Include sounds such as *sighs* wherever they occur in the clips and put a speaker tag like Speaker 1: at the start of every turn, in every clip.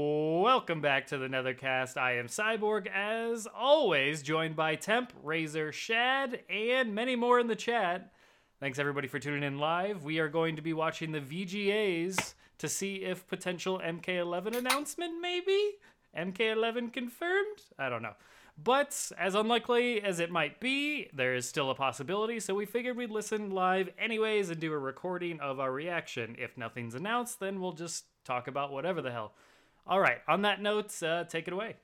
Speaker 1: Welcome back to the Nethercast. I am Cyborg, as always, joined by Temp, Razor, Shad, and many more in the chat. Thanks everybody for tuning in live. We are going to be watching the VGAs to see if potential MK11 announcement, maybe? MK11 confirmed? I don't know. But as unlikely as it might be, there is still a possibility, so we figured we'd listen live anyways and do a recording of our reaction. If nothing's announced, then we'll just talk about whatever the hell. All right, on that note, uh, take it away.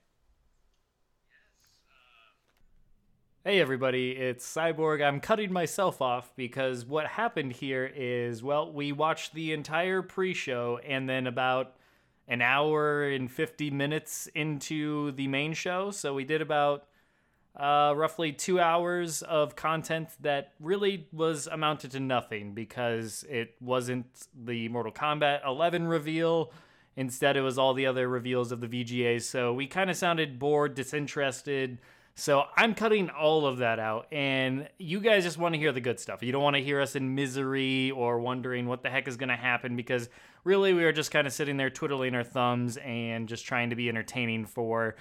Speaker 1: Hey everybody, it's Cyborg. I'm cutting myself off because what happened here is, well, we watched the entire pre-show and then about an hour and 50 minutes into the main show, so we did about uh, roughly two hours of content that really was amounted to nothing because it wasn't the Mortal Kombat 11 reveal. Instead, it was all the other reveals of the VGA. So we kind of sounded bored, disinterested. So I'm cutting all of that out, and you guys just want to hear the good stuff. You don't want to hear us in misery or wondering what the heck is going to happen because really we were just kind of sitting there twiddling our thumbs and just trying to be entertaining for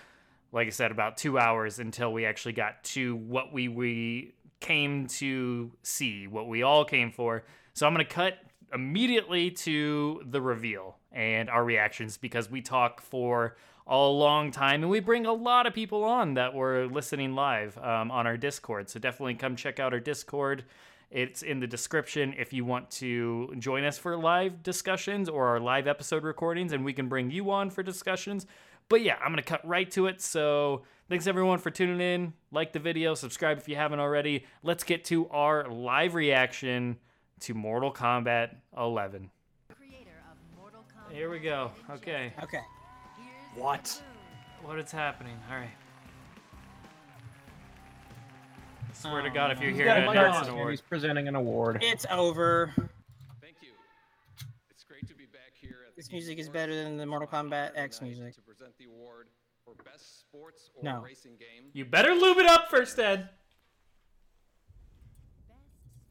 Speaker 1: like I said, about two hours until we actually got to what we we came to see, what we all came for. So I'm gonna cut immediately to the reveal and our reactions because we talk for a long time and we bring a lot of people on that were listening live um, on our Discord. So definitely come check out our Discord. It's in the description if you want to join us for live discussions or our live episode recordings, and we can bring you on for discussions. But yeah, I'm going to cut right to it. So thanks everyone for tuning in. Like the video, subscribe if you haven't already. Let's get to our live reaction to Mortal Kombat 11.
Speaker 2: creator of Mortal Kombat.
Speaker 1: Here we go. Okay,
Speaker 3: Okay.
Speaker 2: Here's
Speaker 3: What?
Speaker 1: what is happening? All right. I swear to God, if you hear
Speaker 3: got
Speaker 1: it,
Speaker 3: a
Speaker 1: it
Speaker 3: bunch
Speaker 1: hurts
Speaker 3: of
Speaker 1: an
Speaker 4: and
Speaker 1: award.
Speaker 4: he's presenting an award.
Speaker 3: It's over.
Speaker 5: Thank you. It's great to be back here. At
Speaker 3: This
Speaker 5: the
Speaker 3: music is
Speaker 5: Esports
Speaker 3: better than the Mortal
Speaker 5: Combat
Speaker 3: Kombat
Speaker 5: Honor
Speaker 3: X
Speaker 5: Night
Speaker 3: music.
Speaker 5: To present the award for best sports or
Speaker 3: No.
Speaker 5: racing game.
Speaker 1: You better lube it up first, Ed.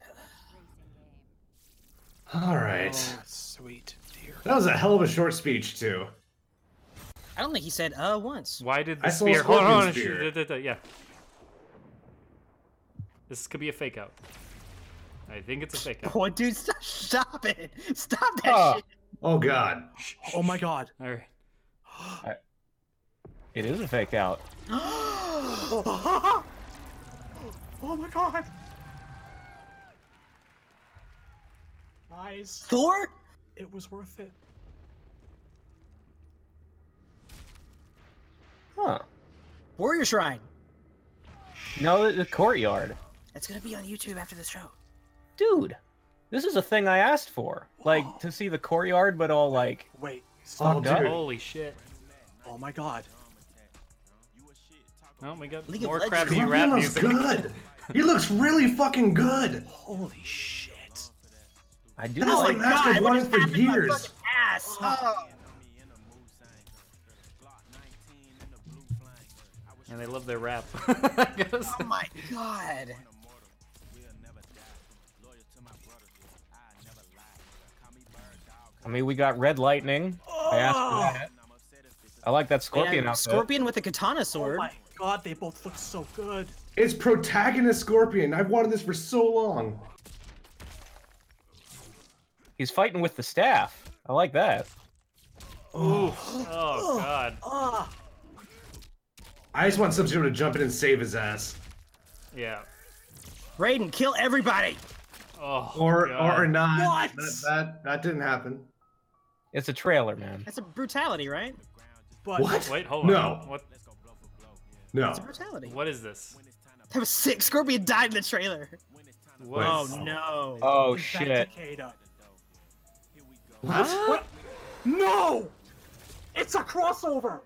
Speaker 2: racing game.
Speaker 6: All right.
Speaker 3: Oh, sweet.
Speaker 6: That was a hell of a short speech, too.
Speaker 3: I don't think he said uh once.
Speaker 1: Why did the
Speaker 6: I saw a
Speaker 1: spear? Hold
Speaker 6: scorpion
Speaker 1: on.
Speaker 6: spear.
Speaker 1: shoot, da, da, da, Yeah. This could be a fake out. I think it's a fake out.
Speaker 3: *laughs* Oh, dude, stop, stop it! Stop that
Speaker 4: Oh.
Speaker 3: shit!
Speaker 6: Oh, God.
Speaker 7: Oh my god.
Speaker 3: *gasps*
Speaker 1: All right.
Speaker 4: It is a fake out.
Speaker 7: oh my god. Nice.
Speaker 3: Thor?
Speaker 7: It was worth it.
Speaker 4: Huh.
Speaker 3: Warrior Shrine.
Speaker 4: No, the, the courtyard.
Speaker 3: That's gonna be on YouTube after the show.
Speaker 4: Dude, this is a thing I asked for. Like, to see the courtyard, but all like.
Speaker 7: Wait.
Speaker 6: Oh,
Speaker 7: Stop.
Speaker 6: dude.
Speaker 4: God.
Speaker 1: Holy shit.
Speaker 7: Oh my god.
Speaker 1: Oh, we got
Speaker 3: League of
Speaker 1: more
Speaker 3: Legends.
Speaker 1: crappy
Speaker 3: He
Speaker 6: He
Speaker 1: rap
Speaker 6: looks
Speaker 1: music.
Speaker 6: good. He looks really fucking good.
Speaker 7: Holy shit.
Speaker 4: I do Oh,
Speaker 6: That's like
Speaker 4: like.
Speaker 6: that's been running for years.
Speaker 3: Ass. Oh.
Speaker 1: And they love their rap. *laughs* I *laughs* guess.
Speaker 3: oh my god.
Speaker 4: I mean, we got Red Lightning. I asked for that. I like that scorpion
Speaker 3: Yeah,
Speaker 4: outfit.
Speaker 3: Scorpion with a katana sword.
Speaker 7: Oh my god, they both look so good.
Speaker 6: It's protagonist Scorpion. I've wanted this for so long.
Speaker 4: He's fighting with the staff. I like that.
Speaker 1: Oh god.
Speaker 7: Ah.
Speaker 6: I just want Sub Zero to jump in and save his ass.
Speaker 1: Yeah.
Speaker 3: Raiden, kill everybody!
Speaker 1: Oh.
Speaker 6: Or
Speaker 1: God.
Speaker 6: or not.
Speaker 7: What?
Speaker 6: That, that that didn't happen.
Speaker 4: It's a trailer, man.
Speaker 3: That's a brutality, right?
Speaker 7: But
Speaker 6: What?
Speaker 1: Wait, hold on.
Speaker 6: No.
Speaker 1: What?
Speaker 6: No.
Speaker 3: It's a brutality.
Speaker 1: What is this?
Speaker 3: That was sick. Scorpion died in the trailer.
Speaker 1: What?
Speaker 6: Wait.
Speaker 3: Oh no.
Speaker 4: Oh
Speaker 7: Back
Speaker 4: shit.
Speaker 7: to Kata.
Speaker 6: What?
Speaker 7: No! It's a crossover!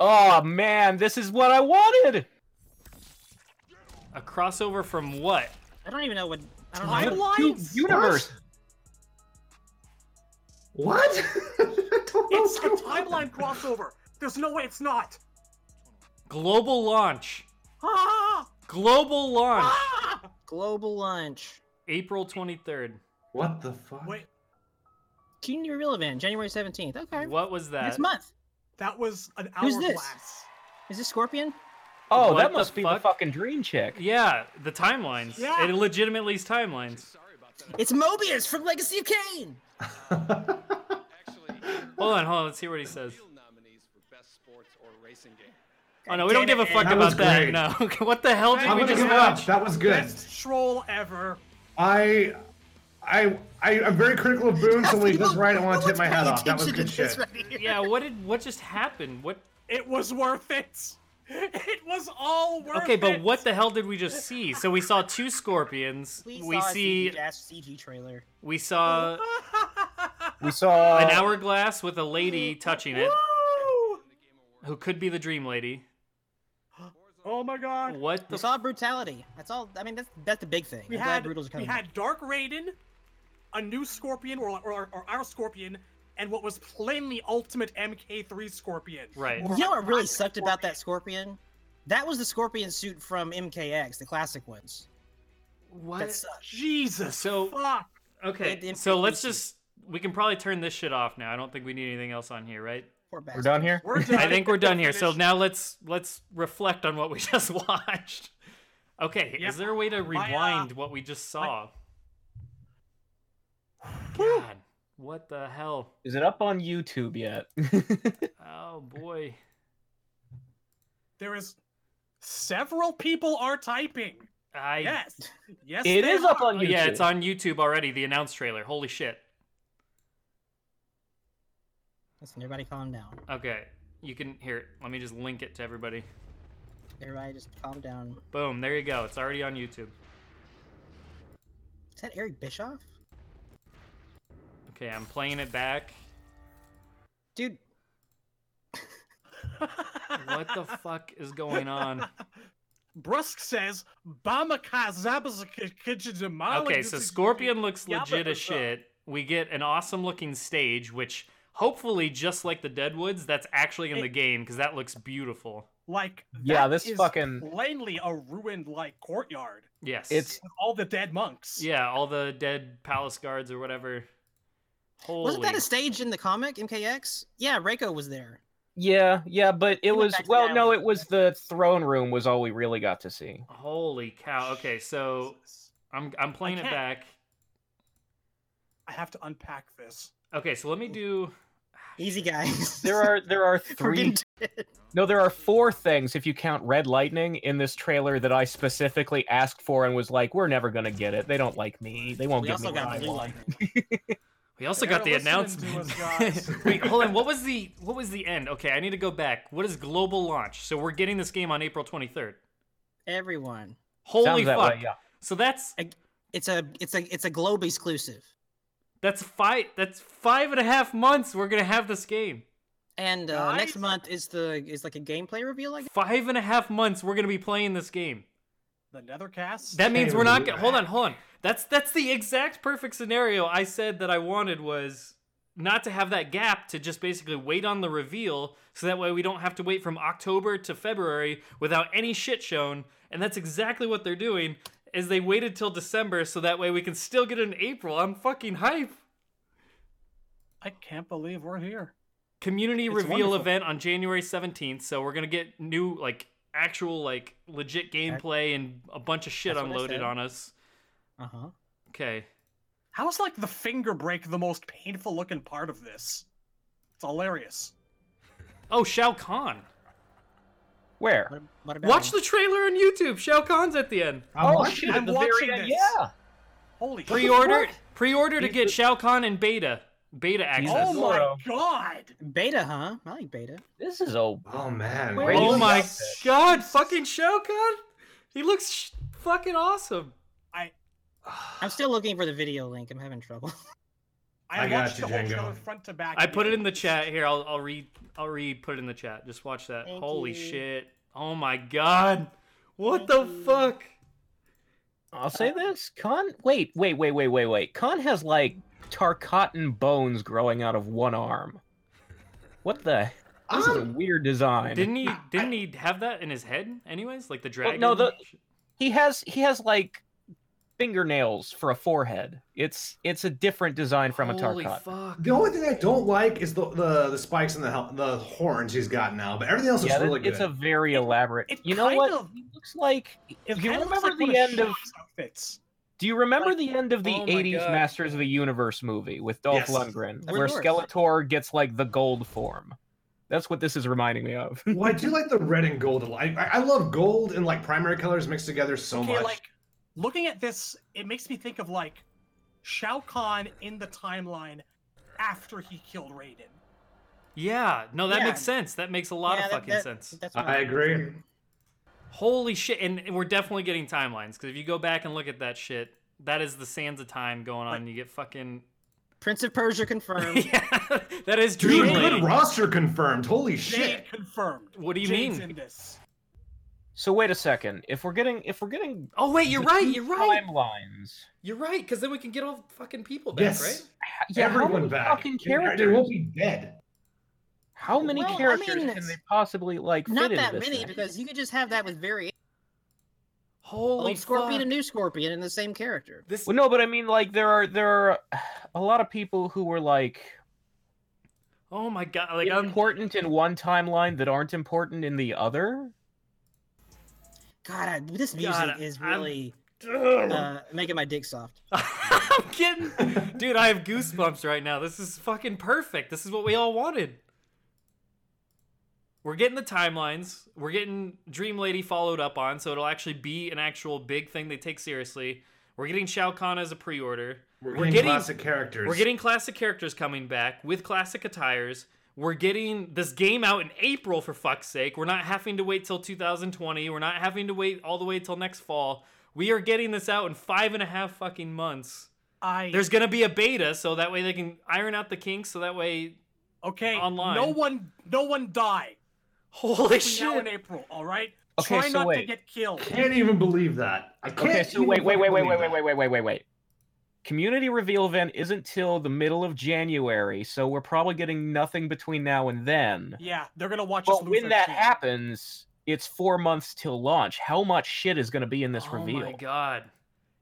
Speaker 4: Oh man, this is what I wanted.
Speaker 1: A crossover from what?
Speaker 3: I don't even know what. I don't know.
Speaker 7: Timeline?
Speaker 4: U- universe.
Speaker 6: What? *laughs* I don't know
Speaker 7: It's a
Speaker 6: what-
Speaker 7: timeline crossover! There's no way it's not!
Speaker 1: Global launch.
Speaker 7: Ah!
Speaker 1: Global launch.
Speaker 7: Ah!
Speaker 3: Global launch.
Speaker 1: April 23rd.
Speaker 6: What the fuck?
Speaker 7: Wait,
Speaker 3: Junior Relevant, January 17th. Okay.
Speaker 1: What was that?
Speaker 3: Next month.
Speaker 7: That was an
Speaker 3: Who's this?
Speaker 7: hourglass.
Speaker 3: Is this Scorpion?
Speaker 4: Oh,
Speaker 1: What
Speaker 4: that
Speaker 1: the
Speaker 4: must be the
Speaker 1: fuck?
Speaker 4: fucking dream chick.
Speaker 1: Yeah, the timelines.
Speaker 7: Yeah.
Speaker 1: It legitimately is timelines.
Speaker 3: It's Mobius from Legacy of Kane.
Speaker 5: Actually, here
Speaker 1: Hold on, hold on. Let's hear what he
Speaker 5: are the
Speaker 1: says.
Speaker 5: real nominees for best sports or racing game.
Speaker 1: Oh no, we don't give a fuck
Speaker 6: That
Speaker 1: about
Speaker 6: was
Speaker 1: that.
Speaker 6: great.
Speaker 1: No. *laughs* what the hell did
Speaker 6: I'm
Speaker 1: we
Speaker 6: gonna
Speaker 1: just
Speaker 6: give it up.
Speaker 1: watch?
Speaker 6: That was good.
Speaker 7: Best troll ever.
Speaker 6: I, I, I, I'm very critical of Boone, so when he's just right, I want
Speaker 3: No
Speaker 6: to tip
Speaker 3: one's
Speaker 6: my hat
Speaker 3: paying
Speaker 6: off. That was
Speaker 3: attention
Speaker 6: good
Speaker 3: to this
Speaker 6: shit.
Speaker 3: right here.
Speaker 1: Yeah. What did? What just happened? What?
Speaker 7: It was worth it. It was all worth
Speaker 1: Okay,
Speaker 7: it.
Speaker 1: but what the hell did we just see? So we saw two scorpions.
Speaker 3: We,
Speaker 1: We
Speaker 3: saw
Speaker 1: see.
Speaker 3: a CG, ass CG trailer.
Speaker 1: We saw
Speaker 4: *laughs* We saw uh,
Speaker 1: an hourglass with a lady touching it,
Speaker 7: Woo!
Speaker 1: who could be the dream lady.
Speaker 7: Oh my god.
Speaker 1: What
Speaker 3: We
Speaker 1: the?
Speaker 3: saw brutality. That's all. I mean, that's that's the big thing.
Speaker 7: We
Speaker 3: I'm
Speaker 7: had
Speaker 3: glad Brutals are
Speaker 7: we
Speaker 3: coming. back.
Speaker 7: had Dark Raiden, a new Scorpion or or, or our Scorpion, and what was plainly Ultimate MK3 Scorpion.
Speaker 1: Right.
Speaker 7: Or
Speaker 3: You know what really
Speaker 7: Classic
Speaker 3: sucked about that Scorpion? That was the Scorpion suit from MKX, the classic ones. That
Speaker 1: What?
Speaker 3: sucked.
Speaker 7: Jesus.
Speaker 1: So-
Speaker 7: fuck.
Speaker 1: Okay.
Speaker 3: It-
Speaker 1: So
Speaker 3: it-
Speaker 1: let's just. We can probably turn this shit off now. I don't think we need anything else on here, right?
Speaker 3: Poor bastard.
Speaker 4: We're done here.
Speaker 7: We're done.
Speaker 1: I think we're done here. So
Speaker 7: Finished.
Speaker 1: now let's let's reflect on what we *laughs* just watched. Okay,
Speaker 7: Yeah.
Speaker 1: is there a way
Speaker 7: My,
Speaker 1: to
Speaker 7: uh,
Speaker 1: rewind what we just saw?
Speaker 7: Whew.
Speaker 1: God, what the hell?
Speaker 4: Is it up on YouTube yet? *laughs*
Speaker 1: Oh boy.
Speaker 7: there is several people are typing.
Speaker 1: I
Speaker 7: Yes. Yes.
Speaker 4: it
Speaker 7: they
Speaker 4: is up
Speaker 7: are.
Speaker 4: on
Speaker 1: Oh,
Speaker 4: YouTube.
Speaker 1: yeah, it's on YouTube already. The announce trailer. Holy shit.
Speaker 3: Listen, everybody calm down.
Speaker 1: Okay, you can hear it. Let me just link it to everybody.
Speaker 3: Everybody just calm down.
Speaker 1: Boom. There you go. It's already on YouTube.
Speaker 3: Is that Eric Bischoff?
Speaker 1: Okay, I'm playing it back.
Speaker 3: Dude,
Speaker 1: *laughs* What the fuck is
Speaker 7: *laughs*
Speaker 1: going on?
Speaker 7: Brusk says Bama Kazabazakijidamala.
Speaker 1: Okay, so Scorpion looks
Speaker 7: Yeah,
Speaker 1: legit
Speaker 7: but
Speaker 1: as
Speaker 7: it's, uh,
Speaker 1: shit. We get an awesome looking stage, which hopefully, just like the Deadwoods, that's actually in the
Speaker 7: It-
Speaker 1: game because that looks beautiful.
Speaker 7: Like
Speaker 4: Yeah,
Speaker 7: that
Speaker 4: this
Speaker 7: is
Speaker 4: fucking-
Speaker 7: plainly a ruined like courtyard
Speaker 1: Yes.
Speaker 4: It's
Speaker 7: with all the dead monks.
Speaker 1: yeah, all the dead palace guards or whatever. Holy.
Speaker 3: wasn't that a stage in the comic MKX? Yeah, Reiko was there.
Speaker 4: yeah, yeah, but it
Speaker 3: went
Speaker 4: was
Speaker 3: back to
Speaker 4: well,
Speaker 3: that
Speaker 4: no,
Speaker 3: one.
Speaker 4: it was the throne room was all we really got to see.
Speaker 3: Oh.
Speaker 1: Holy cow. Okay, so
Speaker 7: Jesus.
Speaker 1: I'm I'm playing it
Speaker 7: can't-
Speaker 1: back.
Speaker 7: I have to unpack this.
Speaker 1: Okay, so let me do ah,
Speaker 3: Easy guys.
Speaker 4: There are there are
Speaker 3: *laughs* We're
Speaker 4: three
Speaker 3: getting to-
Speaker 4: No, there are four things if you count Red Lightning in this trailer that I specifically asked for and was like, "We're never gonna get it. They don't like me. They won't
Speaker 3: We
Speaker 4: give me
Speaker 3: also
Speaker 4: what
Speaker 3: got
Speaker 4: I
Speaker 3: Blue
Speaker 4: want."
Speaker 3: Lightning.
Speaker 1: We also
Speaker 7: They're
Speaker 1: got the
Speaker 7: listening to
Speaker 1: announcement. *laughs*
Speaker 7: us, guys.
Speaker 1: Wait, hold on. What was the what was the end? Okay, I need to go back. What is global launch? So we're getting this game on April 23rd.
Speaker 3: Everyone.
Speaker 1: Holy
Speaker 4: Sounds that
Speaker 1: fuck.
Speaker 4: way, yeah.
Speaker 1: So that's
Speaker 3: It's a it's a it's a globe exclusive.
Speaker 1: that's five that's five and a half months we're gonna have this game.
Speaker 3: And uh, next
Speaker 7: Guys?
Speaker 3: month is the is like a gameplay reveal, I guess.
Speaker 1: Five and a half months we're gonna be playing this game.
Speaker 7: The Nethercast.
Speaker 1: That means
Speaker 6: Hey,
Speaker 1: we're not
Speaker 6: Luke.
Speaker 1: gonna hold on, hold on. That's that's the exact perfect scenario I said that I wanted was not to have that gap to just basically wait on the reveal so that way we don't have to wait from October to February without any shit shown and that's exactly what they're doing is they waited till December so that way we can still get it in April. I'm fucking hype.
Speaker 7: I can't believe we're here.
Speaker 1: Community
Speaker 7: It's
Speaker 1: reveal
Speaker 7: wonderful.
Speaker 1: event on January 17th so we're going to get new like actual like legit gameplay and a bunch of shit
Speaker 3: That's what I
Speaker 1: unloaded
Speaker 3: said.
Speaker 1: on us.
Speaker 3: Uh huh.
Speaker 1: Okay.
Speaker 7: How's like the finger break the most painful looking part of this? It's hilarious.
Speaker 1: Oh, Shao Kahn.
Speaker 4: Where?
Speaker 3: What, what about
Speaker 1: Watch
Speaker 3: him?
Speaker 1: the trailer on YouTube. Shao Kahn's at the end.
Speaker 6: I'm
Speaker 4: oh
Speaker 6: watching
Speaker 4: shit!
Speaker 6: it.
Speaker 4: at
Speaker 7: I'm
Speaker 4: the
Speaker 7: watching
Speaker 4: very end,
Speaker 7: this.
Speaker 4: yeah.
Speaker 7: Holy shit.
Speaker 1: Pre-order, pre-order to
Speaker 4: He's
Speaker 1: get
Speaker 4: the-
Speaker 1: Shao Kahn and beta, beta access.
Speaker 7: Oh
Speaker 4: Jesus.
Speaker 7: my
Speaker 4: Zoro.
Speaker 7: god!
Speaker 3: Beta, huh? I like Beta.
Speaker 4: This is a
Speaker 6: Oh man.
Speaker 4: Where
Speaker 6: wait.
Speaker 4: is
Speaker 1: Oh
Speaker 4: Jesus.
Speaker 1: my god, fucking Shao Kahn! He looks sh- fucking awesome.
Speaker 3: I'm still looking for the video link. I'm having trouble. *laughs*
Speaker 7: I,
Speaker 6: I got
Speaker 7: watched
Speaker 6: you,
Speaker 7: the whole
Speaker 6: Django.
Speaker 7: show front to back.
Speaker 1: I put it in the
Speaker 7: again.
Speaker 1: chat here. I'll I'll re I'll re put it in the chat. Just watch that.
Speaker 3: Thank
Speaker 1: Holy
Speaker 3: you.
Speaker 1: shit! Oh my god, what
Speaker 3: Thank
Speaker 1: the
Speaker 3: you.
Speaker 1: fuck?
Speaker 4: I'll say this. Khan, wait, wait, wait, wait, wait, wait. Khan has like tarkatan bones growing out of one arm. What the? This is a weird design.
Speaker 1: Didn't he didn't he have that in his head anyways? Like the
Speaker 4: Well,
Speaker 1: dragon.
Speaker 4: no, the- He has he has like fingernails for a forehead. It's it's a different design from a
Speaker 1: Holy
Speaker 4: Tarkot.
Speaker 1: fuck.
Speaker 6: The only thing I don't like is the the, the spikes and the hel- the horns he's got now, but everything else is
Speaker 4: yeah, that-
Speaker 6: really good.
Speaker 4: it's a very elaborate.
Speaker 7: it
Speaker 4: you know
Speaker 7: kind
Speaker 4: what?
Speaker 7: of-
Speaker 4: It looks like.
Speaker 7: It
Speaker 4: you
Speaker 7: kind of looks
Speaker 4: remember
Speaker 7: like
Speaker 4: the
Speaker 7: one
Speaker 4: end of?
Speaker 7: Shock's outfits.
Speaker 4: Do you remember
Speaker 7: like-
Speaker 4: the end of the
Speaker 1: Oh my
Speaker 4: '80s
Speaker 1: God.
Speaker 4: Masters of the Universe movie with Dolph
Speaker 6: Yes.
Speaker 4: Lundgren,
Speaker 3: Of
Speaker 4: where
Speaker 3: course.
Speaker 4: Skeletor gets like the gold form? That's what this is reminding me of.
Speaker 6: well, I do like the red and gold. a lot. I, I love gold and like primary colors mixed together so
Speaker 7: Okay,
Speaker 6: much.
Speaker 7: like looking at this, it makes me think of like Shao Kahn in the timeline after he killed Raiden.
Speaker 1: Yeah, no, that
Speaker 3: Yeah.
Speaker 1: makes sense. That makes a lot
Speaker 3: Yeah,
Speaker 1: of
Speaker 3: that-
Speaker 1: fucking
Speaker 3: that-
Speaker 1: sense.
Speaker 3: That's what
Speaker 6: I agree.
Speaker 1: Holy shit. And we're definitely getting timelines because if you go back and look at that shit, that is the sands of time going on.
Speaker 7: Like-
Speaker 1: you get fucking.
Speaker 3: Prince of Persia *laughs*
Speaker 1: *laughs*
Speaker 3: confirmed.
Speaker 1: yeah, that is Dream
Speaker 6: Dude,
Speaker 1: Lady.
Speaker 6: good roster confirmed. Holy shit.
Speaker 7: Jade confirmed.
Speaker 1: What do you
Speaker 7: Jade's
Speaker 1: mean?
Speaker 7: in this.
Speaker 4: so wait a second. If we're getting if we're getting
Speaker 1: Oh, wait, you're
Speaker 4: the
Speaker 1: right.
Speaker 4: two
Speaker 1: You're right.
Speaker 4: timelines.
Speaker 1: You're right. Because then we can get all the fucking people back,
Speaker 6: Yes.
Speaker 1: right?
Speaker 4: Yeah, how
Speaker 6: Everyone
Speaker 4: many
Speaker 6: back.
Speaker 4: fucking
Speaker 6: They
Speaker 4: characters?
Speaker 6: won't be dead.
Speaker 4: How many
Speaker 3: Well, I
Speaker 4: characters can
Speaker 3: mean, it's-
Speaker 4: they possibly like
Speaker 3: Not
Speaker 4: fit into
Speaker 3: that
Speaker 4: this
Speaker 3: many
Speaker 4: thing?
Speaker 3: because you could just have that with variations.
Speaker 1: Holy
Speaker 3: Old Scorpion
Speaker 1: fuck.
Speaker 3: and new Scorpion in the same character.
Speaker 1: This
Speaker 4: Well, no, but I mean, like there are there are a lot of people who were like,
Speaker 1: Oh my god! Like I'm
Speaker 4: important in one timeline that aren't important in the other.
Speaker 3: God, I, this music
Speaker 1: God,
Speaker 3: is
Speaker 1: I'm-
Speaker 3: really uh, making my dick soft.
Speaker 1: *laughs* I'm kidding, dude. I have goosebumps right now. This is fucking perfect. This is what we all wanted. We're getting the timelines. We're getting Dream Lady followed up on, so it'll actually be an actual big thing they take seriously. We're getting Shao Kahn as a pre-order.
Speaker 6: We're,
Speaker 1: We're
Speaker 6: getting,
Speaker 1: getting-
Speaker 6: classic characters.
Speaker 1: We're getting classic characters coming back with classic attires. We're getting this game out in April for fuck's sake. We're not having to wait till 2020. We're not having to wait all the way till next fall. We are getting this out in five and a half fucking months.
Speaker 7: I
Speaker 1: There's gonna be a beta, so that way they can iron out the kinks. So that way,
Speaker 7: okay.
Speaker 1: online.
Speaker 7: No one, no one die.
Speaker 1: holy
Speaker 7: Between Now in
Speaker 1: shit!
Speaker 7: April, all right.
Speaker 4: Okay,
Speaker 7: Try
Speaker 4: so
Speaker 7: not to
Speaker 4: wait.
Speaker 7: get killed.
Speaker 6: Can't even believe that. I can't.
Speaker 4: Okay, so
Speaker 6: even
Speaker 4: wait, wait,
Speaker 6: fucking
Speaker 4: wait, wait,
Speaker 6: believe
Speaker 4: wait, wait,
Speaker 6: that.
Speaker 4: wait, wait, wait, wait, wait. Community reveal event isn't till the middle of January, so we're probably getting nothing between now and then.
Speaker 7: Yeah, they're gonna watch us
Speaker 4: But
Speaker 7: lose
Speaker 4: when
Speaker 7: our
Speaker 4: that
Speaker 7: shit.
Speaker 4: happens, it's four months till launch. How much shit is going to be in this
Speaker 1: oh
Speaker 4: reveal?
Speaker 1: my god,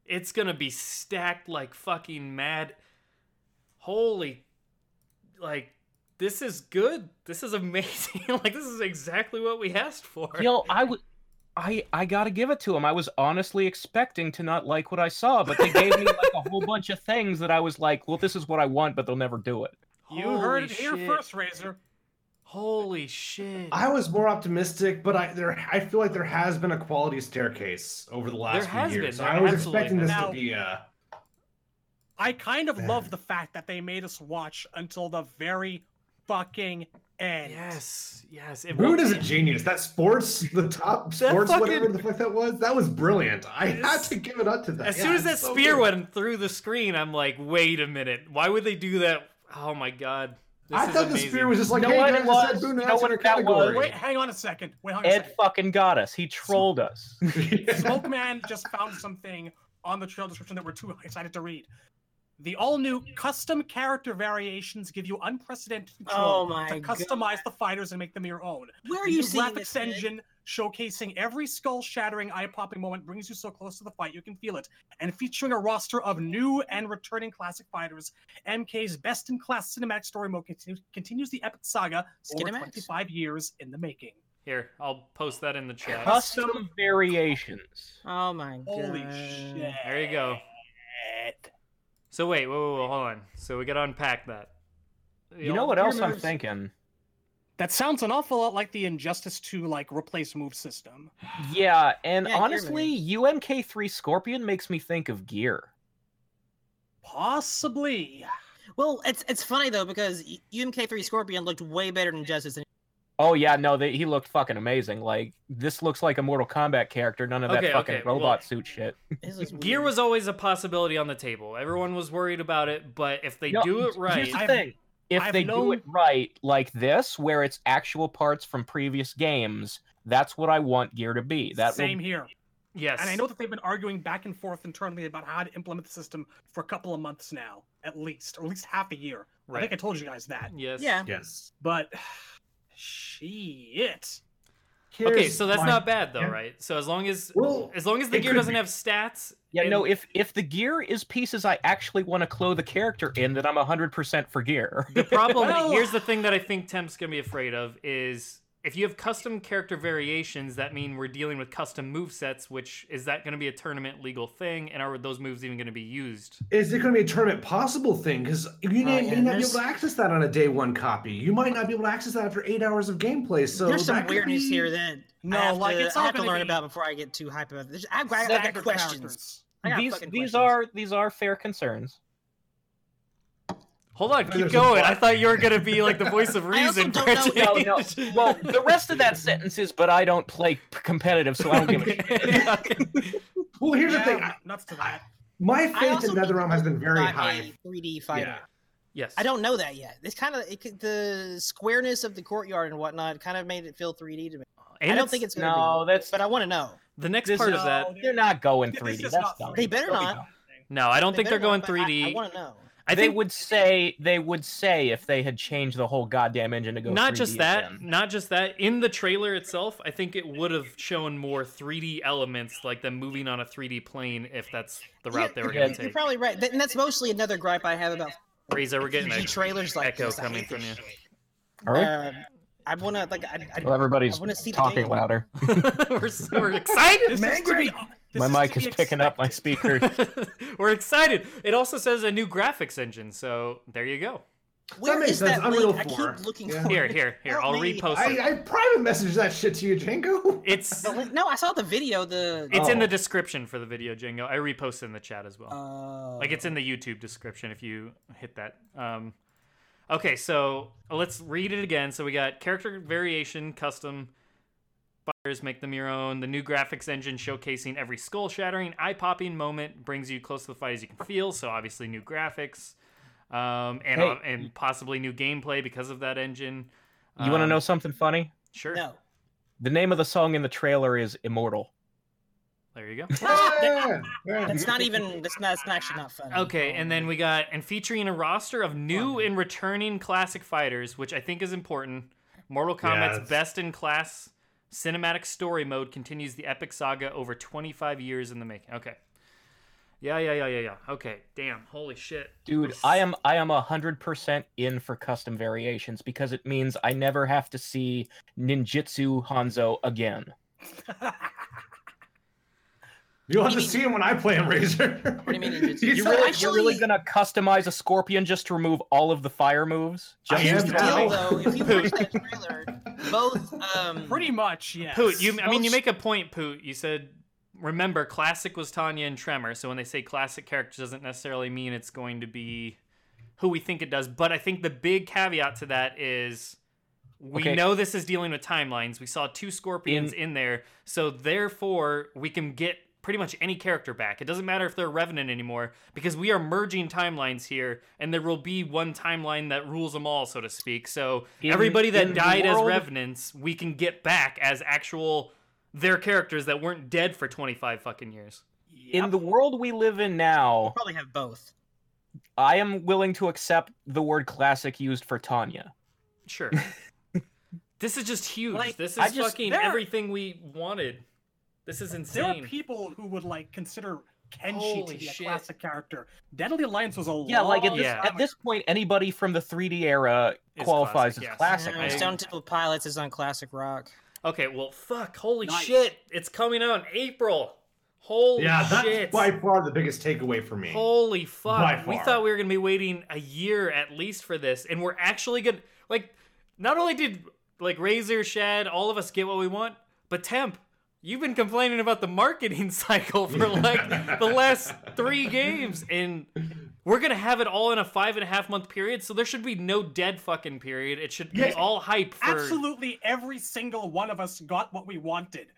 Speaker 1: it's gonna be stacked like fucking mad. Holy, like this is good. This is *laughs* amazing. like this is exactly what we asked for.
Speaker 4: You know, I would. I, I gotta give it to them. I was honestly expecting to not like what I saw, but they gave me like
Speaker 1: *laughs*
Speaker 4: a whole bunch of things that I was like, well, this is what I want, but they'll never do it.
Speaker 7: You heard it
Speaker 1: Holy
Speaker 7: here
Speaker 1: shit.
Speaker 7: first, Razor.
Speaker 1: Holy shit!
Speaker 6: I was more optimistic, but I there I feel like there has been a quality staircase over the last few
Speaker 1: There has
Speaker 6: years.
Speaker 1: been,
Speaker 6: So
Speaker 1: there
Speaker 6: I was
Speaker 1: absolutely
Speaker 6: expecting this
Speaker 7: has
Speaker 6: to
Speaker 7: been.
Speaker 6: be uh
Speaker 7: I kind of
Speaker 6: Yeah.
Speaker 7: love the fact that they made us watch until the very fucking end.
Speaker 1: yes, yes. It
Speaker 6: Rude
Speaker 1: won't
Speaker 6: is
Speaker 1: be-
Speaker 6: a genius. That sports, the top
Speaker 1: That
Speaker 6: sports, whatever
Speaker 1: fucking-
Speaker 6: the fuck that was, that was brilliant. I had to give it up to that.
Speaker 1: As
Speaker 6: Yeah,
Speaker 1: soon as that
Speaker 6: it's so
Speaker 1: spear
Speaker 6: good.
Speaker 1: went through the screen, I'm like, wait a minute. Why would they do that? Oh my god. This
Speaker 6: I
Speaker 1: is
Speaker 6: thought the
Speaker 1: amazing.
Speaker 6: spear was just like,
Speaker 4: You know
Speaker 6: hey
Speaker 4: what
Speaker 6: guys,
Speaker 4: it
Speaker 6: I said
Speaker 4: was?
Speaker 6: Boone
Speaker 4: You know
Speaker 6: Adams in
Speaker 4: what
Speaker 6: our
Speaker 4: that
Speaker 6: category.
Speaker 4: was?
Speaker 7: Wait, hang on a second. Wait, hang on a
Speaker 4: Ed
Speaker 7: second.
Speaker 4: fucking got us. He trolled us.
Speaker 7: Smoke Man just found something on the trail description that we're too excited to read. The all-new custom character variations give you unprecedented control
Speaker 3: Oh my
Speaker 7: to customize the fighters and make them your own.
Speaker 3: Where are
Speaker 7: The
Speaker 3: you
Speaker 7: new
Speaker 3: seeing
Speaker 7: graphics
Speaker 3: this? Ed?
Speaker 7: engine showcasing every skull-shattering, eye-popping moment brings you so close to the fight you can feel it, and featuring a roster of new and returning classic fighters, MK's best-in-class cinematic story mode continu- continues the epic saga over
Speaker 3: Skinemax?
Speaker 7: 25 years in the making.
Speaker 1: Here, I'll post that in the chat.
Speaker 4: Custom variations.
Speaker 3: Oh my god.
Speaker 7: Holy shit!
Speaker 1: There you go. So wait, wait, wait, wait, hold on. So we gotta unpack that.
Speaker 4: You know what else I'm
Speaker 3: moves.
Speaker 4: thinking?
Speaker 7: That sounds an awful lot like the Injustice 2 like replace move system.
Speaker 4: Yeah, and
Speaker 3: Yeah, gear
Speaker 4: honestly, UMK3 Scorpion makes me think of Gear.
Speaker 7: Possibly.
Speaker 3: Well, it's it's funny though because U- UMK3 Scorpion looked way better than Justice. And
Speaker 4: Oh yeah, no, they, he looked fucking amazing. Like this looks like a Mortal Kombat character. None of that
Speaker 1: Okay,
Speaker 4: fucking
Speaker 1: okay, well-
Speaker 4: robot suit shit.
Speaker 3: his looks
Speaker 1: Gear
Speaker 3: weird.
Speaker 1: was always a possibility on the table. Everyone was worried about it, but if they
Speaker 4: No,
Speaker 1: do it right,
Speaker 4: Here's the
Speaker 7: I've-
Speaker 4: thing: if
Speaker 7: I've
Speaker 4: they do
Speaker 7: known-
Speaker 4: it right, like this, where it's actual parts from previous games, that's what I want Gear to be. That will-
Speaker 7: Same here.
Speaker 1: yes.
Speaker 7: And I know that they've been arguing back and forth internally about how to implement the system for a couple of months now, at least, or at least half a year. I
Speaker 1: right.
Speaker 7: think I told you guys that.
Speaker 1: yes.
Speaker 3: Yeah.
Speaker 6: Yes.
Speaker 7: But *sighs* shit.
Speaker 6: Here's
Speaker 1: okay, so that's
Speaker 6: my-
Speaker 1: not bad though,
Speaker 6: yeah.
Speaker 1: right? So as long as
Speaker 6: Well,
Speaker 1: as long as the
Speaker 6: it
Speaker 1: gear
Speaker 6: could
Speaker 1: doesn't
Speaker 6: be.
Speaker 1: have stats.
Speaker 4: Yeah,
Speaker 1: and-
Speaker 4: no, if if the gear is pieces I actually want to clothe a character in, then I'm 100% for gear.
Speaker 1: The
Speaker 4: *laughs*
Speaker 1: problem
Speaker 7: Well-
Speaker 1: here's
Speaker 3: *laughs*
Speaker 1: the thing that I think Temp's gonna be afraid of is if you have custom character variations, that mean we're dealing with custom move sets. Which is that gonna be a tournament legal thing? And are those moves even gonna be used?
Speaker 6: Is it going to be a tournament possible thing? Because you
Speaker 3: Oh,
Speaker 6: may,
Speaker 3: yeah,
Speaker 6: may not be
Speaker 3: there's-
Speaker 6: able to access that on a day one copy. You might not be able to access that after eight hours of gameplay. So
Speaker 3: There's some
Speaker 6: that could
Speaker 3: weirdness
Speaker 6: be-
Speaker 3: here that
Speaker 7: No,
Speaker 3: I have
Speaker 7: like,
Speaker 3: to,
Speaker 7: it's
Speaker 3: I
Speaker 7: all
Speaker 3: have to
Speaker 7: gonna
Speaker 3: learn
Speaker 7: be
Speaker 3: about before I get too hype about this. I, I, I
Speaker 7: staggered
Speaker 3: got questions.
Speaker 7: characters.
Speaker 3: I got
Speaker 4: these
Speaker 3: fucking
Speaker 4: these
Speaker 3: questions.
Speaker 4: are these are fair concerns.
Speaker 1: Hold on, keep
Speaker 6: there's a
Speaker 1: going. I
Speaker 6: bot.
Speaker 1: thought you were gonna be
Speaker 3: *laughs*
Speaker 1: like the voice of
Speaker 3: I also
Speaker 1: reason.
Speaker 3: don't
Speaker 1: for a
Speaker 4: No,
Speaker 3: know-
Speaker 4: no.
Speaker 1: change. *laughs*
Speaker 4: Well, the rest of that sentence is, but I don't play p- competitive, so I don't give a shit.
Speaker 1: Okay.
Speaker 6: Well, here's
Speaker 7: Yeah,
Speaker 6: the thing. I-
Speaker 7: n- nuts to that.
Speaker 6: My
Speaker 3: I
Speaker 6: faith
Speaker 3: also
Speaker 6: in
Speaker 3: think
Speaker 6: NetherRealm has been very
Speaker 3: Not a
Speaker 6: high.
Speaker 3: 3D fighter.
Speaker 6: Yeah.
Speaker 1: yes.
Speaker 3: I don't know that yet. It's kind of it, could- the squareness of the courtyard and whatnot kind of made it feel 3D to me.
Speaker 1: And
Speaker 3: I don't
Speaker 1: it's-
Speaker 3: think it's gonna
Speaker 4: No, that's
Speaker 3: be, but I want to know.
Speaker 1: the next
Speaker 4: this
Speaker 1: part
Speaker 4: is-
Speaker 1: of that.
Speaker 7: No,
Speaker 4: they're not going
Speaker 7: This
Speaker 4: 3D.
Speaker 7: is
Speaker 4: That's
Speaker 7: not
Speaker 4: dumb.
Speaker 7: 3D.
Speaker 3: They better
Speaker 4: They'll be
Speaker 3: not.
Speaker 4: dumb.
Speaker 1: No, I don't think they're
Speaker 3: better
Speaker 1: going
Speaker 3: not, but I-
Speaker 1: 3D.
Speaker 3: I, want to know.
Speaker 1: I
Speaker 4: they
Speaker 1: think
Speaker 4: would say they would say if they had changed the whole goddamn engine to go.
Speaker 1: not
Speaker 4: 3D
Speaker 1: just that,
Speaker 4: again.
Speaker 1: not just that. In the trailer itself, I think it would have shown more 3D elements, like them moving on a 3D plane, if that's the route they were
Speaker 4: yeah,
Speaker 1: going to
Speaker 3: You're
Speaker 1: take.
Speaker 3: probably right, Th- and that's mostly another gripe I have about
Speaker 1: Reza, we're getting
Speaker 3: PG
Speaker 1: an
Speaker 3: trailers like
Speaker 1: echo
Speaker 3: this. I
Speaker 1: coming
Speaker 3: hate
Speaker 1: from
Speaker 3: this
Speaker 1: you.
Speaker 3: shit.
Speaker 4: All right.
Speaker 3: Um, I want to like I, I,
Speaker 4: well, everybody's
Speaker 3: I wanna see the
Speaker 4: talking
Speaker 3: game.
Speaker 4: *laughs* louder.
Speaker 1: *laughs* we're, s- we're excited.
Speaker 7: This is to be- this
Speaker 4: my
Speaker 7: is
Speaker 4: mic
Speaker 7: to
Speaker 4: is
Speaker 7: be
Speaker 4: picking up my
Speaker 7: expected.
Speaker 4: speaker.
Speaker 1: we're excited. It also says a new graphics engine, so there you go.
Speaker 3: where
Speaker 6: makes
Speaker 3: is
Speaker 6: sense.
Speaker 3: that
Speaker 6: Unreal
Speaker 3: link? I
Speaker 6: 4.
Speaker 3: keep looking
Speaker 6: Yeah.
Speaker 3: for
Speaker 1: Here,
Speaker 3: it.
Speaker 1: here, here.
Speaker 3: Help
Speaker 1: I'll
Speaker 3: me.
Speaker 1: repost
Speaker 6: I,
Speaker 1: it.
Speaker 6: I private messaged that shit to you, Janko.
Speaker 1: It's
Speaker 3: The link- No, I saw the video. The
Speaker 1: it's in
Speaker 4: Oh.
Speaker 1: the description for the video, Django. I reposted in the chat as well.
Speaker 3: uh,
Speaker 1: like it's in the YouTube description if you hit that. Um, okay, so uh, let's read it again. So we got character variation, custom fighters make them your own. The new graphics engine showcasing every skull shattering, eye popping moment brings you close to the fight as you can feel. So obviously new graphics, um, and
Speaker 4: Hey.
Speaker 1: uh, and possibly new gameplay because of that engine.
Speaker 4: You want to
Speaker 1: Um,
Speaker 4: know something funny?
Speaker 1: Sure.
Speaker 3: no.
Speaker 4: The name of the song in the trailer is "Immortal."
Speaker 1: There
Speaker 3: *laughs*
Speaker 1: you go.
Speaker 6: Yeah, yeah.
Speaker 3: That's not even. That's not. That's not- actually not funny.
Speaker 4: Oh,
Speaker 1: Okay, and then we got and featuring a roster of new and returning classic fighters, which I think is important. Mortal Kombat's
Speaker 6: Yes.
Speaker 1: best in class cinematic story mode continues the epic saga over 25 years in the making. Okay. Yeah, yeah, yeah, yeah, yeah. Okay. Damn. Holy shit.
Speaker 4: Dude, I am I am hundred percent in for custom variations because it means I never have to see Ninjitsu Hanzo again.
Speaker 6: *laughs* You'll have
Speaker 3: What do
Speaker 6: to
Speaker 3: you
Speaker 6: see him when I play him, Razor. *laughs* What
Speaker 3: do you mean it's-
Speaker 4: You
Speaker 3: So
Speaker 4: really,
Speaker 3: actually-
Speaker 4: you're really gonna customize a scorpion just to remove all of the fire moves?
Speaker 6: I
Speaker 4: Just
Speaker 6: am
Speaker 4: use the
Speaker 6: now.
Speaker 3: Deal,
Speaker 4: tank?
Speaker 3: though, if you watch that trailer, both
Speaker 7: *laughs*
Speaker 3: um,
Speaker 7: Pretty much, yes.
Speaker 1: Poot, you I mean you
Speaker 3: Yes.
Speaker 1: make a point, Poot. You said remember classic was Tanya and Tremor, so when they say classic characters doesn't necessarily mean it's going to be who we think it does, but I think the big caveat to that is we
Speaker 4: Okay.
Speaker 1: know this is dealing with timelines. We saw two scorpions in, there, so therefore we can get pretty much any character back. It doesn't matter if they're revenant anymore because we are merging timelines here and there will be one timeline that rules them all so to speak. So
Speaker 4: In-
Speaker 1: everybody that
Speaker 4: in the
Speaker 1: died as
Speaker 4: world-
Speaker 1: revenants, we can get back as actual their characters that weren't dead for 25 fucking years.
Speaker 4: In the world we live in now,
Speaker 3: probably have both.
Speaker 4: I am willing to accept the word classic used for Tanya.
Speaker 1: Sure.
Speaker 4: *laughs*
Speaker 1: this is just huge.
Speaker 7: Like,
Speaker 1: this
Speaker 4: I
Speaker 1: is
Speaker 4: just-
Speaker 1: fucking
Speaker 7: there-
Speaker 1: everything we wanted. This is
Speaker 7: There are
Speaker 1: insane.
Speaker 7: people who would like consider Kenshi
Speaker 1: Holy
Speaker 7: to be
Speaker 1: shit.
Speaker 7: a classic character. Deadly Alliance was a
Speaker 4: Yeah, like at
Speaker 7: long
Speaker 4: this,
Speaker 1: Yeah.
Speaker 7: time
Speaker 4: at this point, anybody from the 3D era
Speaker 1: Is
Speaker 4: qualifies
Speaker 1: classic, yes.
Speaker 4: as classic.
Speaker 3: Uh,
Speaker 1: I-
Speaker 3: Stone Temple Pilots is on classic rock.
Speaker 1: Okay, well, fuck. Holy
Speaker 7: Nice.
Speaker 1: shit. It's coming out in April. Holy
Speaker 6: Yeah, that's
Speaker 1: shit.
Speaker 6: by far the biggest takeaway for me.
Speaker 1: Holy fuck.
Speaker 6: By
Speaker 1: We
Speaker 6: far.
Speaker 1: thought we were going to be waiting a year at least for this, and we're actually going to. Like, not only did, like, Razor, Shad, all of us get what we want, but Temp, you've been complaining about the marketing *laughs* cycle for, like, the last three games, and we're going to have it all in a five and a half month period, so there should be no dead fucking period. It should be
Speaker 6: Yeah.
Speaker 1: all hype for.
Speaker 7: absolutely every single one of us got what we wanted.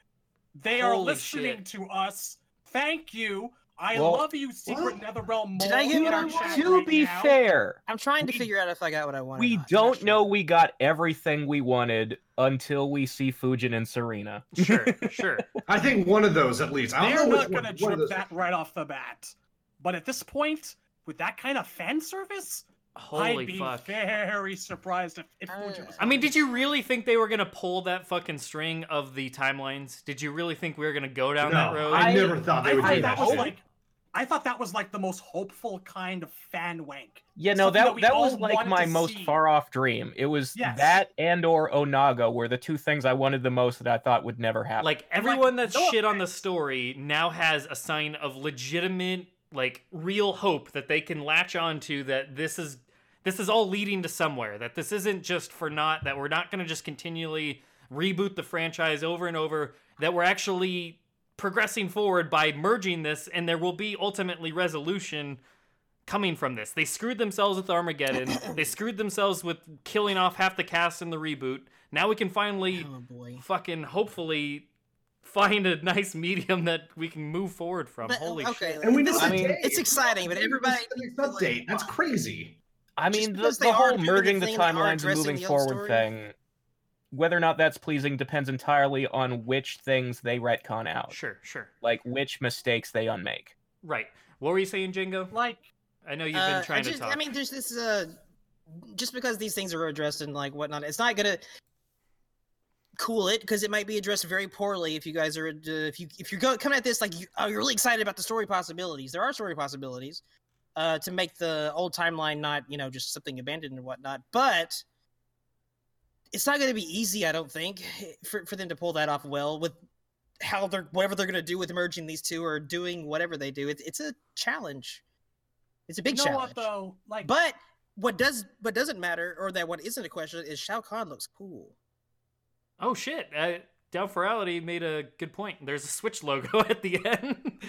Speaker 7: They are
Speaker 1: Holy
Speaker 7: listening
Speaker 1: shit.
Speaker 7: to us. Thank you. I
Speaker 4: Well-
Speaker 7: love you, Secret Netherrealm.
Speaker 3: Did I
Speaker 7: Mole,
Speaker 3: get
Speaker 7: in
Speaker 3: what
Speaker 7: our
Speaker 3: I
Speaker 7: chat
Speaker 3: want?
Speaker 4: To
Speaker 7: right
Speaker 4: be
Speaker 7: now.
Speaker 4: fair,
Speaker 3: I'm trying to
Speaker 4: We-
Speaker 3: figure out if I got what I wanted. or
Speaker 4: we
Speaker 3: not. I'm not
Speaker 4: don't
Speaker 3: sure.
Speaker 4: know we got everything we wanted until we see Fujin and Serena. *laughs*
Speaker 1: Sure, sure.
Speaker 6: I think one of those at least. I
Speaker 7: They're
Speaker 6: don't know which
Speaker 7: not
Speaker 6: one.
Speaker 7: going to
Speaker 6: one
Speaker 7: drip
Speaker 6: of those.
Speaker 7: that right off the bat. But at this point, with that kind of fan service, I'd
Speaker 1: Holy
Speaker 7: be
Speaker 1: fuck.
Speaker 7: very surprised if, if Fuji was.
Speaker 1: I mean, did you really think they were gonna pull that fucking string of the timelines? Did you really think we were gonna go down
Speaker 6: no,
Speaker 1: that road?
Speaker 6: I,
Speaker 4: I-
Speaker 6: never thought they
Speaker 7: I
Speaker 6: would
Speaker 7: thought
Speaker 6: do
Speaker 7: that
Speaker 6: that.
Speaker 7: was
Speaker 6: shit.
Speaker 7: like, I thought that was like the most hopeful kind of fan wank.
Speaker 4: Yeah, no,
Speaker 7: Something that
Speaker 4: that
Speaker 7: we
Speaker 4: that
Speaker 7: all
Speaker 4: was like
Speaker 7: wanted
Speaker 4: my
Speaker 7: to
Speaker 4: most
Speaker 7: see.
Speaker 4: far off dream. It was
Speaker 7: Yes.
Speaker 4: that and or Onaga were the two things I wanted the most that I thought would never happen.
Speaker 1: Like everyone that's
Speaker 7: no
Speaker 1: shit on the story now has a sign of legitimate, like real hope that they can latch onto that this is this is all leading to somewhere. That this isn't just for naught, that we're not gonna just continually reboot the franchise over and over, that we're actually progressing forward by merging this and there will be ultimately resolution coming from this. They screwed themselves with
Speaker 3: *coughs*
Speaker 1: Armageddon. they screwed themselves with killing off half the cast in the reboot. Now we can finally
Speaker 3: Oh boy.
Speaker 1: fucking hopefully find a nice medium that we can move forward from.
Speaker 3: But,
Speaker 1: Holy
Speaker 3: okay,
Speaker 1: shit.
Speaker 3: like,
Speaker 6: And we know
Speaker 3: this
Speaker 4: I
Speaker 3: is-
Speaker 4: mean-
Speaker 3: it's exciting, but everybody
Speaker 6: This
Speaker 3: needs to, like,
Speaker 6: update. That's crazy.
Speaker 4: I
Speaker 3: Just
Speaker 4: mean, the,
Speaker 3: because
Speaker 4: the
Speaker 3: they are
Speaker 4: whole
Speaker 3: doing the
Speaker 4: merging the
Speaker 3: thing, they are
Speaker 4: timelines and
Speaker 3: addressing
Speaker 4: moving
Speaker 3: the old
Speaker 4: forward
Speaker 3: story.
Speaker 4: thing, whether or not that's pleasing depends entirely on which things they retcon out,
Speaker 1: Sure, sure.
Speaker 4: like which mistakes they unmake.
Speaker 1: Right. What were you saying, Jingo?
Speaker 7: Like,
Speaker 1: I know you've
Speaker 3: Uh,
Speaker 1: been
Speaker 3: I
Speaker 1: trying
Speaker 3: just,
Speaker 1: to talk.
Speaker 3: I mean, there's this. Uh, just because these things are addressed and like whatnot, it's not gonna cool it because it might be addressed very poorly if you guys are uh, if you if you're go, coming at this like you, oh, you're really excited about the story possibilities. There are story possibilities uh, to make the old timeline not you know just something abandoned and whatnot, but. It's not going to be easy, I don't think, *sighs* for, for them to pull that off well with how they're whatever they're going to do with merging these two or doing whatever they do. It's it's a challenge. It's a big
Speaker 7: you know what
Speaker 3: challenge.
Speaker 7: though? Like,
Speaker 3: But what does what doesn't matter, or that what isn't a question, is Shao Kahn looks cool.
Speaker 1: oh shit. Uh, Downforality made a good point. There's a Switch logo *laughs* at the end.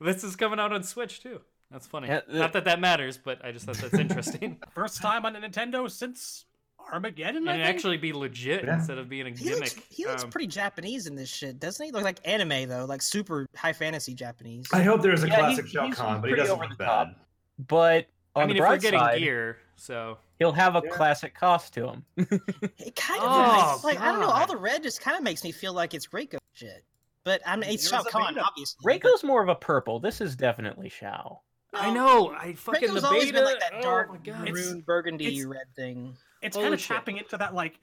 Speaker 1: this is coming out on Switch too. That's funny.
Speaker 4: Yeah, the-
Speaker 1: Not that that matters, but I just thought
Speaker 4: *laughs*
Speaker 1: that's interesting.
Speaker 7: first time on a Nintendo since Armageddon.
Speaker 1: and
Speaker 7: I
Speaker 1: it
Speaker 7: think?
Speaker 1: actually be legit
Speaker 6: Yeah.
Speaker 1: instead of being a
Speaker 3: He
Speaker 1: gimmick.
Speaker 3: looks, he looks
Speaker 1: Um,
Speaker 3: pretty Japanese in this shit, doesn't he? Look like anime though, like super high fantasy Japanese.
Speaker 6: I hope there's a
Speaker 4: Yeah,
Speaker 6: classic
Speaker 4: he-
Speaker 6: Shao
Speaker 4: he's
Speaker 6: Kahn, but he
Speaker 4: pretty
Speaker 6: doesn't
Speaker 4: over
Speaker 6: look
Speaker 4: the
Speaker 6: bad.
Speaker 4: But on
Speaker 1: I mean, if
Speaker 4: the
Speaker 1: we're
Speaker 4: bright
Speaker 1: getting
Speaker 4: side,
Speaker 1: gear, so
Speaker 4: he'll have a
Speaker 6: Yeah.
Speaker 4: classic cost to him.
Speaker 3: It kind of
Speaker 1: Oh,
Speaker 3: reminds- like I don't know. All
Speaker 1: God.
Speaker 3: the red just kind of makes me feel like it's Reiko shit. But I mean, it's
Speaker 7: There
Speaker 3: Shao
Speaker 7: is a
Speaker 3: Kahn,
Speaker 7: beta.
Speaker 3: obviously. but,
Speaker 4: Reiko's more of a purple. This is definitely Shao.
Speaker 1: I
Speaker 3: um,
Speaker 1: know. I fucking
Speaker 3: Reiko's
Speaker 1: the
Speaker 3: always
Speaker 1: beta.
Speaker 3: been like that dark
Speaker 1: oh my god.
Speaker 7: It's-
Speaker 3: maroon burgundy
Speaker 7: it's-
Speaker 3: red thing.
Speaker 7: it's
Speaker 1: Holy
Speaker 7: kind of
Speaker 1: shit.
Speaker 7: tapping into that like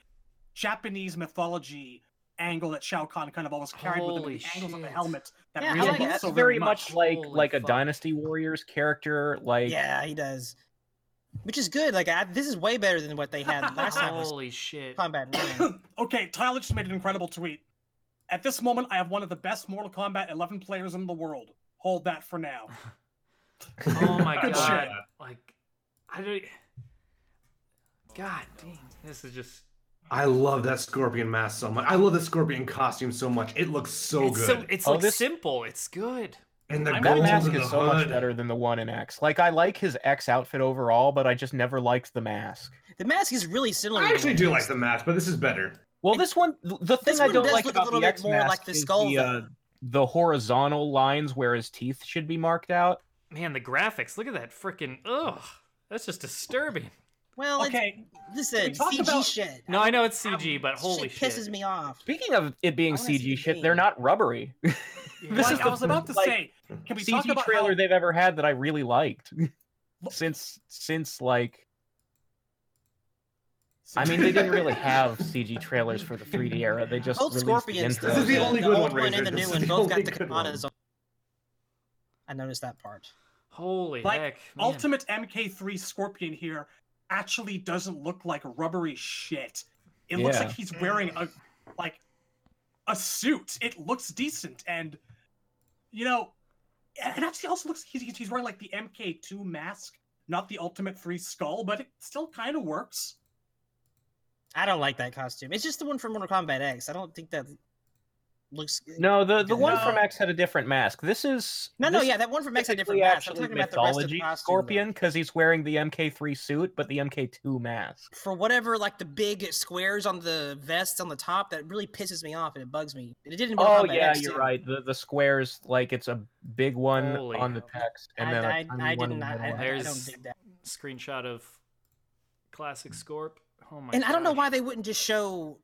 Speaker 7: Japanese mythology angle that Shao Kahn kind of always carried with him,
Speaker 1: Holy
Speaker 7: and the angles on the
Speaker 1: shit.
Speaker 7: helmet that
Speaker 3: Yeah, I
Speaker 7: really
Speaker 3: like it.
Speaker 7: hit
Speaker 4: that's
Speaker 7: so
Speaker 4: very much, like
Speaker 1: Holy
Speaker 4: like a
Speaker 1: fuck.
Speaker 4: Dynasty Warriors character. Like
Speaker 3: Yeah, he does. Which is good. Like I, this is way better than what they
Speaker 7: *laughs*
Speaker 3: had last time. Was
Speaker 1: Holy shit.
Speaker 3: Combat.
Speaker 7: *coughs*
Speaker 3: Nine.
Speaker 7: okay, Tyler just made an incredible tweet. At this moment, I have one of the best Mortal Kombat 11 players in the world. Hold that for now.
Speaker 1: Oh my
Speaker 6: Good
Speaker 1: god.
Speaker 6: shit.
Speaker 1: Like I don't God damn. This is just
Speaker 6: I love that scorpion mask so much. I love that scorpion costume so much. It looks so
Speaker 1: it's
Speaker 6: good.
Speaker 1: so it's
Speaker 4: Oh,
Speaker 1: like
Speaker 4: this-
Speaker 1: simple. It's good.
Speaker 6: and the
Speaker 7: I'm-
Speaker 4: That
Speaker 6: gold
Speaker 4: mask
Speaker 6: and
Speaker 4: is
Speaker 6: the
Speaker 4: so
Speaker 6: hood.
Speaker 4: much better than the one in X. Like I like his X outfit overall, but I just never liked the mask.
Speaker 3: the mask is really similar.
Speaker 6: I
Speaker 3: to
Speaker 6: actually
Speaker 3: the
Speaker 6: do
Speaker 3: one.
Speaker 6: like the mask, but this is better.
Speaker 4: Well, this one, th- the thing
Speaker 3: This
Speaker 4: I
Speaker 3: one
Speaker 4: don't
Speaker 3: does
Speaker 4: like
Speaker 3: look a
Speaker 4: about
Speaker 3: little
Speaker 4: the
Speaker 3: bit
Speaker 4: X
Speaker 3: more
Speaker 4: mask
Speaker 3: like the
Speaker 4: is
Speaker 3: skull,
Speaker 4: the, uh,
Speaker 3: though.
Speaker 4: the horizontal lines where his teeth should be marked out.
Speaker 1: Man, the graphics. Look at that freaking ugh. That's just disturbing.
Speaker 3: Well, it's-
Speaker 7: Okay,
Speaker 3: listen,
Speaker 7: talk
Speaker 3: CG
Speaker 7: about-
Speaker 3: shit.
Speaker 1: No, I know it's CG, but holy
Speaker 3: shit pisses
Speaker 1: shit.
Speaker 3: me off.
Speaker 4: Speaking of it being
Speaker 3: I wanna see
Speaker 4: CG
Speaker 3: the
Speaker 4: shit, they're
Speaker 3: game.
Speaker 4: not rubbery. This
Speaker 7: like,
Speaker 4: is
Speaker 7: I
Speaker 4: the
Speaker 7: was
Speaker 4: *laughs*
Speaker 7: about to
Speaker 4: like,
Speaker 7: say, can we talk
Speaker 4: CG
Speaker 7: about
Speaker 4: trailer
Speaker 7: how-
Speaker 4: they've ever had that I really liked. *laughs* since since like I mean they didn't really have CG trailers for the 3D era. They just
Speaker 3: Both
Speaker 4: released
Speaker 3: Scorpions.
Speaker 4: The
Speaker 6: This is
Speaker 4: intros.
Speaker 6: the only good
Speaker 3: old
Speaker 6: one,
Speaker 3: one and
Speaker 6: Razor.
Speaker 3: the
Speaker 6: This
Speaker 3: new
Speaker 6: is
Speaker 3: one
Speaker 6: the
Speaker 3: both
Speaker 6: only
Speaker 3: got the
Speaker 6: good one.
Speaker 3: katanas on. I noticed that part.
Speaker 1: Holy
Speaker 7: Like,
Speaker 1: heck. Man.
Speaker 7: Ultimate MK3 Scorpion here actually doesn't look like rubbery shit. It looks
Speaker 4: Yeah.
Speaker 7: like he's wearing a like a suit. It looks decent, and you know, and actually also looks he's he's wearing like the MK2 mask, not the Ultimate Three skull, but it still kind of works.
Speaker 3: I don't like that costume. It's just the one from Mortal Kombat X. I don't think that looks.
Speaker 4: No, the the one from
Speaker 7: No.
Speaker 4: X had a different mask. This is
Speaker 3: no, no,
Speaker 4: this
Speaker 3: yeah,
Speaker 4: is
Speaker 3: that one from X had
Speaker 4: basically
Speaker 3: different mask. I'm
Speaker 4: actually
Speaker 3: talking about the rest of the
Speaker 4: mythology
Speaker 3: costume,
Speaker 4: Scorpion
Speaker 3: though.
Speaker 4: because he's wearing the MK3 suit, but the MK2 mask.
Speaker 3: For whatever, like the big squares on the vest on the top, that really pisses me off and it bugs me. And It didn't.
Speaker 4: Oh
Speaker 3: Kombat
Speaker 4: yeah,
Speaker 3: X,
Speaker 4: you're
Speaker 3: too.
Speaker 4: right. The the squares like it's a big one
Speaker 1: Holy
Speaker 4: on the
Speaker 1: hell.
Speaker 4: text, and then a
Speaker 3: I,
Speaker 4: tiny
Speaker 3: I, I
Speaker 4: one in
Speaker 3: didn't.
Speaker 4: the
Speaker 3: I,
Speaker 4: middle.
Speaker 3: I, I don't
Speaker 1: There's-
Speaker 3: dig that.
Speaker 1: Screenshot of classic Scorp. Oh my
Speaker 3: and I don't know
Speaker 1: gosh.
Speaker 3: why they wouldn't just show,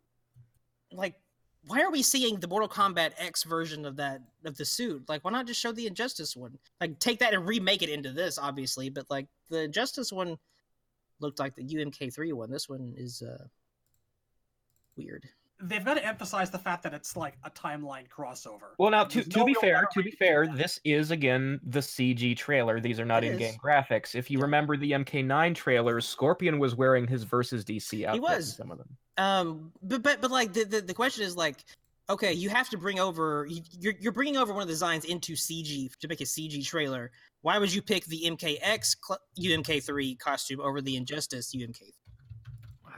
Speaker 3: like, why are we seeing the Mortal Kombat X version of that of the suit? Like, why not just show the Injustice one? Like, take that and remake it into this, obviously. But like the Injustice one looked like the UMK3 one. This one is uh, weird.
Speaker 7: They've got to emphasize the fact that it's like a timeline crossover.
Speaker 4: Well, now to,
Speaker 7: There's
Speaker 4: to
Speaker 7: no
Speaker 4: be
Speaker 7: real
Speaker 4: fair,
Speaker 7: rhyme
Speaker 4: to be
Speaker 7: or
Speaker 4: fair,
Speaker 7: reason
Speaker 4: this is again the CG trailer. These are not
Speaker 3: It
Speaker 4: in-game
Speaker 3: is.
Speaker 4: graphics. If you remember the MK9 trailers, Scorpion was wearing his versus DC outfit. in
Speaker 3: was.
Speaker 4: some of them.
Speaker 3: Um, but but but like the, the the question is like, okay, you have to bring over you, you're you're bringing over one of the designs into CG to make a CG trailer. Why would you pick the MKX cl- UMK3 costume over the Injustice UMK3?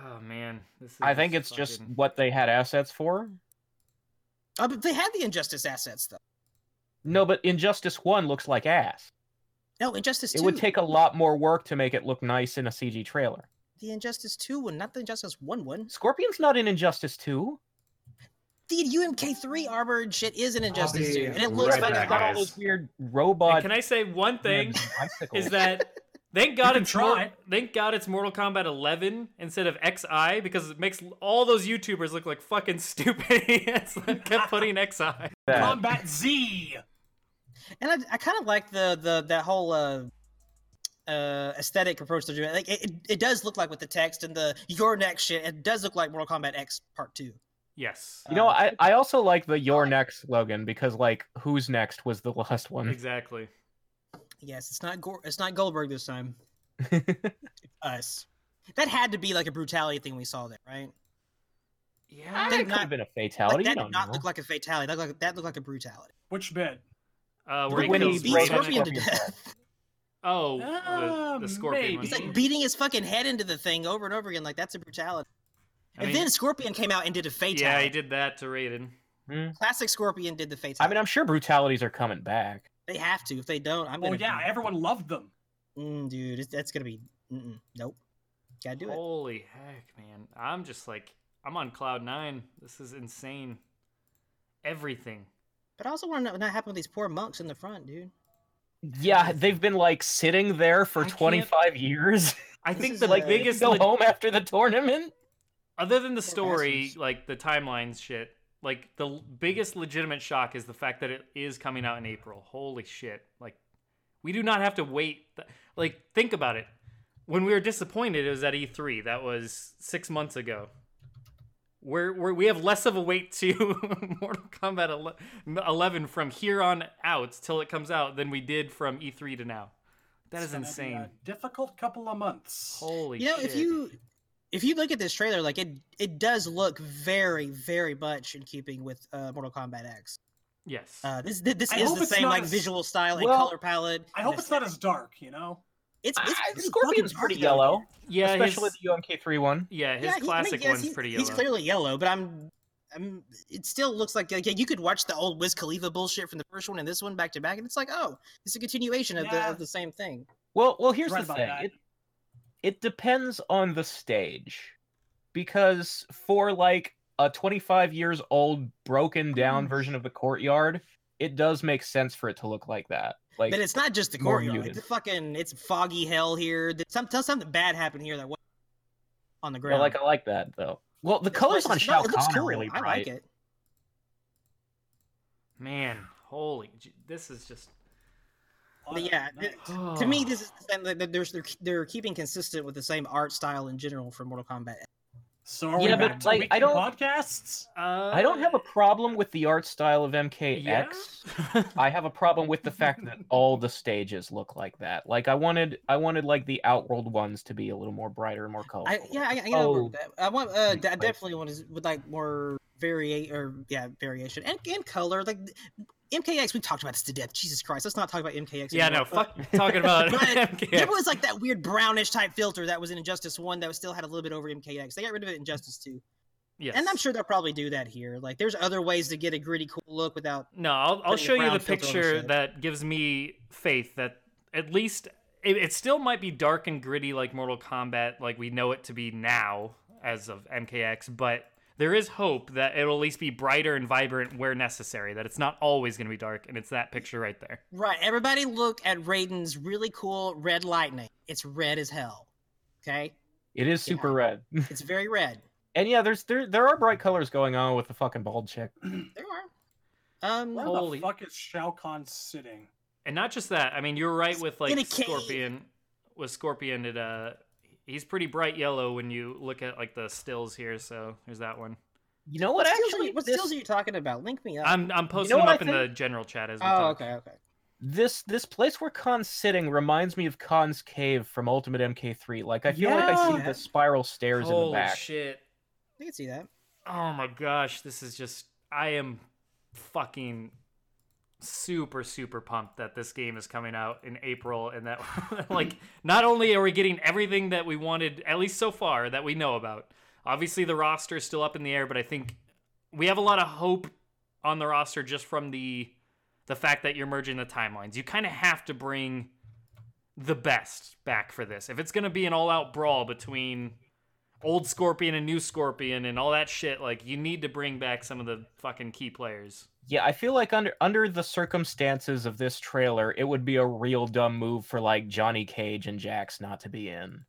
Speaker 1: Oh man, this is
Speaker 4: I think it's just
Speaker 1: fucking-
Speaker 4: what they had assets for.
Speaker 3: Uh, but they had the Injustice assets though.
Speaker 4: No, but Injustice One looks like ass.
Speaker 3: No, Injustice
Speaker 4: It
Speaker 3: 2.
Speaker 4: would take a lot more work to make it look nice in a CG trailer.
Speaker 3: the Injustice 2 one, not the Injustice 1 one.
Speaker 4: Scorpion's not in Injustice Two.
Speaker 3: The UMK3 armored shit is an Injustice
Speaker 1: Oh,
Speaker 6: be
Speaker 3: 2. And it
Speaker 6: right
Speaker 3: looks
Speaker 4: But
Speaker 3: like
Speaker 4: it's
Speaker 6: back,
Speaker 4: got all
Speaker 6: guys.
Speaker 4: those weird
Speaker 1: And
Speaker 4: robot.
Speaker 1: can I say one thing?
Speaker 4: bicycles.
Speaker 1: Is that thank God
Speaker 7: can
Speaker 1: it's Mor-
Speaker 7: try.
Speaker 1: thank God it's Mortal Kombat 11 instead of XI because it makes all those YouTubers look like fucking stupid *laughs* idiots that kept putting Uh, XI.
Speaker 4: That-
Speaker 7: Combat Z.
Speaker 3: And I, I kind of like the the that whole uh, uh, aesthetic approach they're doing. Like it, it, it does look like with the text and the your next shit. It does look like Mortal Kombat X Part Two.
Speaker 1: Yes,
Speaker 4: You know,
Speaker 3: Uh,
Speaker 4: I, I also like the "Your Next" slogan because like "Who's Next" was the last one.
Speaker 1: exactly.
Speaker 3: Yes, it's not Gor- it's not Goldberg
Speaker 4: *laughs*
Speaker 3: this time. Us. That had to be like a brutality thing we saw there, right?
Speaker 1: Yeah.
Speaker 3: Did
Speaker 4: It could
Speaker 3: not-
Speaker 4: have been a
Speaker 3: Like,
Speaker 4: fatality.
Speaker 3: that
Speaker 4: you
Speaker 3: did
Speaker 4: don't
Speaker 3: not
Speaker 4: know.
Speaker 3: look like a fatality. That looked like that looked like a brutality.
Speaker 7: Which bit?
Speaker 1: Uh,
Speaker 4: The
Speaker 1: where he
Speaker 4: Winnie
Speaker 1: kills
Speaker 4: Beat
Speaker 3: Beat
Speaker 1: Raiden.
Speaker 3: Scorpion to
Speaker 4: Scorpion.
Speaker 3: death.
Speaker 1: Oh,
Speaker 7: Ah,
Speaker 1: the, the scorpion.
Speaker 7: maybe.
Speaker 3: He's like
Speaker 1: one.
Speaker 3: beating his fucking head into the thing over and over again. Like that's a brutality.
Speaker 1: I
Speaker 3: and
Speaker 1: mean,
Speaker 3: then Scorpion came out and did a fatality.
Speaker 1: yeah, he did that to Raiden.
Speaker 7: Hmm?
Speaker 3: Classic Scorpion did the fatality.
Speaker 4: I mean, I'm sure brutalities are coming back.
Speaker 3: they have to. If they don't, I'm
Speaker 7: Oh
Speaker 3: gonna.
Speaker 7: yeah, everyone loved them.
Speaker 3: Mm, dude, it's, that's gonna be mm-mm, nope. Gotta do it.
Speaker 1: Holy heck, man! I'm just like I'm on cloud nine. This is insane. Everything.
Speaker 3: But I also want to know what happened with these poor monks in the front, dude.
Speaker 4: Yeah, they've been like sitting there for
Speaker 1: I can't-
Speaker 4: 25
Speaker 3: *laughs*
Speaker 4: years.
Speaker 1: I
Speaker 4: *laughs*
Speaker 3: This
Speaker 1: think
Speaker 3: is
Speaker 1: the
Speaker 3: like-
Speaker 1: biggest
Speaker 4: Go
Speaker 1: le-
Speaker 4: home after the tournament.
Speaker 1: other than the story,
Speaker 3: bastards.
Speaker 1: like the timelines shit, like the l- biggest legitimate shock is the fact that it is coming out in April. Holy shit. Like, we do not have to wait. Th- Like, think about it. When we were disappointed, it was at E3. That was six months ago. We're, we're, we have less of a wait to *laughs* Mortal Kombat ele- 11 from here on out till it comes out than we did from E3 to now. That
Speaker 7: It's
Speaker 1: is
Speaker 7: gonna be a
Speaker 1: insane.
Speaker 7: difficult couple of months.
Speaker 1: Holy
Speaker 3: you know,
Speaker 1: shit.
Speaker 3: if you if you look at this trailer, like it it does look very very much in keeping with uh, Mortal Kombat X.
Speaker 1: Yes.
Speaker 3: Uh, this thi- this
Speaker 7: I
Speaker 3: is
Speaker 7: hope
Speaker 3: the
Speaker 7: it's
Speaker 3: same
Speaker 7: not
Speaker 3: like
Speaker 7: as-
Speaker 3: visual style and
Speaker 4: Well,
Speaker 3: color palette.
Speaker 7: I
Speaker 3: and
Speaker 7: hope
Speaker 3: this-
Speaker 7: it's not as dark, you know.
Speaker 3: It's, it's
Speaker 4: Ah,
Speaker 3: pretty fucking
Speaker 4: Scorpion's
Speaker 3: dark,
Speaker 4: pretty
Speaker 3: though,
Speaker 4: yellow,
Speaker 3: dude.
Speaker 1: yeah,
Speaker 4: especially
Speaker 1: his,
Speaker 4: the UMK3 one.
Speaker 1: yeah, his
Speaker 3: Yeah, he- I mean,
Speaker 1: classic
Speaker 3: yes,
Speaker 1: one's
Speaker 3: he's-
Speaker 1: pretty
Speaker 3: He's
Speaker 1: yellow.
Speaker 3: clearly yellow, but I'm. I'm, it still looks like, like you could watch the old Wiz Khalifa bullshit from the first one and this one back to back, and it's like, oh, it's a continuation of the
Speaker 7: Yeah.
Speaker 3: of the same thing.
Speaker 4: Well, well, here's
Speaker 7: Right
Speaker 4: the
Speaker 7: about
Speaker 4: thing.
Speaker 7: that.
Speaker 4: It, it depends on the stage, because for like a 25 years old broken
Speaker 3: Mm.
Speaker 4: down version of the courtyard, it does make sense for it to look like that. Like
Speaker 3: But it's not just the
Speaker 4: more
Speaker 3: courtyard. It's
Speaker 4: muted.
Speaker 3: the fucking it's foggy hell here. Th- Some tell something bad happened here that was on the
Speaker 4: Yeah,
Speaker 3: ground.
Speaker 4: like I like that though. Well, the
Speaker 3: It's-
Speaker 4: colors
Speaker 3: it's-
Speaker 4: on
Speaker 3: no,
Speaker 4: Shao
Speaker 3: it looks
Speaker 4: Kahn are
Speaker 3: cool.
Speaker 4: really
Speaker 3: I
Speaker 4: bright.
Speaker 3: like it.
Speaker 1: Man, holy, j- this is just.
Speaker 3: But yeah,
Speaker 7: Oh, no.
Speaker 3: th- to me, this is the same, they're, they're they're keeping consistent with the same art style in general for Mortal Kombat.
Speaker 7: So are
Speaker 4: Yeah,
Speaker 7: we
Speaker 4: but,
Speaker 7: back to
Speaker 4: like, I
Speaker 7: weekly
Speaker 4: don't-
Speaker 7: podcasts?
Speaker 1: Uh,
Speaker 4: I don't have a problem with the art style of MKX.
Speaker 1: yeah?
Speaker 4: I have a problem with the fact that all the stages look like that. Like I wanted, I wanted like the Outworld ones to be a little more brighter and more colorful.
Speaker 3: I yeah, I, I gotta work
Speaker 4: Oh.
Speaker 3: with that. I want uh, d- I
Speaker 4: Right.
Speaker 3: definitely want to would like more variate or yeah variation and and color like th- MKX. We talked about this to death. Jesus Christ, let's not talk about MKX.
Speaker 1: yeah,
Speaker 3: anymore,
Speaker 1: no,
Speaker 3: but-
Speaker 1: fuck talking about
Speaker 3: *laughs* But
Speaker 1: MKX.
Speaker 3: There was like that weird brownish type filter that was in Injustice One that was still had a little bit over MKX. They got rid of it in Injustice Two,
Speaker 1: Yes.
Speaker 3: and I'm sure they'll probably do that here. Like, there's other ways to get a gritty, cool look without.
Speaker 1: No, I'll, I'll
Speaker 3: putting a
Speaker 1: show you
Speaker 3: brown
Speaker 1: the
Speaker 3: filter on the
Speaker 1: picture
Speaker 3: side.
Speaker 1: that gives me faith that at least it, it still might be dark and gritty like Mortal Kombat, like we know it to be now as of MKX, but there is hope that it'll at least be brighter and vibrant where necessary, that it's not always going to be dark, and it's that picture right there.
Speaker 3: Right, everybody, look at Raiden's really cool red lightning. It's red as hell. Okay,
Speaker 4: it is
Speaker 3: Yeah.
Speaker 4: super red, *laughs*
Speaker 3: it's very red.
Speaker 4: and yeah, there's there there are bright colors going on with the fucking bald chick.
Speaker 3: There are. Um,
Speaker 7: Where
Speaker 1: Holy-
Speaker 7: the fuck is Shao Kahn sitting?
Speaker 1: And not just that. I mean, you're right with like
Speaker 3: In a cave.
Speaker 1: Scorpion. With Scorpion, it uh, he's pretty bright yellow when you look at like the stills here. So there's that one.
Speaker 4: You know
Speaker 3: What,
Speaker 4: what?
Speaker 3: skills, are
Speaker 4: actually,
Speaker 3: you, what
Speaker 4: this,
Speaker 3: skills are you talking about? Link me up.
Speaker 1: I'm I'm posting
Speaker 4: know
Speaker 1: them
Speaker 4: what
Speaker 1: up
Speaker 4: I
Speaker 1: in the general chat as we
Speaker 3: oh,
Speaker 1: talk.
Speaker 3: okay, okay.
Speaker 4: this this place where Khan's sitting reminds me of Khan's cave from Ultimate MK3. Like I feel like I see
Speaker 3: Yeah.
Speaker 4: the spiral stairs in the
Speaker 1: Holy
Speaker 4: back.
Speaker 1: shit!
Speaker 3: I can see that.
Speaker 1: Oh my gosh, this is just I am fucking super super pumped that this game is coming out in April and that *laughs* like not only are we getting everything that we wanted at least so far that we know about. Obviously the roster is still up in the air, but I think we have a lot of hope on the roster just from the the fact that you're merging the timelines. You kind of have to bring the best back for this. If it's going to be an all-out brawl between old Scorpion and new Scorpion and all that shit, like you need to bring back some of the fucking key players.
Speaker 4: Yeah, I feel like under under the circumstances of this trailer, it would be a real dumb move for like Johnny Cage and Jax not to be in.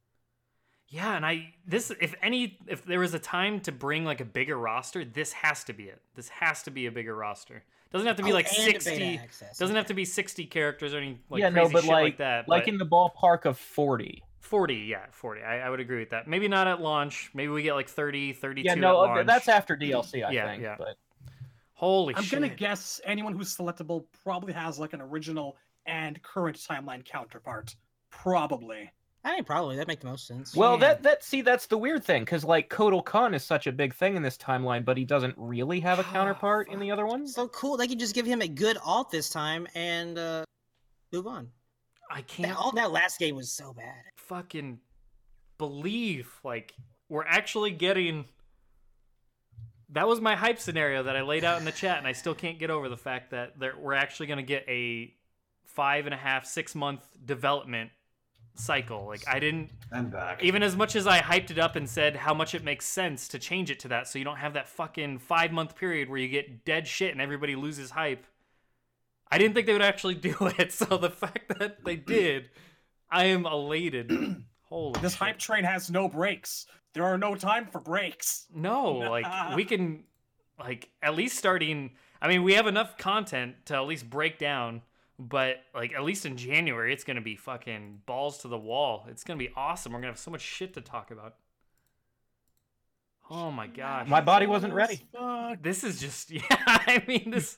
Speaker 1: Yeah, and I this if any if there was a time to bring like a bigger roster, this has to be it. This has to be a bigger roster. Doesn't have to be
Speaker 3: Oh,
Speaker 1: like
Speaker 3: and beta
Speaker 1: 60
Speaker 3: access,
Speaker 1: doesn't have
Speaker 3: okay.
Speaker 1: to be 60 characters or any like
Speaker 4: yeah,
Speaker 1: crazy
Speaker 4: no, but
Speaker 1: shit
Speaker 4: like
Speaker 1: like, that.
Speaker 4: like
Speaker 1: but-
Speaker 4: in the ballpark of forty.
Speaker 1: 40 yeah 40 I, I would agree with that maybe not at launch maybe we get like 30 32
Speaker 4: Yeah,
Speaker 1: at
Speaker 4: no, uh,
Speaker 1: launch.
Speaker 4: that's after DLC, I
Speaker 1: Yeah,
Speaker 4: think.
Speaker 1: yeah.
Speaker 4: But
Speaker 1: holy
Speaker 7: I'm
Speaker 1: shit
Speaker 7: gonna guess anyone who's selectable probably has like an original and current timeline counterpart. Probably.
Speaker 3: I mean, probably that make the most sense.
Speaker 4: well,
Speaker 1: Yeah.
Speaker 4: that that see, that's the weird thing because like Kotal Khan is such a big thing in this timeline, but he doesn't really have
Speaker 1: *sighs*
Speaker 4: a
Speaker 1: Oh,
Speaker 4: counterpart in the other one.
Speaker 3: so cool. They can just give him a good alt this time and uh, move on.
Speaker 1: i
Speaker 3: That
Speaker 1: can't
Speaker 3: alt that last game was so bad.
Speaker 1: fucking believe like we're actually getting that was my hype scenario that i laid out in the chat and i still can't get over the fact that there, we're actually gonna get a five and a half six month development cycle like i didn't
Speaker 6: I'm back.
Speaker 1: even as much as I hyped it up and said how much it makes sense to change it to that so you don't have that fucking five month period where you get dead shit and everybody loses hype, I didn't think they would actually *laughs* do it. So the fact that they did, I am elated.
Speaker 7: *clears throat*
Speaker 1: Holy
Speaker 7: This
Speaker 1: shit.
Speaker 7: hype train has no brakes. There are no time for breaks. *laughs*
Speaker 1: No, like
Speaker 3: *laughs*
Speaker 1: we can like at least starting I mean, we have enough content to at least break down, but like at least in January it's going to be fucking balls to the wall. It's going to be awesome. We're going to have so much shit to talk about. Oh my gosh.
Speaker 4: My body wasn't ready.
Speaker 7: Fuck.
Speaker 1: this is just *laughs* yeah, I mean this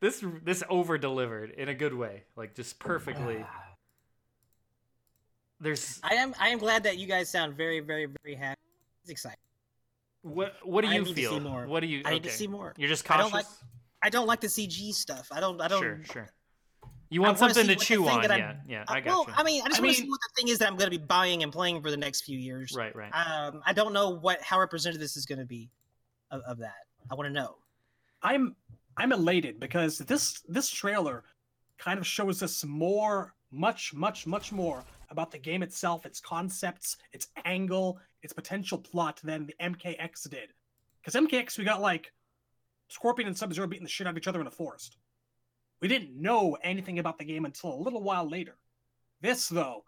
Speaker 1: this this over delivered in a good way. Like just perfectly.
Speaker 4: Ah.
Speaker 1: There's
Speaker 3: I am I am glad that you guys sound very very very happy. It's exciting.
Speaker 1: what what do
Speaker 3: I
Speaker 1: you
Speaker 3: need to see
Speaker 1: feel?
Speaker 3: more.
Speaker 1: What do you
Speaker 3: I need to
Speaker 1: okay.
Speaker 3: see more.
Speaker 1: You're just
Speaker 3: I
Speaker 1: cautious.
Speaker 3: don't like- I don't like the CG stuff. I don't I don't.
Speaker 1: Sure, sure. You
Speaker 3: I
Speaker 1: want
Speaker 3: wanna
Speaker 1: something
Speaker 3: see
Speaker 1: to
Speaker 3: what
Speaker 1: chew
Speaker 3: the thing
Speaker 1: on?
Speaker 3: that I'm-
Speaker 1: Yeah, yeah.
Speaker 3: I-
Speaker 1: I got
Speaker 3: well,
Speaker 1: you.
Speaker 3: I mean, I just
Speaker 7: I
Speaker 3: want to
Speaker 7: mean-
Speaker 3: see what the thing is that I'm going to be buying and playing for the next few years.
Speaker 1: Right, right.
Speaker 3: Um, I don't know what how representative this is going to be of, of that. I want to know.
Speaker 7: I'm I'm elated because this this trailer kind of shows us more, much, much, much more about the game itself, its concepts, its angle, its potential plot than the MKX did. Because MKX, we got like Scorpion and Sub Zero beating the shit out of each other in a forest. We didn't know anything about the game until a little while later. This though,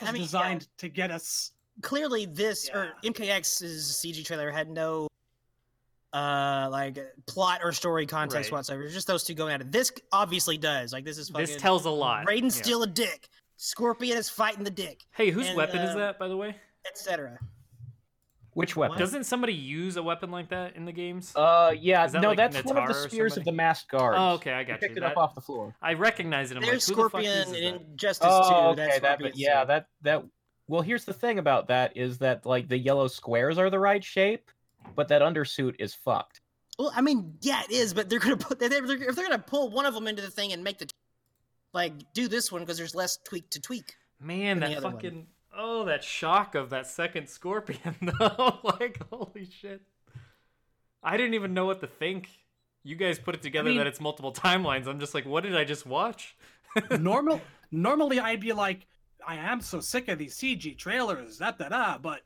Speaker 7: this was
Speaker 3: I mean, yeah,
Speaker 7: designed to get us
Speaker 3: clearly this or
Speaker 7: Yeah.
Speaker 3: MKX's CG trailer had no uh like plot or story context
Speaker 1: Right.
Speaker 3: whatsoever. It was just those two going at it. This obviously does. Like this is fucking
Speaker 1: this tells a lot.
Speaker 3: Raiden
Speaker 1: Yeah.
Speaker 3: steal a dick. Scorpion is fighting the dick,
Speaker 1: Hey, whose
Speaker 3: and,
Speaker 1: weapon is
Speaker 3: um,
Speaker 1: that, by the way?
Speaker 3: etc.
Speaker 4: Which weapon?
Speaker 1: Doesn't somebody use a weapon like that in the games?
Speaker 4: Uh, yeah,
Speaker 1: Is that,
Speaker 4: no,
Speaker 1: like,
Speaker 4: that's one of the
Speaker 1: Natara or
Speaker 4: spears of
Speaker 1: somebody?
Speaker 4: the masked guards.
Speaker 1: oh, okay, I
Speaker 4: I
Speaker 1: got you.
Speaker 4: picked it up
Speaker 1: That-
Speaker 4: off the floor.
Speaker 1: I recognize it. I'm
Speaker 3: There's
Speaker 1: like, who the
Speaker 3: Scorpion
Speaker 1: fuck
Speaker 3: in
Speaker 1: uses
Speaker 3: Injustice
Speaker 4: Oh,
Speaker 3: 2. That's
Speaker 4: okay, that, but
Speaker 3: Scorpion's
Speaker 4: yeah,
Speaker 3: suit.
Speaker 4: that that. Well, here's the thing about that is that like the yellow squares are the right shape, but that undersuit is fucked.
Speaker 3: Well, I mean, yeah, it is, but they're gonna put they're, they're, if they're gonna pull one of them into the thing and make the like do this one because there's less tweak to tweak.
Speaker 1: that? Man,
Speaker 3: in the
Speaker 1: that
Speaker 3: other one.
Speaker 1: fucking oh, that shock of that second Scorpion *laughs* though. like, holy shit! I didn't even know what to think. You guys put it together
Speaker 7: mean-
Speaker 1: that it's multiple timelines. I'm just like, what did I just watch? *laughs*
Speaker 7: normal normally I'd be like, I am so sick of these CG trailers, da da da. But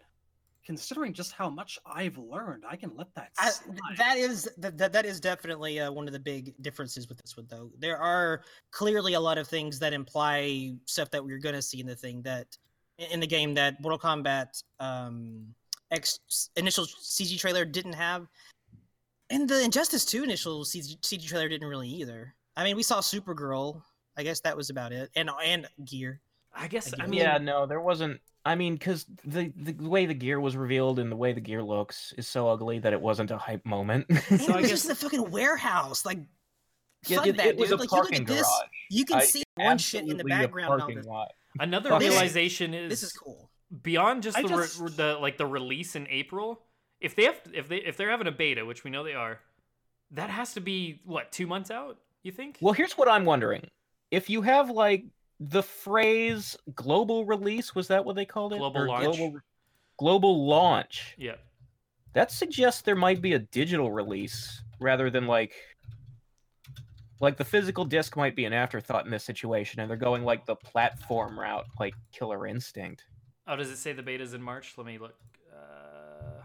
Speaker 7: considering just how much I've learned, I can let that
Speaker 3: I,
Speaker 7: slide.
Speaker 3: that is that that- that is definitely uh, one of the big differences with this one, though. There are clearly a lot of things that imply stuff that we're gonna see in the thing that in the game that Mortal Kombat um, X initial CG trailer didn't have, and the Injustice Two initial CG, CG trailer didn't really either. I mean, we saw Supergirl. I guess that was about it, and and Gear.
Speaker 1: I guess I mean
Speaker 4: yeah, no, there wasn't. I mean, because the the way the gear was revealed and the way the gear looks is so ugly that it wasn't a hype moment. *laughs*
Speaker 3: And
Speaker 1: So
Speaker 3: it
Speaker 1: I
Speaker 3: was
Speaker 1: guess-
Speaker 3: just in a fucking warehouse. Like,
Speaker 4: Yeah,
Speaker 3: fuck
Speaker 4: it,
Speaker 3: that,
Speaker 4: it was
Speaker 3: dude.
Speaker 4: a
Speaker 3: Like, you look
Speaker 4: parking
Speaker 3: at this,
Speaker 4: garage.
Speaker 3: you can
Speaker 4: I-
Speaker 3: see one shit in the
Speaker 4: Absolutely a
Speaker 3: background. And all
Speaker 4: parking
Speaker 3: this.
Speaker 4: lot.
Speaker 1: another
Speaker 4: Fuck.
Speaker 3: This-
Speaker 1: realization is,
Speaker 3: This is cool.
Speaker 1: beyond just
Speaker 7: I
Speaker 1: the, re-
Speaker 7: just-
Speaker 1: re- the like the release in April. If they have if they if they're having a beta, which we know they are, that has to be what two months out. You think?
Speaker 4: Well, here's what I'm wondering: if you have like the phrase "global release," was that what they called it?
Speaker 1: Global
Speaker 4: Or
Speaker 1: launch.
Speaker 4: Global, global launch.
Speaker 1: yeah.
Speaker 4: That suggests there might be a digital release rather than like like the physical disc might be an afterthought in this situation, and they're going like the platform route, like Killer Instinct.
Speaker 1: Oh, does it say the beta's in March? Let me look. Uh,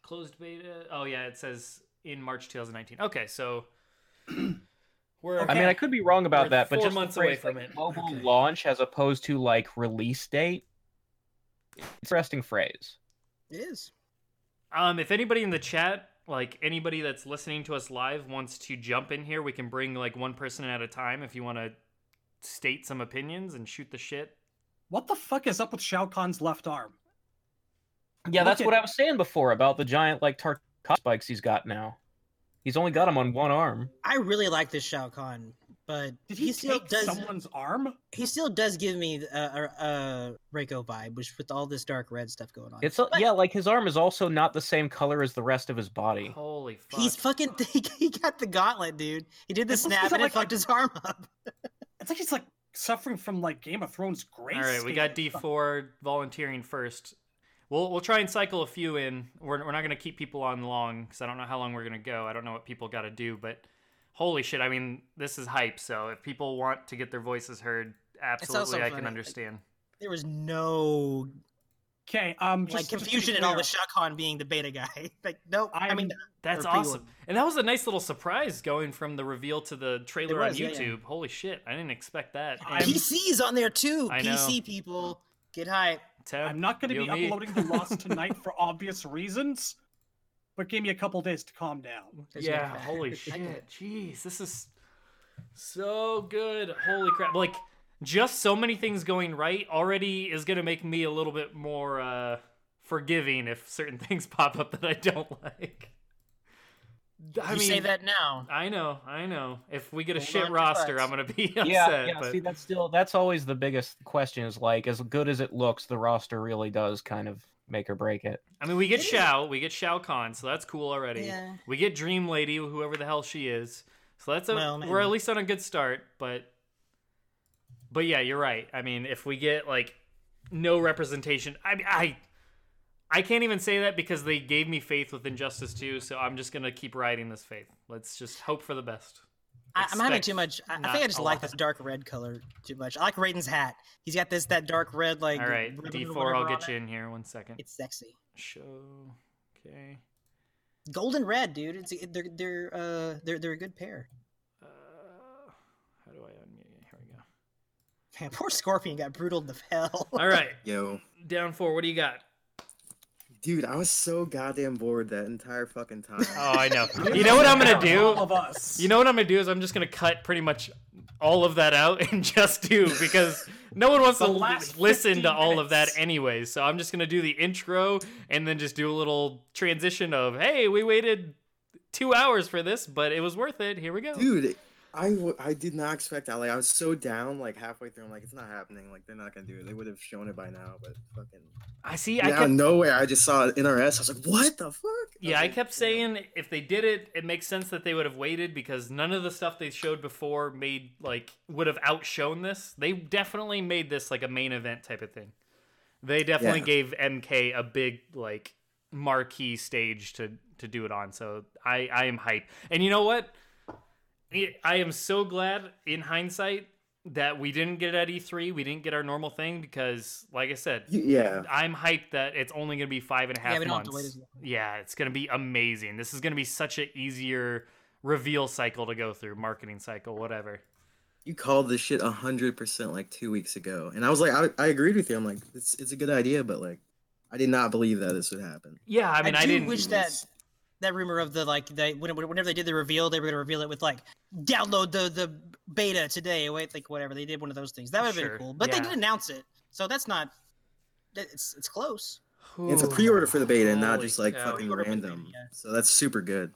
Speaker 1: closed beta. Oh yeah, it says in March 2019. Okay, so *clears throat* we're
Speaker 4: I mean, I could be wrong about
Speaker 1: We're
Speaker 4: that, but
Speaker 1: four
Speaker 4: just the
Speaker 1: months away
Speaker 4: phrase,
Speaker 1: from
Speaker 4: like,
Speaker 1: it.
Speaker 4: global
Speaker 1: Okay.
Speaker 4: launch as opposed to like release date. Interesting phrase.
Speaker 3: It is.
Speaker 1: Um, if anybody in the chat, like anybody that's listening to us live, wants to jump in here, we can bring like one person at a time if you want to state some opinions and shoot the shit.
Speaker 7: What the fuck is up with Shao Kahn's left arm?
Speaker 4: Yeah,
Speaker 7: Look
Speaker 4: that's
Speaker 7: at-
Speaker 4: what I was saying before about the giant like tartar spikes he's got now. He's only got them on one arm.
Speaker 3: I really like this Shao Kahn, but
Speaker 7: Did
Speaker 3: he,
Speaker 7: he,
Speaker 3: still
Speaker 7: take
Speaker 3: does.
Speaker 7: someone's arm?
Speaker 3: He still does give me a, a, a Reiko vibe, which with all this dark red stuff going on.
Speaker 4: It's a, yeah, like his arm is also not the same color as the rest of his body.
Speaker 1: Holy fuck!
Speaker 3: He's fucking. *laughs* He got the gauntlet, dude. He did the
Speaker 7: It looks
Speaker 3: snap and
Speaker 7: like
Speaker 3: it
Speaker 7: a-
Speaker 3: fucked his arm *laughs* up.
Speaker 7: It's like he's like suffering from like Game of Thrones grace.
Speaker 1: All right, we got D4 volunteering first. We'll we'll try and cycle a few in. We're we're not gonna keep people on long because I don't know how long we're gonna go. I don't know what people got to do, but holy shit! I mean, this is hype. So if people want to get their voices heard,
Speaker 3: also
Speaker 1: absolutely, I
Speaker 3: funny,
Speaker 1: can
Speaker 3: like-
Speaker 1: understand.
Speaker 3: There was no
Speaker 7: Okay, um, just,
Speaker 3: like
Speaker 7: just to be
Speaker 3: confusion at all
Speaker 7: clear,
Speaker 3: with Shao Kahn being the beta guy. *laughs* Like, nope. i mean,
Speaker 1: That's
Speaker 3: or pre-order.
Speaker 1: awesome. And that was a nice little surprise going from the reveal to the trailer
Speaker 3: was,
Speaker 1: on
Speaker 3: yeah,
Speaker 1: YouTube.
Speaker 3: yeah. Oh,
Speaker 1: Holy shit. I didn't expect that.
Speaker 7: I'm-
Speaker 1: And
Speaker 3: PC's on there too.
Speaker 1: I know.
Speaker 3: PC people get hype.
Speaker 1: Tim,
Speaker 7: I'm not going to
Speaker 1: you
Speaker 7: be
Speaker 1: and me.
Speaker 7: uploading the
Speaker 1: *laughs*
Speaker 7: Lost tonight for obvious reasons, but give me a couple days to calm down.
Speaker 3: There's no
Speaker 1: Yeah,
Speaker 3: fact.
Speaker 1: holy
Speaker 3: *laughs* I get
Speaker 1: shit.
Speaker 3: it.
Speaker 1: Jeez, this is so good. Holy crap. Like just so many things going right already is going to make me a little bit more uh forgiving if certain *laughs* things pop up that I don't like. I
Speaker 3: you
Speaker 1: mean,
Speaker 3: say that now.
Speaker 1: I know, I know. If we get a
Speaker 3: Hold
Speaker 1: shit
Speaker 3: on to
Speaker 1: roster,
Speaker 3: butts.
Speaker 1: I'm going to be *laughs* upset.
Speaker 4: yeah, yeah.
Speaker 1: but...
Speaker 4: See, that's still that's always the biggest question. Is like as good as it looks, the roster really does kind of make or break it.
Speaker 1: I mean, we get
Speaker 3: It is-
Speaker 1: Shao, we get Shao Kahn, so that's cool already.
Speaker 3: Yeah.
Speaker 1: We get Dream Lady, whoever the hell she is. So that's a
Speaker 3: Well,
Speaker 1: we're at
Speaker 3: maybe.
Speaker 1: least on a good start, but but yeah, you're right. I mean, if we get like no representation, I I I can't even say that because they gave me faith with Injustice 2, so I'm just gonna keep riding this faith. Let's just hope for the best.
Speaker 3: I, I'm having
Speaker 1: Expect
Speaker 3: too much. I, I
Speaker 1: not
Speaker 3: think I just
Speaker 1: a
Speaker 3: like
Speaker 1: lot.
Speaker 3: this dark red color too much. I like Raiden's hat. He's got this that dark red like.
Speaker 1: All right,
Speaker 3: ribbon or
Speaker 1: D4,
Speaker 3: whatever
Speaker 1: I'll
Speaker 3: on
Speaker 1: get
Speaker 3: it.
Speaker 1: you in here one second.
Speaker 3: It's sexy.
Speaker 1: Show, okay.
Speaker 3: Golden red, dude. It's they're they're uh they're they're a good pair.
Speaker 1: Uh, how do I unmute? Here we go.
Speaker 3: Man, poor Scorpion got brutal to *laughs* hell.
Speaker 1: All right,
Speaker 8: Yo,
Speaker 1: down four. What do you got?
Speaker 8: dude, I was so goddamn bored that entire fucking
Speaker 3: *laughs*
Speaker 8: time.
Speaker 1: Oh,
Speaker 7: *laughs*
Speaker 1: I know. You know what I'm gonna
Speaker 7: All
Speaker 1: do?
Speaker 7: of us.
Speaker 1: You know what I'm gonna do is I'm just gonna cut pretty much all of that out *laughs* and just do because no one wants
Speaker 7: The
Speaker 1: to
Speaker 7: last
Speaker 1: listen to
Speaker 7: 15
Speaker 1: all of that
Speaker 7: minutes.
Speaker 1: anyway. So I'm just gonna do the intro and then just do a little transition of, hey, we waited two hours for this, but it was worth it. Here we go.
Speaker 8: dude, I, w- I did not expect that. Like, I was so down, like halfway through, I'm like, it's not happening. Like, they're not gonna do it. They would have shown it by now, but fucking.
Speaker 1: I see. I
Speaker 8: Yeah, out
Speaker 1: kept
Speaker 8: of nowhere, I just saw NRS. I was like, what the fuck?
Speaker 1: Yeah,
Speaker 8: was
Speaker 1: I
Speaker 8: like,
Speaker 1: kept
Speaker 8: you know.
Speaker 1: saying if they did it, it makes sense that they would have waited because none of the stuff they showed before made like would have outshone this. They definitely made this like a main event type of thing. They definitely
Speaker 8: Yeah.
Speaker 1: gave MK a big like marquee stage to to do it on. So I I am hype. And you know what? I I am so glad in hindsight that we didn't get it at E3. We didn't get our normal thing because like I said,
Speaker 8: Y- Yeah.
Speaker 1: I'm hyped that it's only going to be five and a
Speaker 3: Yeah,
Speaker 1: half
Speaker 3: we don't have
Speaker 1: months.
Speaker 3: to wait as long.
Speaker 1: Yeah, it's going to be amazing. This is going to be such an easier reveal cycle to go through, marketing cycle, whatever.
Speaker 8: You called this shit hundred percent like two weeks ago, and I was like, I, I agreed with you. I'm like, it's it's a good idea, but like, I did not believe that this would happen.
Speaker 1: Yeah, I mean, I,
Speaker 3: do
Speaker 1: didn't.
Speaker 3: wish that that rumor of the like they when- whenever they did the reveal, they were going to reveal it with like download the the beta today. Wait, like whatever they did one of those things. That would have
Speaker 1: Sure,
Speaker 3: been cool, but they
Speaker 1: yeah.
Speaker 3: did announce it, so that's not. It's it's close.
Speaker 8: It's a pre-order for the beta, and not
Speaker 1: Holy
Speaker 8: just like
Speaker 1: cow.
Speaker 8: fucking
Speaker 3: Pre-order for the beta,
Speaker 8: random.
Speaker 3: yeah.
Speaker 8: So that's super good.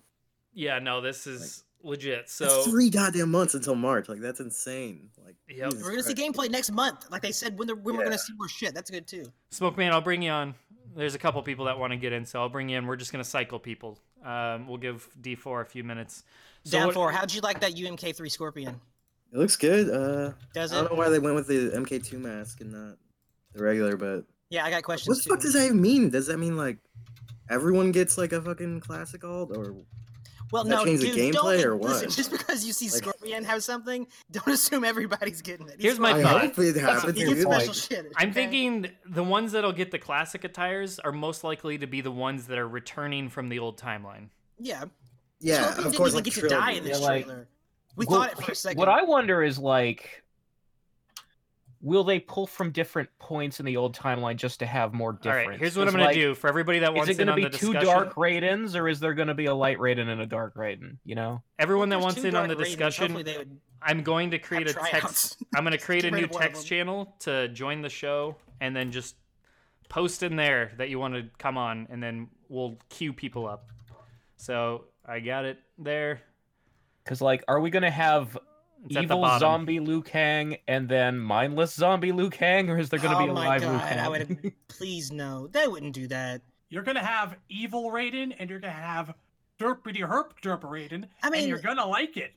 Speaker 1: Yeah, no, this is legit. So
Speaker 8: It's three goddamn months until March. Like that's insane. Like
Speaker 1: Yep.
Speaker 8: Jesus
Speaker 3: We're gonna see
Speaker 8: Christ.
Speaker 3: gameplay next month, like they said when, the, when we're gonna see more shit. That's good too.
Speaker 1: Smoke Man, I'll bring you on. There's a couple people that want to get in, so I'll bring you in. We're just gonna cycle people. Um, we'll give D4 a few minutes. So
Speaker 3: Down
Speaker 1: what-
Speaker 3: four. How'd you like that UMK3 Scorpion?
Speaker 8: It looks good. Uh, I
Speaker 3: Does it?
Speaker 8: don't know why they went with the MK2 mask and not the regular. But
Speaker 3: Yeah, I got
Speaker 8: what
Speaker 3: questions.
Speaker 8: the fuck
Speaker 3: too.
Speaker 8: does that even mean? Does that mean like everyone gets like a fucking classic alt, or
Speaker 3: Well,
Speaker 8: Does that
Speaker 3: no,
Speaker 8: change the
Speaker 3: dude,
Speaker 8: gameplay
Speaker 3: don't,
Speaker 8: or what?
Speaker 3: Listen, just because you see
Speaker 8: Like-
Speaker 3: Scorpion have something, don't *laughs* assume everybody's getting it. He's
Speaker 1: Here's my
Speaker 8: I
Speaker 1: thought.
Speaker 8: hope it
Speaker 3: special.
Speaker 8: happens.
Speaker 3: He gets
Speaker 8: dude.
Speaker 3: special
Speaker 8: Like,
Speaker 3: shit.
Speaker 1: I'm
Speaker 3: okay?
Speaker 1: thinking the ones that'll get the classic attires are most likely to be the ones that are returning from the old timeline.
Speaker 3: Yeah.
Speaker 8: yeah,
Speaker 3: Scorpion
Speaker 8: of
Speaker 3: didn't
Speaker 8: course.
Speaker 3: even
Speaker 8: Like,
Speaker 3: get to die in
Speaker 8: trilogy.
Speaker 3: this
Speaker 4: Yeah, like-
Speaker 3: trailer. We
Speaker 4: Well,
Speaker 3: thought it for a second.
Speaker 4: What I wonder is like, will they pull from different points in the old timeline just to have more difference?
Speaker 1: All right, here's what I'm
Speaker 4: 'Cause,
Speaker 1: gonna
Speaker 4: like,
Speaker 1: do for everybody that
Speaker 4: Is
Speaker 1: wants
Speaker 4: it
Speaker 1: in
Speaker 4: going to
Speaker 1: on
Speaker 4: be
Speaker 1: the
Speaker 4: two
Speaker 1: discussion.
Speaker 4: dark Raidens, or is there going to be a light Raiden and a dark Raiden? You know,
Speaker 1: Everyone that
Speaker 3: There's
Speaker 1: wants
Speaker 3: two
Speaker 1: in on the
Speaker 3: Dark Raiders.
Speaker 1: discussion,
Speaker 3: Hopefully they would-
Speaker 1: I'm going to create a
Speaker 3: have
Speaker 1: text.
Speaker 3: tryouts.
Speaker 1: *laughs* I'm
Speaker 3: *laughs*
Speaker 1: going to create a
Speaker 3: Get rid
Speaker 1: new
Speaker 3: of one of
Speaker 1: text
Speaker 3: them.
Speaker 1: channel to join the show, and then just post in there that you want to come on, and then we'll queue people up. So I got it there.
Speaker 4: because like, are we going to have
Speaker 1: It's at the
Speaker 4: evil
Speaker 1: bottom.
Speaker 4: zombie Liu Kang and then mindless zombie Liu Kang, or is there going to
Speaker 3: oh
Speaker 4: be a
Speaker 3: my
Speaker 4: live Liu
Speaker 3: God,
Speaker 4: Kang?
Speaker 3: I would, please no, they wouldn't do that.
Speaker 7: You're gonna have evil Raiden, and you're gonna have derpity herp derp Raiden,
Speaker 3: I
Speaker 7: and
Speaker 3: mean-
Speaker 7: you're gonna like it.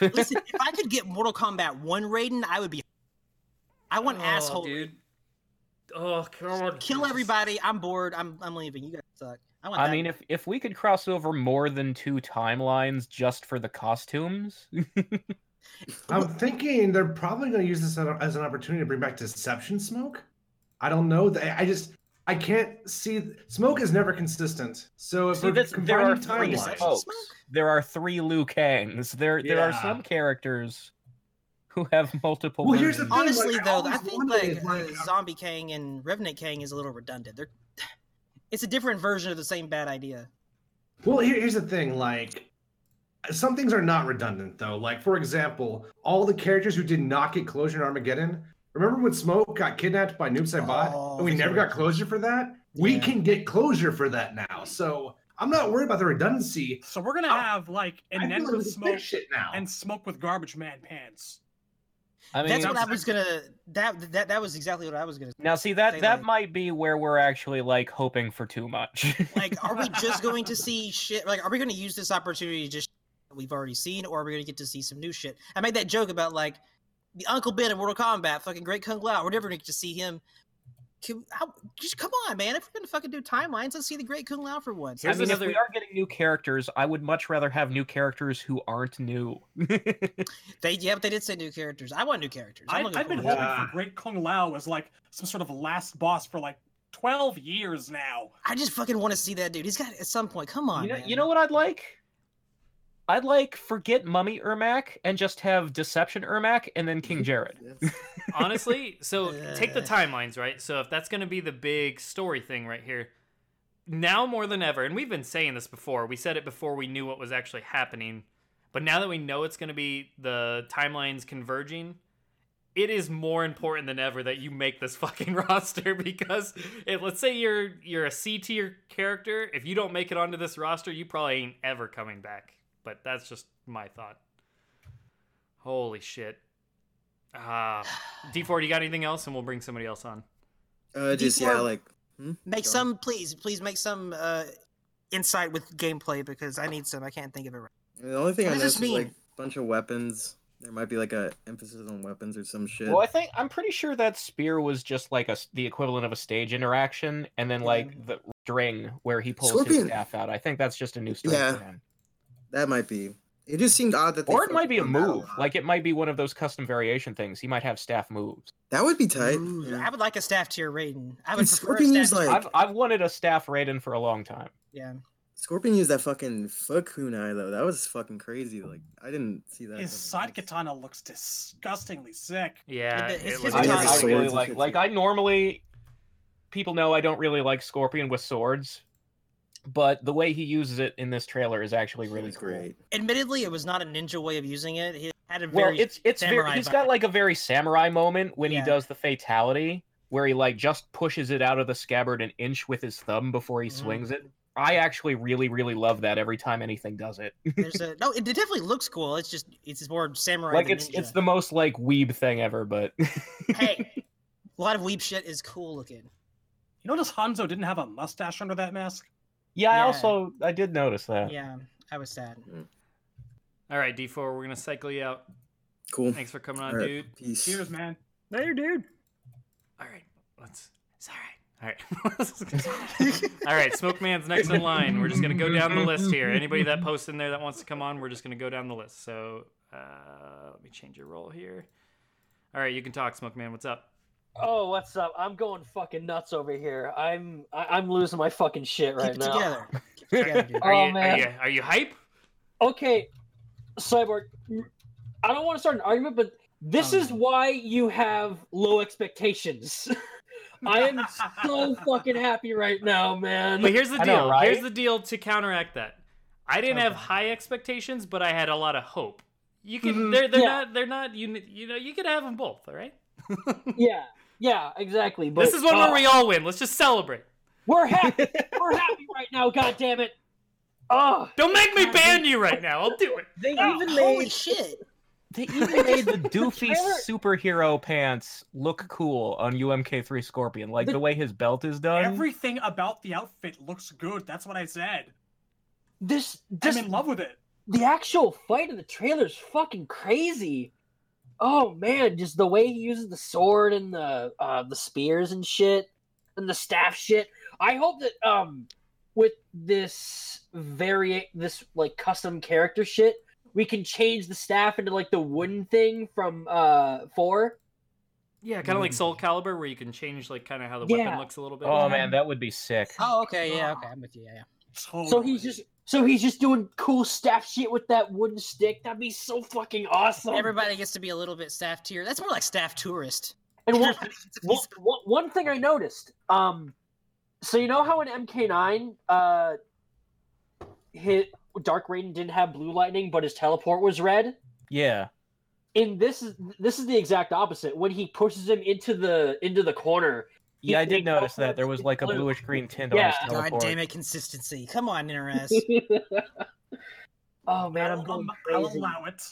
Speaker 4: *laughs*
Speaker 3: Listen, if I could get Mortal Kombat one Raiden, I would be. I want asshole.
Speaker 1: dude. Oh god.
Speaker 3: Kill everybody. I'm bored. I'm I'm leaving. You guys suck. I want.
Speaker 4: I
Speaker 3: that.
Speaker 4: mean, if if we could cross over more than two timelines just for the costumes,
Speaker 6: I'm thinking they're probably going to use this as a- as an opportunity to bring back Deception Smoke. I don't know. They- I just I can't see Smoke is never consistent. So if
Speaker 4: *laughs* See,
Speaker 6: we're
Speaker 4: that's- there
Speaker 6: combining
Speaker 4: are three
Speaker 6: timelines,
Speaker 4: Smokes. there are three Liu Kangs. There there are
Speaker 6: Yeah.
Speaker 4: some characters who have multiple.
Speaker 6: Well, here's the
Speaker 4: versions.
Speaker 6: thing, like,
Speaker 3: Honestly,
Speaker 6: I
Speaker 3: though, I
Speaker 6: always
Speaker 3: think
Speaker 6: wondered
Speaker 3: like,
Speaker 6: if, like,
Speaker 3: uh, Zombie Kang and Revenant Kang is a little redundant. They're, *sighs* it's a different version of the same bad idea.
Speaker 6: Well, here, here's the thing. Like, some things are not redundant, though. Like, for example, all the characters who did not get closure in Armageddon. Remember when Smoke got kidnapped by Noob Saibot,
Speaker 3: Oh,
Speaker 6: and we never got
Speaker 3: yeah.
Speaker 6: closure for that? We
Speaker 3: Yeah.
Speaker 6: can get closure for that now. So I'm not worried about the redundancy.
Speaker 7: So we're gonna
Speaker 6: Oh,
Speaker 7: have like
Speaker 6: I
Speaker 7: an
Speaker 6: feel
Speaker 7: end
Speaker 6: like we
Speaker 7: with
Speaker 6: can
Speaker 7: smoke
Speaker 6: fix shit now.
Speaker 7: and smoke with garbage man pants.
Speaker 4: I mean,
Speaker 3: That's what I
Speaker 7: that's-
Speaker 3: was gonna. That that that was exactly what I was gonna.
Speaker 4: now see that
Speaker 3: say,
Speaker 4: that
Speaker 3: like-
Speaker 4: might be where we're actually like hoping for too much.
Speaker 3: Like, are we just going to see shit? Like, are we going to use this opportunity to just that we've already seen, or are we going to get to see some new shit? I made that joke about like the Uncle Ben in Mortal Kombat, fucking Great Kung Lao. We're never going to get to see him. Can, how, just come on, man! If we're going to fucking do timelines, let's see the Great Kung Lao for once.
Speaker 4: I
Speaker 1: Here's
Speaker 4: mean, if we
Speaker 1: another-
Speaker 4: are getting new characters, I would much rather have new characters who aren't new. *laughs*
Speaker 3: They yeah, but they did say new characters. I want new characters.
Speaker 7: I,
Speaker 3: I'm looking
Speaker 7: I've been
Speaker 3: forward to
Speaker 7: hoping
Speaker 3: it.
Speaker 6: Yeah.
Speaker 7: for Great Kung Lao as like some sort of last boss for like twelve years now.
Speaker 3: I just fucking want to see that dude. He's got at some point. Come on,
Speaker 4: you know,
Speaker 3: man.
Speaker 4: you know what I'd like? I'd like forget Mummy Ermac and just have Deception Ermac and then
Speaker 6: *laughs*
Speaker 4: King Jared.
Speaker 8: Yes.
Speaker 1: honestly so take the
Speaker 3: Ugh.
Speaker 1: timelines right so if that's going to be the big story thing right here now more than ever and we've been saying this before we said it before we knew what was actually happening but now that we know it's going to be the timelines converging it is more important than ever that you make this *laughs* fucking roster because if let's say you're you're a C tier character, if you don't make it onto this roster, you probably ain't ever coming back. But that's just my thought. Holy shit. *sighs* Ah, D4, you got anything else? And we'll bring somebody else on.
Speaker 8: Uh, just yeah,
Speaker 3: Before-
Speaker 8: like hmm?
Speaker 3: Make
Speaker 8: Go on.
Speaker 3: some, please, please make some uh, insight with gameplay because I need some. I can't think of it. Right.
Speaker 8: the only thing I
Speaker 3: What does this
Speaker 8: noticed is like
Speaker 3: mean?
Speaker 8: a bunch of weapons. There might be like a emphasis on weapons or some shit.
Speaker 4: Well, I think I'm pretty sure that spear was just like a s- the equivalent of a stage interaction, and then like the string where he pulls his
Speaker 8: Scorpion.
Speaker 4: staff out. I think that's just a new string. for
Speaker 8: Yeah.
Speaker 4: him.
Speaker 8: That might be. It just seemed odd that. They
Speaker 4: Or it might
Speaker 8: focused
Speaker 4: be a
Speaker 8: on that
Speaker 4: move.
Speaker 8: lot.
Speaker 4: Like it might be one of those custom variation things. He might have staff moves.
Speaker 8: that would be tight.
Speaker 3: Ooh,
Speaker 8: yeah.
Speaker 3: I would like a staff tier rating. I would
Speaker 8: Dude,
Speaker 3: prefer a
Speaker 8: Scorpion used
Speaker 3: staff-
Speaker 8: like
Speaker 4: I've I've wanted a staff Raiden for a long time.
Speaker 3: yeah.
Speaker 8: Scorpion used that fucking fuck kunai though. That was fucking crazy. Like I didn't see that.
Speaker 7: His
Speaker 8: coming.
Speaker 7: side katana looks disgustingly sick.
Speaker 1: Yeah.
Speaker 3: It's- it's
Speaker 1: looks
Speaker 8: I
Speaker 4: I,
Speaker 8: just have
Speaker 1: good.
Speaker 4: I
Speaker 8: swords
Speaker 4: really
Speaker 8: and
Speaker 4: like
Speaker 8: shit
Speaker 4: like
Speaker 8: too.
Speaker 4: I normally people know I don't really like Scorpion with swords. but the way he uses it in this trailer is actually
Speaker 8: It
Speaker 4: really
Speaker 8: was
Speaker 4: cool.
Speaker 8: great.
Speaker 3: Admittedly, it was not a ninja way of using it. He had a
Speaker 4: Well,
Speaker 3: very
Speaker 4: it's it's very,
Speaker 3: samurai
Speaker 4: he's got
Speaker 3: vibe.
Speaker 4: like a very samurai moment when
Speaker 3: Yeah.
Speaker 4: he does the fatality where he like just pushes it out of the scabbard an inch with his thumb before he
Speaker 3: Mhm.
Speaker 4: swings it. I actually really really love that every time anything does it.
Speaker 3: There's a, no, it definitely looks cool. It's just it's just more samurai.
Speaker 4: like
Speaker 3: than
Speaker 4: it's it's
Speaker 3: ninja.
Speaker 4: the most like weeb thing ever, but *laughs*
Speaker 3: hey, a lot of weep shit is cool looking.
Speaker 7: You notice Hanzo didn't have a mustache under that mask?
Speaker 4: yeah, I
Speaker 3: Yeah.
Speaker 4: also I did notice that.
Speaker 3: Yeah, I was sad.
Speaker 1: All right, D4, we're going to cycle you out.
Speaker 8: Cool.
Speaker 1: Thanks for coming on,
Speaker 8: All right.
Speaker 1: dude.
Speaker 8: Peace.
Speaker 7: Cheers, man.
Speaker 3: Later, dude.
Speaker 1: All right, let's. It's all right. All right. *laughs* all right, Smoke Man's next in line. We're just going to go down the list here. Anybody that posts in there that wants to come on, we're just going to go down the list. So uh, let me change your role here. All right, you can talk, Smoke Man. What's up?
Speaker 9: Oh, what's up? I'm going fucking nuts over here. I'm I, I'm losing my fucking shit right
Speaker 3: Keep it
Speaker 9: now.
Speaker 3: together.
Speaker 1: *laughs*
Speaker 3: Keep it together, dude.
Speaker 1: Are,
Speaker 9: Oh,
Speaker 1: you,
Speaker 9: man.
Speaker 1: are you are you hype?
Speaker 9: Okay, Cyborg, I don't want to start an argument, but this
Speaker 3: Oh,
Speaker 9: is
Speaker 3: no.
Speaker 9: why you have low expectations. *laughs* I am so
Speaker 1: *laughs*
Speaker 9: fucking happy right now, man.
Speaker 1: But here's the
Speaker 4: I
Speaker 1: deal.
Speaker 4: know, right?
Speaker 1: Here's the deal to counteract that. I didn't have
Speaker 3: Okay.
Speaker 1: high expectations, but I had a lot of hope. You can
Speaker 7: Mhm.
Speaker 1: they're they're
Speaker 9: Yeah.
Speaker 1: not they're not you you know you could have them both. All right.
Speaker 9: yeah, yeah, exactly. But
Speaker 1: this is one
Speaker 9: uh,
Speaker 1: where we all win. Let's just celebrate.
Speaker 9: we're *laughs* happy. we're happy right now. God damn it. Oh,
Speaker 1: Don't make me ban you right now. I'll do it.
Speaker 3: They
Speaker 9: Oh,
Speaker 3: even
Speaker 9: holy
Speaker 3: holy shit.
Speaker 9: *laughs*
Speaker 4: They even made the doofy
Speaker 9: trailer-
Speaker 4: superhero pants look cool on UMK3 Scorpion, like
Speaker 9: The-
Speaker 4: the, way his belt is
Speaker 1: Um,
Speaker 4: done.
Speaker 7: Everything about the outfit looks good. That's what I said.
Speaker 9: this this
Speaker 7: I'm in love with it.
Speaker 9: the actual fight in the trailer is fucking crazy. Oh man, just the way he uses the sword and the uh, the spears and shit and the staff shit. I hope that um with this vari this like custom character shit, we can change the staff into like the wooden thing from uh four.
Speaker 1: Yeah, kind of like Soul Calibur, where you can change like kind of how the weapon
Speaker 9: Yeah.
Speaker 1: looks a little bit.
Speaker 4: oh man, that would be sick.
Speaker 3: Oh, okay, yeah, okay, I'm with you. Yeah, yeah.
Speaker 7: Totally.
Speaker 9: So he's just so he's just doing cool staff shit with that wooden stick. That'd be so fucking awesome.
Speaker 3: Everybody gets to be a little bit staff tier. That's more like staff tourist.
Speaker 9: and one,
Speaker 3: Everybody gets to be
Speaker 9: one, one- one thing I noticed, um, so you know how in MK9, uh, hit Dark Raiden didn't have blue lightning, but his teleport was red.
Speaker 4: Yeah.
Speaker 9: In this is this is the exact opposite. When he pushes him into the into the corner,
Speaker 4: Yeah, I did
Speaker 9: He-
Speaker 4: notice that there was like a
Speaker 9: blue.
Speaker 4: bluish green tint on his
Speaker 9: Yeah.
Speaker 4: teleport.
Speaker 3: God damn it, consistency. Come
Speaker 9: *laughs*
Speaker 3: on, NRS.
Speaker 9: oh man, I'm
Speaker 7: I'll-
Speaker 9: going
Speaker 7: I'll
Speaker 9: crazy.
Speaker 7: allow it.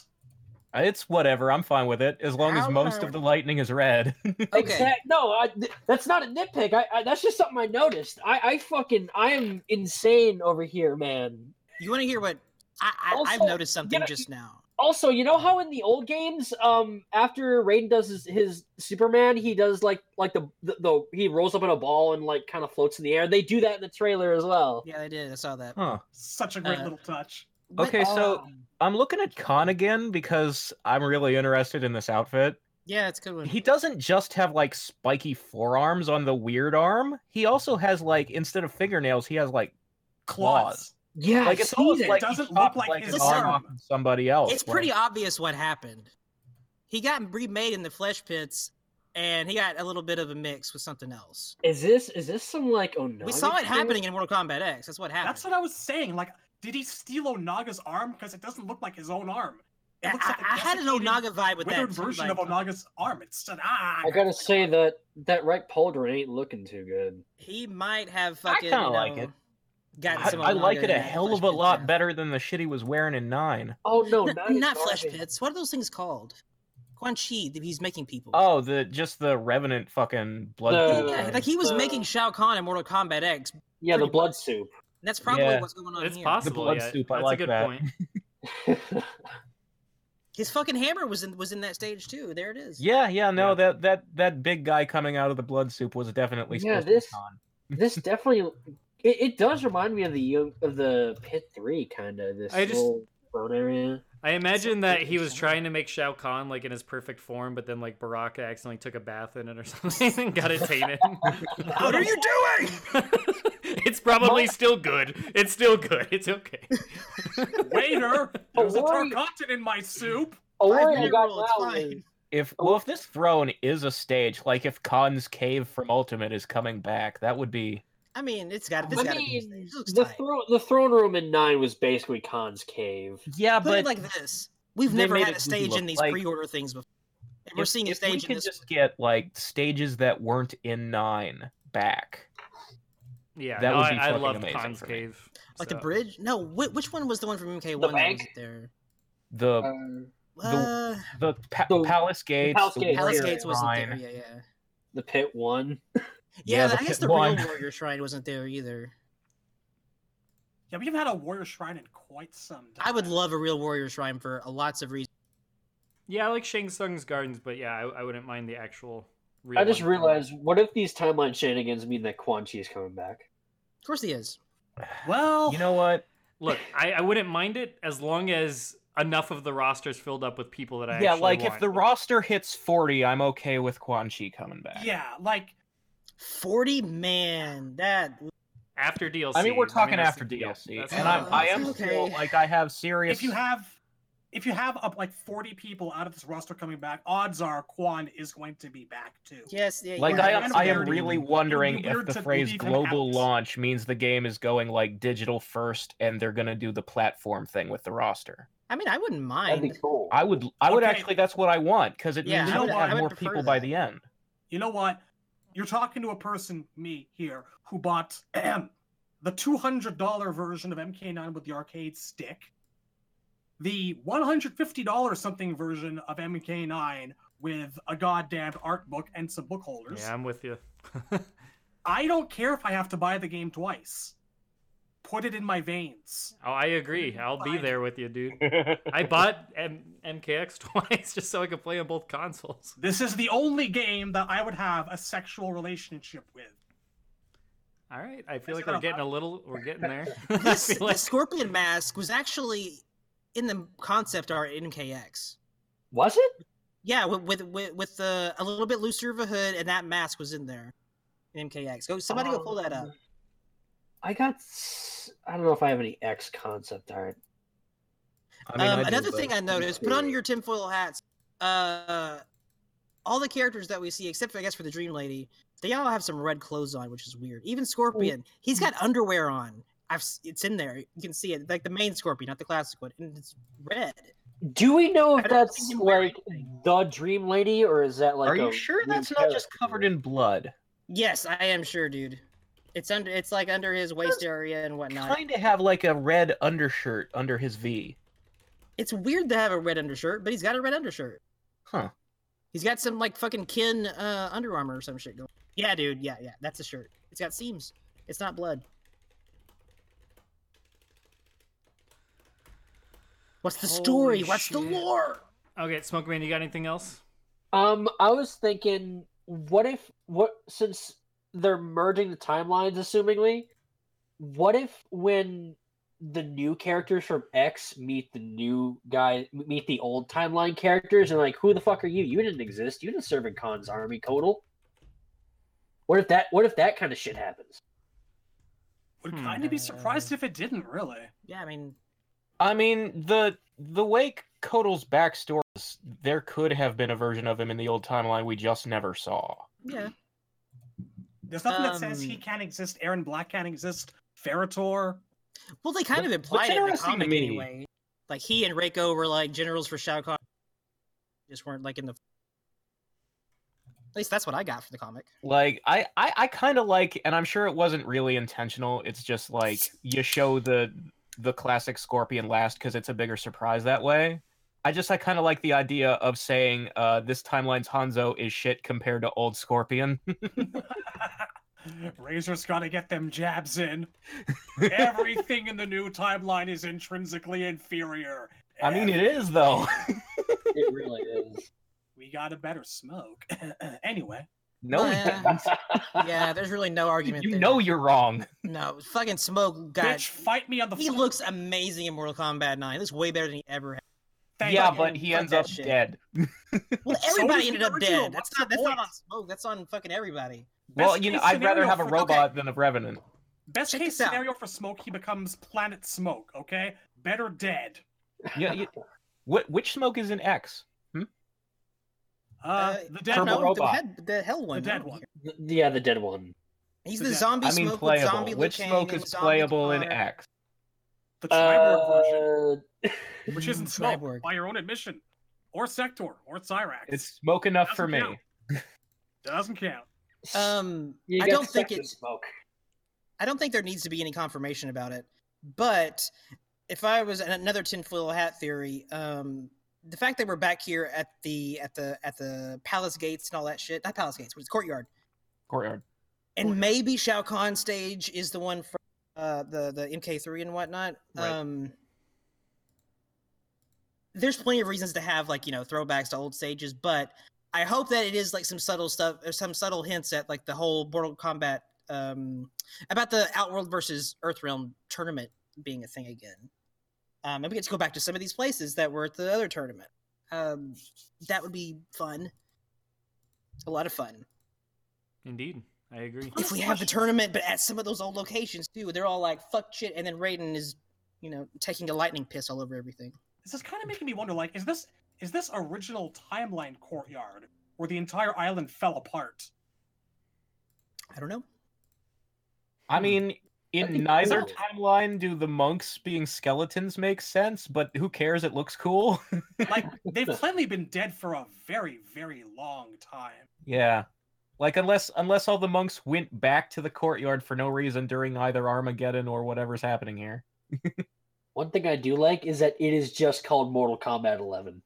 Speaker 4: Uh, It's whatever. I'm fine with it as long
Speaker 3: How
Speaker 4: as most
Speaker 3: are-
Speaker 4: of the lightning is red. *laughs*
Speaker 3: Okay.
Speaker 9: Exact- no, I, th- that's not a nitpick. I, I that's just something I noticed. I, I fucking I am insane over here, man.
Speaker 3: You want to hear what I, I, I've
Speaker 9: Also,
Speaker 3: noticed something
Speaker 9: yeah,
Speaker 3: just now.
Speaker 9: also, you know how in the old games, um, after Raiden does his, his Superman, he does like like the, the the he rolls up in a ball and like kind of floats in the air. They do that in the trailer as well.
Speaker 3: Yeah, they did. I saw that.
Speaker 4: huh.
Speaker 7: Such a great
Speaker 3: Uh,
Speaker 7: little touch.
Speaker 3: But- uh,
Speaker 4: Okay, so-
Speaker 9: Um,
Speaker 4: I'm looking at Khan again because I'm really interested in this outfit.
Speaker 3: yeah, it's a good one.
Speaker 4: He doesn't just have like spiky forearms on the weird arm. He also has like instead of fingernails, he has like claws.
Speaker 7: Claws.
Speaker 9: yeah,
Speaker 4: Like
Speaker 9: I
Speaker 4: it's
Speaker 9: see
Speaker 4: almost
Speaker 9: that.
Speaker 4: like he
Speaker 7: doesn't
Speaker 4: chopped,
Speaker 7: look like his
Speaker 4: an arm
Speaker 3: arm.
Speaker 4: off of somebody else.
Speaker 3: It's pretty
Speaker 4: Like,
Speaker 3: obvious what happened. He got remade in the flesh pits, and he got a little bit of a mix with something else.
Speaker 9: is this is this some like oh no?
Speaker 3: We saw it happening in Mortal Kombat X. That's what happened.
Speaker 7: That's what I was saying. Like, did he steal Onaga's arm? Because it doesn't look like his own arm. It
Speaker 3: I,
Speaker 7: looks like a
Speaker 3: I- I had an
Speaker 7: desiccated,
Speaker 3: Onaga vibe with that.
Speaker 7: withered
Speaker 3: too,
Speaker 7: version
Speaker 3: like,
Speaker 7: of Onaga's arm. It's just ah.
Speaker 9: I gotta say that that right pauldron ain't looking too good.
Speaker 3: he might have fucking.
Speaker 4: kinda
Speaker 3: you
Speaker 4: like
Speaker 3: know,
Speaker 4: it.
Speaker 3: gotten
Speaker 4: I,
Speaker 3: some
Speaker 4: I like
Speaker 3: Onaga
Speaker 4: it a
Speaker 3: in that
Speaker 4: hell
Speaker 3: Flesh
Speaker 4: of a
Speaker 3: Pits
Speaker 4: lot
Speaker 3: era.
Speaker 4: better than the shit he was wearing in nine.
Speaker 9: Oh no,
Speaker 3: N-
Speaker 9: not,
Speaker 3: not flesh
Speaker 9: pit.
Speaker 3: pits. What are those things called? Quan Chi. that He's making people.
Speaker 4: Oh, the just the revenant fucking blood.
Speaker 9: The-
Speaker 4: pool
Speaker 3: yeah,
Speaker 4: thing.
Speaker 3: like he was
Speaker 9: Uh,
Speaker 3: making Shao Kahn in Mortal Kombat X. and
Speaker 9: Yeah, the
Speaker 3: pretty
Speaker 9: blood soup.
Speaker 3: that's probably
Speaker 4: Yeah.
Speaker 3: what's going on
Speaker 1: It's
Speaker 3: here.
Speaker 1: possible.
Speaker 4: blood
Speaker 1: yeah.
Speaker 4: soup, I
Speaker 1: That's
Speaker 4: like
Speaker 1: a good
Speaker 4: that.
Speaker 1: point.
Speaker 3: His fucking hammer was in was in that stage too. There it
Speaker 4: *laughs*
Speaker 3: is.
Speaker 4: Yeah, yeah, no,
Speaker 1: Yeah.
Speaker 4: that that that big guy coming out of the blood soup was definitely
Speaker 9: Yeah,
Speaker 4: supposed
Speaker 9: this-
Speaker 4: to be Khan. *laughs*
Speaker 9: this definitely it, it does remind me of the Yo- of the pit three kind of this
Speaker 1: I just-
Speaker 9: little bone area.
Speaker 1: I imagine that he was
Speaker 3: Shao
Speaker 1: trying to make Shao Kahn like in his perfect form, but then like Baraka accidentally took a bath in it or *laughs* something and got it tainted.
Speaker 3: What are you doing?
Speaker 1: *laughs* it's probably still good. It's still good. It's okay.
Speaker 3: *laughs*
Speaker 7: Waiter, there's a
Speaker 9: Ori-
Speaker 7: Tarkatan in my soup.
Speaker 9: Oh,
Speaker 3: Five
Speaker 9: worry I
Speaker 3: minute
Speaker 9: got
Speaker 3: rule, it's
Speaker 9: now
Speaker 3: fine.
Speaker 9: is-
Speaker 4: If
Speaker 3: Oh.
Speaker 4: well, if this throne is a stage, like if Khan's cave from Ultimate is coming back, that would be
Speaker 3: I mean, it's got. It's
Speaker 9: I
Speaker 3: gotta be.
Speaker 9: mean,
Speaker 3: these things. It looks
Speaker 9: the
Speaker 3: tight.
Speaker 9: throne the throne room in nine was basically Khan's cave.
Speaker 4: Yeah,
Speaker 3: Put
Speaker 4: but
Speaker 3: it like this: We've
Speaker 4: they
Speaker 3: never
Speaker 4: made
Speaker 3: had
Speaker 4: it
Speaker 3: a stage
Speaker 4: look
Speaker 3: in these
Speaker 4: like-
Speaker 3: pre-order things before. And we're
Speaker 4: if-
Speaker 3: seeing a
Speaker 4: if we
Speaker 3: stage in
Speaker 4: could
Speaker 3: this.
Speaker 4: just get like stages that weren't in nine back.
Speaker 1: Yeah,
Speaker 4: That
Speaker 1: no,
Speaker 4: would
Speaker 1: I,
Speaker 4: be
Speaker 1: I
Speaker 4: fucking
Speaker 1: love
Speaker 4: amazing
Speaker 1: Khan's
Speaker 4: for me.
Speaker 1: Cave.
Speaker 3: Like
Speaker 1: so-
Speaker 3: the bridge? No, whi which one was the one from MK1 that
Speaker 9: bank?
Speaker 3: wasn't there?
Speaker 4: The
Speaker 9: Um,
Speaker 3: Uh,
Speaker 4: the, pa-
Speaker 9: the-
Speaker 4: palace gates,
Speaker 9: Palace
Speaker 4: the
Speaker 9: Gates.
Speaker 3: Palace
Speaker 4: warrior
Speaker 3: Gates wasn't there.
Speaker 4: shrine.
Speaker 3: Yeah, yeah.
Speaker 9: the pit one.
Speaker 3: Yeah,
Speaker 4: the
Speaker 3: I guess
Speaker 4: pit
Speaker 3: the
Speaker 4: one. *laughs*
Speaker 3: real warrior shrine wasn't there either.
Speaker 7: Yeah, we haven't had a warrior shrine in quite some time.
Speaker 3: I would love a real warrior shrine for uh, lots of reasons.
Speaker 1: Yeah, I like Shang Tsung's gardens, but yeah, I, I wouldn't mind the actual. Real
Speaker 9: I just
Speaker 1: one.
Speaker 9: realized, what if these timeline shenanigans mean that Quan Chi is coming back?
Speaker 3: Of course, he is. Oh.
Speaker 7: Well,
Speaker 4: You know what?
Speaker 1: Look, I, I wouldn't mind it as long as enough of the roster's filled up with people that I
Speaker 4: yeah,
Speaker 1: actually
Speaker 4: like if
Speaker 1: want.
Speaker 4: the roster hits forty, I'm okay with Quan Chi coming back.
Speaker 7: yeah, like
Speaker 3: Forty man, that
Speaker 1: after DLC.
Speaker 4: I mean, we're talking
Speaker 1: that's
Speaker 4: after
Speaker 1: the deal.
Speaker 4: DLC,
Speaker 1: That's
Speaker 4: and
Speaker 1: the
Speaker 4: I'm,
Speaker 1: deal.
Speaker 4: I am
Speaker 3: Okay.
Speaker 4: still like I have serious.
Speaker 7: if you have if you have up like 40 people out of this roster coming back, odds are Quan is going to be back too.
Speaker 3: yes, yeah,
Speaker 4: like
Speaker 3: you're
Speaker 4: I
Speaker 3: right.
Speaker 4: am,
Speaker 7: It's
Speaker 4: I am
Speaker 7: weird.
Speaker 4: really
Speaker 7: It would be
Speaker 4: wondering if
Speaker 7: weird
Speaker 4: the
Speaker 7: to
Speaker 4: phrase
Speaker 7: believe him
Speaker 4: global
Speaker 7: out.
Speaker 4: launch means the game is going like digital first, and they're gonna do the platform thing with the roster.
Speaker 3: I mean, I wouldn't
Speaker 9: That'd be
Speaker 3: mind.
Speaker 9: cool.
Speaker 4: I would, I would
Speaker 7: Okay.
Speaker 4: actually. That's what I want because it
Speaker 3: Yeah,
Speaker 4: means
Speaker 7: I
Speaker 4: you'll
Speaker 7: would-
Speaker 4: have
Speaker 7: I would
Speaker 4: more
Speaker 3: prefer
Speaker 4: people by
Speaker 3: that.
Speaker 4: the end.
Speaker 7: You know what? You're talking to a person, me here, who bought *clears throat* the $200 version of MK9 with the arcade stick, the $150 something version of MK9 with a goddamn art book and some book holders.
Speaker 1: Yeah, I'm with you.
Speaker 7: I don't care if I have to buy the game twice. Put it in my veins.
Speaker 1: Oh, I agree. I'll be
Speaker 7: Fine.
Speaker 1: there with you,
Speaker 3: *laughs*
Speaker 1: dude. I bought M- MKX *laughs* twice just so I could play on both consoles.
Speaker 7: This is the only game that I would have a sexual relationship with.
Speaker 1: All right, I feel
Speaker 7: Is
Speaker 1: like
Speaker 7: it
Speaker 1: we're
Speaker 7: allowed?
Speaker 1: getting a little, we're getting
Speaker 3: *laughs*
Speaker 1: there. *laughs* I
Speaker 3: This,
Speaker 1: feel
Speaker 3: the
Speaker 1: like-
Speaker 3: scorpion mask was actually in the concept art in MKX.
Speaker 9: Was it?
Speaker 3: Yeah, with with with, with the, a little bit looser of a hood, and that mask was in there in MKX. Go, somebody go pull that up.
Speaker 9: I got. s- I don't know if I have any X concept art.
Speaker 4: I mean,
Speaker 3: um,
Speaker 4: I do,
Speaker 3: another
Speaker 4: but-
Speaker 3: thing I noticed, put on your tinfoil hats. Uh, all the characters that we see, except for, I guess for the Dream Lady, they all have some red clothes on, which is weird. Even Scorpion, he's
Speaker 4: hmm.
Speaker 3: got underwear on. I've s- it's in there. You can see it, like the main Scorpion, not the classic one, and it's red.
Speaker 9: Do we know
Speaker 3: I
Speaker 9: if
Speaker 3: don't think
Speaker 9: that's
Speaker 3: you wear
Speaker 9: like
Speaker 3: anything.
Speaker 9: the Dream Lady, or is that like?
Speaker 4: Are you
Speaker 9: a
Speaker 4: sure
Speaker 9: new
Speaker 4: that's not just
Speaker 9: character?
Speaker 4: covered in blood?
Speaker 3: Yes, I am sure, dude. It's under. It's like under his waist area and whatnot.
Speaker 4: Kind of have like a red undershirt under his V.
Speaker 3: It's weird to have a red undershirt, but he's got a red undershirt.
Speaker 4: Huh.
Speaker 3: He's got some like fucking kin uh, Under Armour or some shit going. Yeah, dude. Yeah, yeah. That's a shirt. It's got seams. It's not blood. What's the story?
Speaker 1: Holy
Speaker 3: What's the
Speaker 1: shit.
Speaker 3: lore?
Speaker 1: Okay, Smoke Man, you got anything else?
Speaker 9: Um, I was thinking, what if what since they're merging the timelines, assumingly, what if when the new characters from X meet the new guy, meet the old timeline characters, and like, who the fuck are you? You didn't exist. You didn't serve in Khan's army, Codal. What if that? What if that kind of shit happens?
Speaker 7: Would
Speaker 1: Hmm.
Speaker 7: kind of be surprised if it didn't, really.
Speaker 3: Yeah, I mean,
Speaker 4: I mean, the the way Kodal's backstory is, there could have been a version of him in the old timeline we just never saw.
Speaker 3: yeah.
Speaker 7: There's nothing that says he
Speaker 3: Um,
Speaker 7: can't exist, Aaron Black can't exist, Ferator.
Speaker 3: Well, they kind of implied it in the
Speaker 4: interesting to
Speaker 3: comic
Speaker 4: me-
Speaker 3: anyway. Like he and Reiko were like generals for Shao Kahn. Just weren't like in the. At least that's what I got from the comic.
Speaker 4: Like, I I, I kind of like, and I'm sure it wasn't really intentional. It's just like you show the the classic Scorpion last because it's a bigger surprise that way. I just I kind of like the idea of saying uh, this timeline's Hanzo is shit compared to old Scorpion.
Speaker 7: *laughs*
Speaker 4: *laughs*
Speaker 7: Razor's got to get them jabs
Speaker 4: *laughs*
Speaker 7: in. Everything in the new timeline is intrinsically inferior.
Speaker 4: I mean, it is though.
Speaker 9: *laughs* It really is.
Speaker 7: We got a better smoke. *laughs* anyway,
Speaker 4: No,
Speaker 3: Oh,
Speaker 4: it
Speaker 3: yeah.
Speaker 4: doesn't.
Speaker 3: Yeah, there's really no argument.
Speaker 4: you
Speaker 3: there.
Speaker 4: know you're wrong.
Speaker 3: no fucking smoke. God,
Speaker 7: bitch, fight me on the.
Speaker 3: he
Speaker 7: floor.
Speaker 3: looks amazing in Mortal Kombat 9. He looks way better than he ever had.
Speaker 7: Thank
Speaker 4: yeah,
Speaker 7: you.
Speaker 4: but he
Speaker 3: fuck
Speaker 4: ends
Speaker 3: that
Speaker 4: up
Speaker 3: shit.
Speaker 4: dead.
Speaker 3: Well,
Speaker 7: So does
Speaker 3: everybody
Speaker 7: the
Speaker 3: ended up
Speaker 7: original.
Speaker 3: dead. That's
Speaker 7: What's
Speaker 3: not
Speaker 7: the
Speaker 3: that's not on
Speaker 7: point?
Speaker 3: smoke. That's on fucking everybody.
Speaker 4: Well,
Speaker 7: Best
Speaker 4: you know,
Speaker 7: case
Speaker 4: I'd rather
Speaker 7: scenario
Speaker 4: have a
Speaker 7: for-
Speaker 4: robot than a revenant.
Speaker 7: Best
Speaker 3: Check
Speaker 7: case
Speaker 3: this out.
Speaker 7: scenario for Smoke, he becomes Planet Smoke. Okay, better dead.
Speaker 4: Yeah, you, what? Which smoke is in X? Hmm?
Speaker 7: Uh,
Speaker 3: Uh,
Speaker 7: the
Speaker 3: I
Speaker 7: dead
Speaker 4: Kermit
Speaker 3: don't
Speaker 7: one.
Speaker 3: know, the,
Speaker 4: Robot.
Speaker 3: head, the hell one.
Speaker 7: The dead
Speaker 3: no.
Speaker 7: one.
Speaker 9: Yeah, the dead one.
Speaker 3: He's
Speaker 7: So
Speaker 3: the
Speaker 7: that-
Speaker 3: zombie
Speaker 4: I mean,
Speaker 3: smoke with
Speaker 4: playable.
Speaker 3: zombie Liu
Speaker 4: Which
Speaker 3: Kang
Speaker 4: smoke
Speaker 3: and
Speaker 4: is
Speaker 3: zombie
Speaker 4: playable in
Speaker 3: Tar-
Speaker 4: X?
Speaker 7: The Triborg version,
Speaker 9: Uh,
Speaker 7: which isn't smoke
Speaker 3: Uh, hmm, Cyborg.
Speaker 7: by your own admission, or Sector, or Cyrax.
Speaker 4: It's smoke enough for me.
Speaker 7: Doesn't count. doesn't count.
Speaker 3: Um,
Speaker 9: you
Speaker 3: I
Speaker 9: got
Speaker 3: don't think
Speaker 9: second
Speaker 3: it's.
Speaker 9: smoke.
Speaker 3: I don't think there needs to be any confirmation about it. But if I was another tinfoil hat theory, um, the fact that we're back here at the at the at the palace gates and all that shit, not palace gates, but it's courtyard,
Speaker 4: Courtyard.
Speaker 3: and maybe Shao Kahn stage is the one from uh, the the MK3 and whatnot.
Speaker 4: Right.
Speaker 3: Um, there's plenty of reasons to have like you know throwbacks to old stages, but I hope that it is like some subtle stuff or some subtle hints at like the whole Mortal Kombat um, about the Outworld versus Earthrealm tournament being a thing again. Um, and we get to go back to some of these places that were at the other tournament. Um, that would be fun. A lot of fun
Speaker 1: Indeed, I agree.
Speaker 3: if we have the tournament, but at some of those old locations too, they're all like fuck shit, and then Raiden is, you know, taking a lightning piss all over everything.
Speaker 7: This is kind of making me wonder. Like, is this is this original timeline courtyard where the entire island fell apart?
Speaker 3: I don't know.
Speaker 4: I mean, in
Speaker 9: That'd be
Speaker 4: neither
Speaker 9: cool.
Speaker 4: timeline do the monks being skeletons make sense, but who cares? It looks cool. *laughs*
Speaker 7: Like, *laughs* they've plainly been dead for a very, very long time.
Speaker 4: yeah. Like unless unless all the monks went back to the courtyard for no reason during either Armageddon or whatever's happening here.
Speaker 9: One thing I do like is that it is just called Mortal Kombat 11.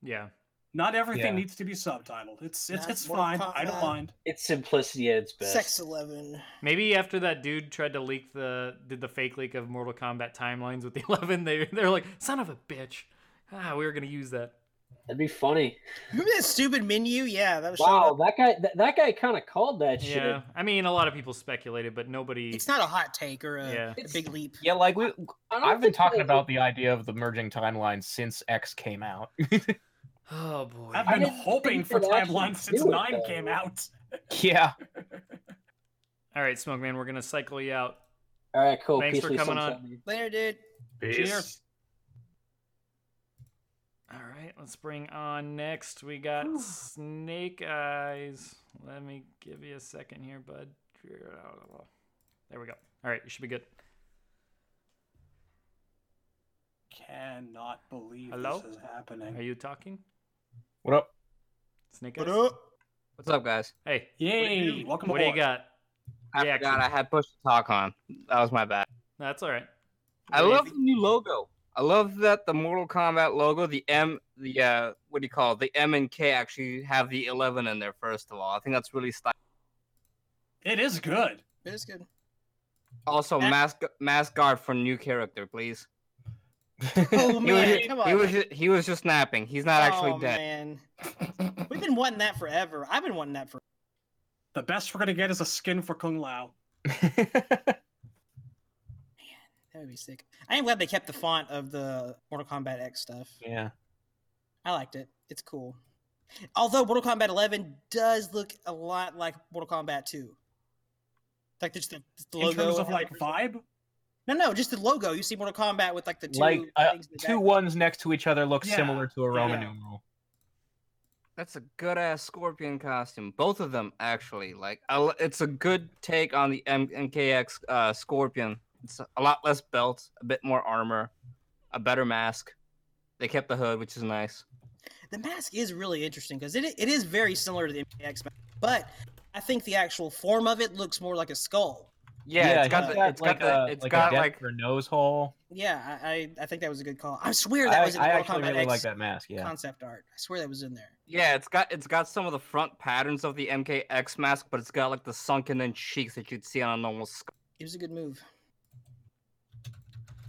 Speaker 1: Yeah.
Speaker 7: Not everything
Speaker 4: Yeah.
Speaker 7: needs to be subtitled. It's it's
Speaker 3: Not
Speaker 7: it's
Speaker 3: Mortal
Speaker 7: fine. I don't
Speaker 3: Kombat.
Speaker 7: mind.
Speaker 9: It's simplicity at its best.
Speaker 3: Sex eleven.
Speaker 1: Maybe after that dude tried to leak the did the fake leak of Mortal Kombat timelines with the *laughs* eleven, they they're like, son of a bitch. Ah, we were gonna use that.
Speaker 9: That'd be funny.
Speaker 3: Remember that stupid menu? Yeah, that was. showing
Speaker 9: Wow,
Speaker 3: up.
Speaker 9: that guy that, that guy kind of called that shit.
Speaker 1: Yeah. I mean a lot of people speculated, but nobody
Speaker 3: It's not a hot take or a,
Speaker 1: Yeah.
Speaker 3: a big leap.
Speaker 4: Yeah, like we
Speaker 9: I don't
Speaker 4: I've been
Speaker 9: think
Speaker 4: talking
Speaker 9: they-
Speaker 4: about the idea of the merging timeline since X came out. *laughs*
Speaker 1: Oh boy.
Speaker 7: I've
Speaker 9: I
Speaker 7: been
Speaker 9: didn't think
Speaker 7: hoping
Speaker 9: you
Speaker 7: for
Speaker 9: could actually
Speaker 7: timeline since
Speaker 9: do it,
Speaker 7: nine
Speaker 9: though.
Speaker 7: came out.
Speaker 4: yeah.
Speaker 1: All right, Smoke Man, we're gonna cycle you out.
Speaker 9: All right, cool.
Speaker 1: Thanks
Speaker 9: Peace
Speaker 1: for
Speaker 9: with
Speaker 1: coming on.
Speaker 9: sunshine.
Speaker 3: Later, dude.
Speaker 7: Cheers.
Speaker 1: All right, let's bring on next. We got Snake Eyes. Let me give you a second here, bud. There we go. All right, you should be good.
Speaker 7: Cannot believe
Speaker 1: Hello?
Speaker 7: this is happening.
Speaker 1: Are you talking?
Speaker 4: What up?
Speaker 1: Snake Eyes?
Speaker 3: What up?
Speaker 10: What's up, guys?
Speaker 1: Hey,
Speaker 7: Yay! Welcome
Speaker 1: what do you
Speaker 7: aboard.
Speaker 1: got?
Speaker 10: I
Speaker 1: Yeah,
Speaker 10: forgot
Speaker 1: Keith.
Speaker 10: I had push to talk on. That was my bad.
Speaker 1: That's all right.
Speaker 10: I
Speaker 1: What do you
Speaker 10: love the
Speaker 1: think?
Speaker 10: new logo. I love that the Mortal Kombat logo, the M, the uh, what do you call it? The M and K actually have the eleven in there. First of all, I think that's really stylish.
Speaker 7: It is good.
Speaker 3: It is good.
Speaker 10: Also,
Speaker 3: That-
Speaker 10: mask mask guard for new character, please.
Speaker 3: Oh
Speaker 10: *laughs* He was,
Speaker 3: man,
Speaker 10: ju-
Speaker 3: come
Speaker 10: he
Speaker 3: on.
Speaker 10: was ju- he was just napping. He's not actually
Speaker 3: oh,
Speaker 10: dead.
Speaker 3: Man. We've been wanting that forever. I've been wanting that for.
Speaker 7: The best we're gonna get is a skin for Kung Lao.
Speaker 3: That would be sick. I am glad they kept the font of the Mortal Kombat X stuff.
Speaker 4: yeah.
Speaker 3: I liked it. It's cool. Although Mortal Kombat 11 does look a lot like Mortal Kombat 2. Like just the, the
Speaker 7: In
Speaker 3: logo.
Speaker 7: terms of like vibe,
Speaker 3: no, no, just the logo. You see Mortal Kombat with like the two
Speaker 4: Like uh,
Speaker 3: things in the
Speaker 4: two
Speaker 3: back.
Speaker 4: ones next to each other look
Speaker 7: Yeah,
Speaker 4: similar to a Roman
Speaker 7: yeah.
Speaker 4: numeral.
Speaker 10: That's a good ass scorpion costume. Both of them actually. Like, I l- it's a good take on the M- MKX uh, scorpion. It's a lot less belt, a bit more armor, a better mask. They kept the hood, which is nice.
Speaker 3: The mask is really interesting because it, it is very similar to the MKX mask, but I think the actual form of it looks more like a skull.
Speaker 10: Yeah, it's got,
Speaker 4: he's
Speaker 10: the, it's
Speaker 4: like
Speaker 10: got the,
Speaker 4: a,
Speaker 10: it's
Speaker 4: like
Speaker 10: got
Speaker 4: a
Speaker 10: like,
Speaker 4: like nose hole.
Speaker 3: Yeah, I, I, I think that was a good call. I swear that
Speaker 4: I,
Speaker 3: was in the
Speaker 4: I
Speaker 3: Mortal
Speaker 4: actually
Speaker 3: Kombat
Speaker 4: really
Speaker 3: X
Speaker 4: like that mask. Yeah.
Speaker 3: concept art. I swear that was in there.
Speaker 10: yeah, it's got, it's got some of the front patterns of the MKX mask, but it's got like the sunken in cheeks that you'd see on a normal skull.
Speaker 3: It was a good move.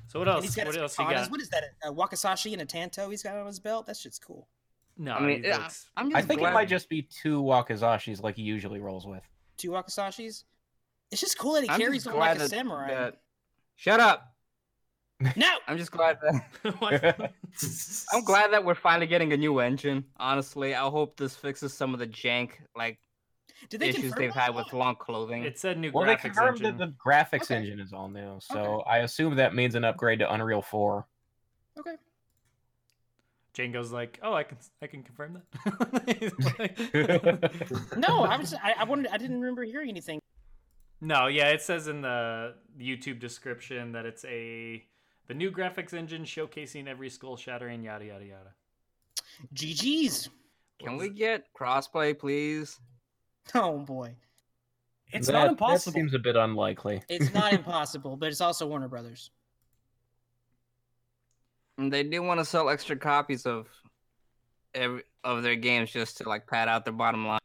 Speaker 1: So what
Speaker 3: And
Speaker 1: else?
Speaker 3: he's got
Speaker 1: What
Speaker 3: his
Speaker 1: else you
Speaker 3: katanas.
Speaker 1: got?
Speaker 3: What is that? A Wakasashi and a Tanto he's got on his belt? That shit's cool.
Speaker 1: No,
Speaker 10: I mean,
Speaker 1: he
Speaker 10: yeah,
Speaker 1: looks-
Speaker 10: I'm
Speaker 4: I
Speaker 10: just
Speaker 4: think it
Speaker 10: glad-
Speaker 4: might just be two Wakazashis like he usually rolls with.
Speaker 3: two Wakasashis. It's just cool that he
Speaker 10: I'm
Speaker 3: carries
Speaker 10: just
Speaker 3: them like
Speaker 10: glad
Speaker 3: a
Speaker 10: that-
Speaker 3: samurai.
Speaker 10: that- Shut up!
Speaker 3: No,
Speaker 10: *laughs* I'm just glad that.
Speaker 1: *laughs* What?
Speaker 10: *laughs* I'm glad that we're finally getting a new engine. Honestly, I hope this fixes some of the jank like
Speaker 3: did they
Speaker 10: issues
Speaker 3: confirm
Speaker 10: they've
Speaker 3: that?
Speaker 10: had with long clothing.
Speaker 1: it said new
Speaker 4: Well, they
Speaker 1: graphics
Speaker 4: confirmed
Speaker 1: engine.
Speaker 4: that the graphics
Speaker 3: Okay.
Speaker 4: engine is all new, so I assume that means an upgrade to Unreal Four.
Speaker 1: Django's like, oh, I can, I can confirm
Speaker 10: *laughs*
Speaker 1: that. *laughs* He's
Speaker 7: *laughs*
Speaker 1: like- *laughs*
Speaker 3: No, I was I, I wanted I didn't remember hearing anything. *laughs*
Speaker 1: No, yeah, it says in the YouTube description that it's a the new graphics engine showcasing every skull shattering yada yada yada.
Speaker 3: GG's.
Speaker 10: Can we get crossplay, please?
Speaker 3: Oh boy.
Speaker 7: It's
Speaker 4: That-
Speaker 7: not impossible.
Speaker 4: That seems a bit unlikely.
Speaker 3: It's not impossible, but it's also Warner Brothers.
Speaker 10: And they do want to sell extra copies of every of their games just to like pad out their bottom line.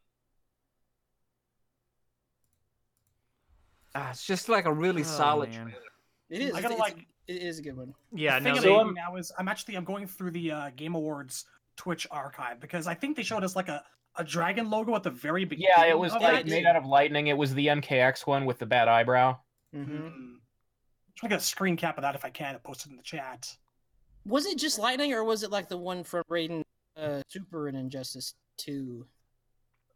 Speaker 10: Ah, it's just like a really
Speaker 1: Oh,
Speaker 10: solid.
Speaker 1: man.
Speaker 10: trailer.
Speaker 3: It is.
Speaker 7: I gotta
Speaker 3: it's,
Speaker 7: like.
Speaker 3: It is a good one.
Speaker 1: Yeah,
Speaker 7: the thing
Speaker 1: no,
Speaker 7: I'm
Speaker 1: they,
Speaker 7: doing now is I'm actually I'm going through the uh, Game Awards Twitch archive because I think they showed us like a, a dragon logo at the very beginning.
Speaker 4: Yeah, it was
Speaker 7: of
Speaker 4: like
Speaker 7: it.
Speaker 4: made out of lightning. It was the MKX one with the bad eyebrow.
Speaker 3: hmm
Speaker 7: Mm. Try to get a screen cap of that if I can and post it in the chat.
Speaker 3: Was it just Lightning, or was it like the one from Raiden uh, Super and Injustice Two?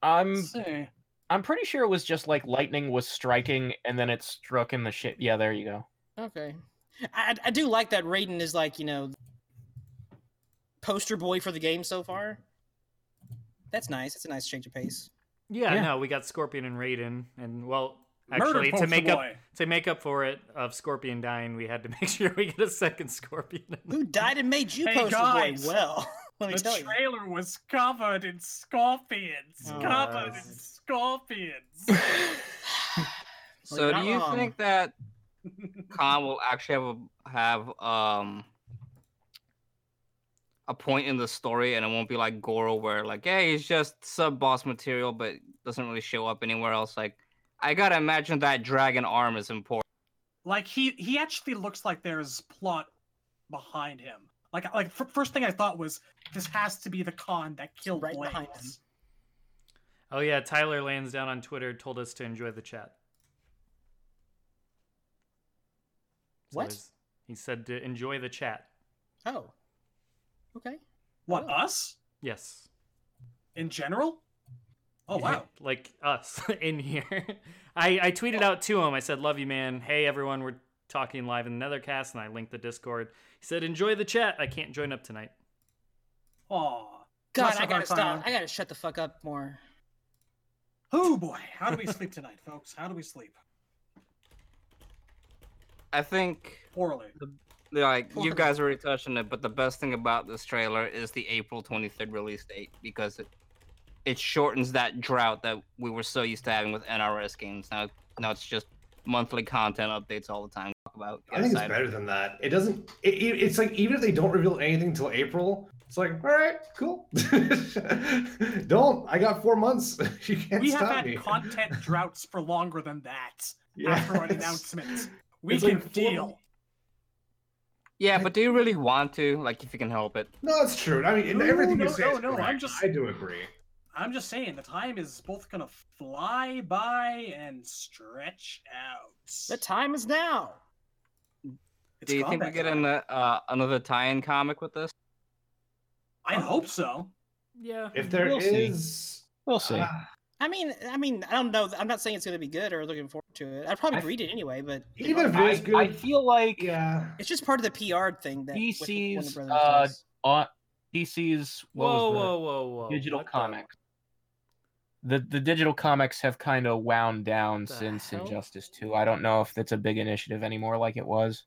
Speaker 4: I'm
Speaker 7: Let's see.
Speaker 4: I'm pretty sure it was just like lightning was striking and then it struck in the shit. Yeah, there you go.
Speaker 3: Okay, I, I do like that Raiden is like you know poster boy for the game so far. That's nice. That's a nice change of pace.
Speaker 1: yeah,
Speaker 4: Yeah.
Speaker 1: no, we got Scorpion and Raiden, and well,
Speaker 7: Murder
Speaker 1: actually, to
Speaker 7: poster
Speaker 1: make up
Speaker 7: boy.
Speaker 1: to make up for it of Scorpion dying, we had to *laughs* make sure we get a second Scorpion. in there.
Speaker 3: Who died and made you
Speaker 7: Hey,
Speaker 3: poster
Speaker 7: guys.
Speaker 3: boy? Well, let me tell
Speaker 7: the
Speaker 3: you.
Speaker 7: trailer was covered in scorpions.
Speaker 1: Oh,
Speaker 4: Uh,
Speaker 7: covered
Speaker 1: nice.
Speaker 7: in scorpions.
Speaker 3: *sighs*
Speaker 10: So
Speaker 3: not
Speaker 10: do you
Speaker 3: wrong.
Speaker 10: think that Khan will actually have a, have um a point in the story, and it won't be like Goro, where like, hey, he's just sub boss material, but doesn't really show up anywhere else. Like, I gotta imagine that dragon arm is important.
Speaker 7: like he he actually looks like there's plot behind him. Like like f- first thing I thought was this has to be the con that killed
Speaker 3: Right behind
Speaker 7: Blaze.
Speaker 3: him.
Speaker 1: Oh yeah, Tyler Lansdowne on Twitter told us to enjoy the chat. So
Speaker 3: What?
Speaker 1: he's- He said to enjoy the chat.
Speaker 3: Oh, okay.
Speaker 7: What
Speaker 3: Oh.
Speaker 7: us
Speaker 1: Yes.
Speaker 7: in general? Oh wow.
Speaker 1: *laughs* like us in here. I, I tweeted out to him. I said, "Love you, man. Hey, everyone, we're talking live in the Nethercast," and I linked the Discord. He said, "Enjoy the chat. I can't join up tonight."
Speaker 7: Aw.
Speaker 3: God,
Speaker 7: Lots
Speaker 3: I
Speaker 7: of hard
Speaker 3: gotta
Speaker 7: time.
Speaker 3: stop. I gotta shut the fuck up more.
Speaker 7: Oh boy. How do we sleep tonight, folks? How do we sleep?
Speaker 10: I think
Speaker 7: Poorly.
Speaker 10: like you
Speaker 3: Poorly.
Speaker 10: guys already touched on it, but the best thing about this trailer is the April 23rd release date because it it shortens that drought that we were so used to having with NRS games. Now now it's just monthly content updates all the time. Talk about
Speaker 6: I think it's
Speaker 10: Inside.
Speaker 6: better than that. It doesn't. It, it- it's like even if they don't reveal anything until April, it's like all right, cool. *laughs* don't. I got four months. *laughs* You can't
Speaker 7: we have
Speaker 6: stop
Speaker 7: had
Speaker 6: me. *laughs*
Speaker 7: content droughts for longer than that
Speaker 6: Yeah.
Speaker 7: after an announcement. We
Speaker 6: It's
Speaker 7: can
Speaker 6: like four-
Speaker 7: deal.
Speaker 10: Yeah, but do you really want to? Like, if you can help it.
Speaker 6: No, it's true. I mean,
Speaker 7: No,
Speaker 6: everything
Speaker 7: no,
Speaker 6: you say
Speaker 7: no,
Speaker 6: is
Speaker 7: no, I'm
Speaker 6: correct.
Speaker 7: just-
Speaker 6: I do agree.
Speaker 7: I'm just saying the time is both gonna fly by and stretch
Speaker 3: The
Speaker 7: out.
Speaker 3: time is now.
Speaker 7: It's
Speaker 10: Do you think we
Speaker 7: combat
Speaker 10: get
Speaker 7: time.
Speaker 10: an, uh, another tie-in comic with this?
Speaker 7: I hope so.
Speaker 1: Yeah.
Speaker 6: If there is,
Speaker 4: We'll
Speaker 3: Hmm.
Speaker 4: see. We'll see.
Speaker 6: ah,
Speaker 3: I mean, I mean, I don't know. I'm not saying it's going to be good or looking forward to it. I'd probably
Speaker 6: I-
Speaker 3: read it anyway, but
Speaker 6: even if it is
Speaker 4: I,
Speaker 6: good,
Speaker 4: I feel like
Speaker 6: yeah.
Speaker 3: it's just part of the PR thing that with Warner
Speaker 4: DC's,
Speaker 3: Brothers
Speaker 4: uh,
Speaker 3: does.
Speaker 4: on DC's what was
Speaker 1: whoa,
Speaker 4: the-
Speaker 1: whoa, whoa, whoa!
Speaker 4: digital
Speaker 1: What the-
Speaker 4: comics. The the digital comics have kind of wound down
Speaker 1: The
Speaker 4: since
Speaker 1: hell?
Speaker 4: Injustice 2. I don't know if that's a big initiative anymore like it was.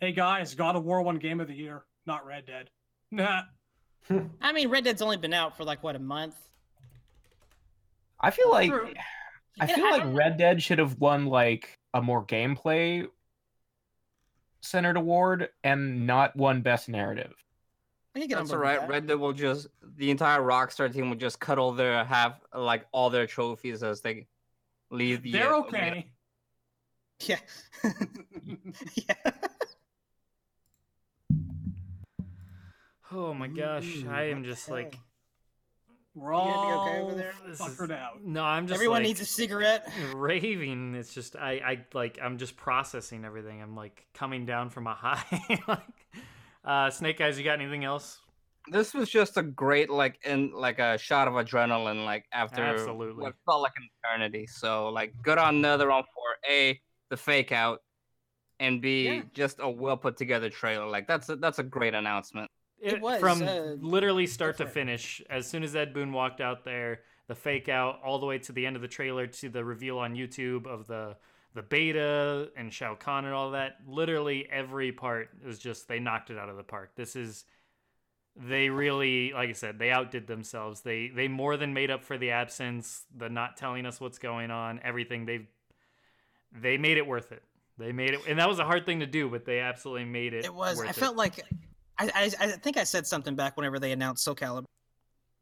Speaker 7: Hey guys, God of War one game of the year, not Red Dead. *laughs* Nah.
Speaker 6: Hmm.
Speaker 3: I mean, Red Dead's only been out for like what a month.
Speaker 4: I feel like
Speaker 7: True.
Speaker 4: I
Speaker 3: And
Speaker 4: feel
Speaker 3: I-
Speaker 4: like Red Dead should have won like a more gameplay centered award and not one best narrative.
Speaker 3: I can get on
Speaker 10: That's all
Speaker 3: board
Speaker 10: right.
Speaker 3: with that.
Speaker 10: Red Dead will just the entire Rockstar team will just cut all their have like all their trophies as they leave the.
Speaker 7: They're
Speaker 10: uh, arena.
Speaker 7: okay. *laughs*
Speaker 3: Yeah. yeah.
Speaker 1: Oh my gosh, I am just like
Speaker 3: Okay.
Speaker 7: We're
Speaker 3: You gonna be
Speaker 7: all
Speaker 3: okay over there?
Speaker 1: this is-
Speaker 7: fuckered out.
Speaker 1: *laughs* No, I'm just
Speaker 3: Everyone
Speaker 1: like,
Speaker 3: needs a cigarette.
Speaker 1: raving. It's just I, I like I'm just processing everything. I'm like coming down from a high. *laughs* like, uh, Snake Eyes, you got anything else?
Speaker 10: This was just a great like in like a shot of adrenaline like after
Speaker 1: Absolutely.
Speaker 10: what felt like an eternity. So like good on Nether on for a the fake out, and b
Speaker 3: Yeah.
Speaker 10: just a well put together trailer. Like that's a, that's a great announcement.
Speaker 3: It was,
Speaker 1: from
Speaker 3: uh,
Speaker 1: literally start to
Speaker 3: different.
Speaker 1: finish. As soon as Ed Boon walked out there, the fake out all the way to the end of the trailer to the reveal on YouTube of the the beta and Shao Kahn and all that. Literally every part was just they knocked it out of the park. This is they really like I said, they outdid themselves. They they more than made up for the absence, the not telling us what's going on, everything. They they made it worth it. They made it and that was a hard thing to do, but they absolutely made it.
Speaker 3: It was.
Speaker 1: worth
Speaker 3: I felt
Speaker 1: it.
Speaker 3: like I, I I think I said something back whenever they announced Soul Calibur.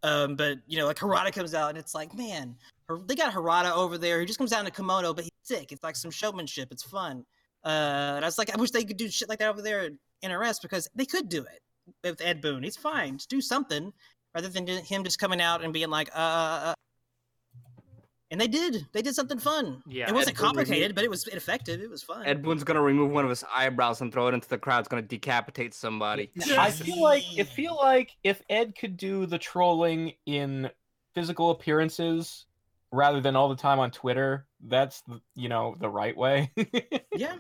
Speaker 3: Um, but you know, like Harada comes out and it's like, man, Har- they got Harada over there. He just comes out in a kimono, but he's sick. It's like some showmanship. It's fun. Uh, and I was like, I wish they could do shit like that over there at NRS because they could do it with Ed Boone. He's fine. Just do something rather than ju- him just coming out and being like, uh. uh, uh. And they did. They did something fun.
Speaker 1: Yeah,
Speaker 3: it
Speaker 1: Ed
Speaker 3: wasn't
Speaker 10: Boon reviewed-
Speaker 3: complicated, but it was effective. It was fun.
Speaker 10: Ed Boon's gonna remove one of his eyebrows and throw it into the crowd. It's gonna decapitate somebody.
Speaker 4: I feel like it feel like if Ed could do the trolling in physical appearances rather than all the time on Twitter, that's the- you know the right way. *laughs*
Speaker 3: Yeah.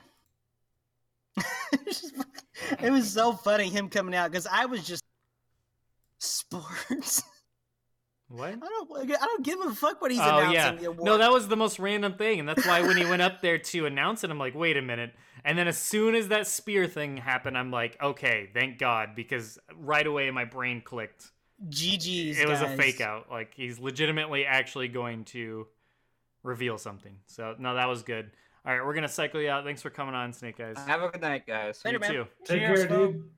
Speaker 3: it was so funny him coming out because I was just sports. *laughs*
Speaker 1: what?
Speaker 3: I don't. I don't give a fuck what he's
Speaker 1: Oh
Speaker 3: announcing.
Speaker 1: yeah,
Speaker 3: The award.
Speaker 1: no, that was the most random thing, and that's why when he went up there to announce it, I'm like, wait a minute. And then as soon as that spear thing happened, I'm like, okay, thank God, because right away my brain clicked.
Speaker 3: GG's.
Speaker 1: it was a
Speaker 3: guys.
Speaker 1: fake out. Like he's legitimately actually going to reveal something. So no, that was good. All right, we're gonna cycle you out. Thanks for coming on, Snake Eyes.
Speaker 10: Have a good night, guys.
Speaker 1: you
Speaker 3: Later, man.
Speaker 1: too.
Speaker 6: Take
Speaker 7: Cheers,
Speaker 6: care,
Speaker 7: folks.
Speaker 6: dude.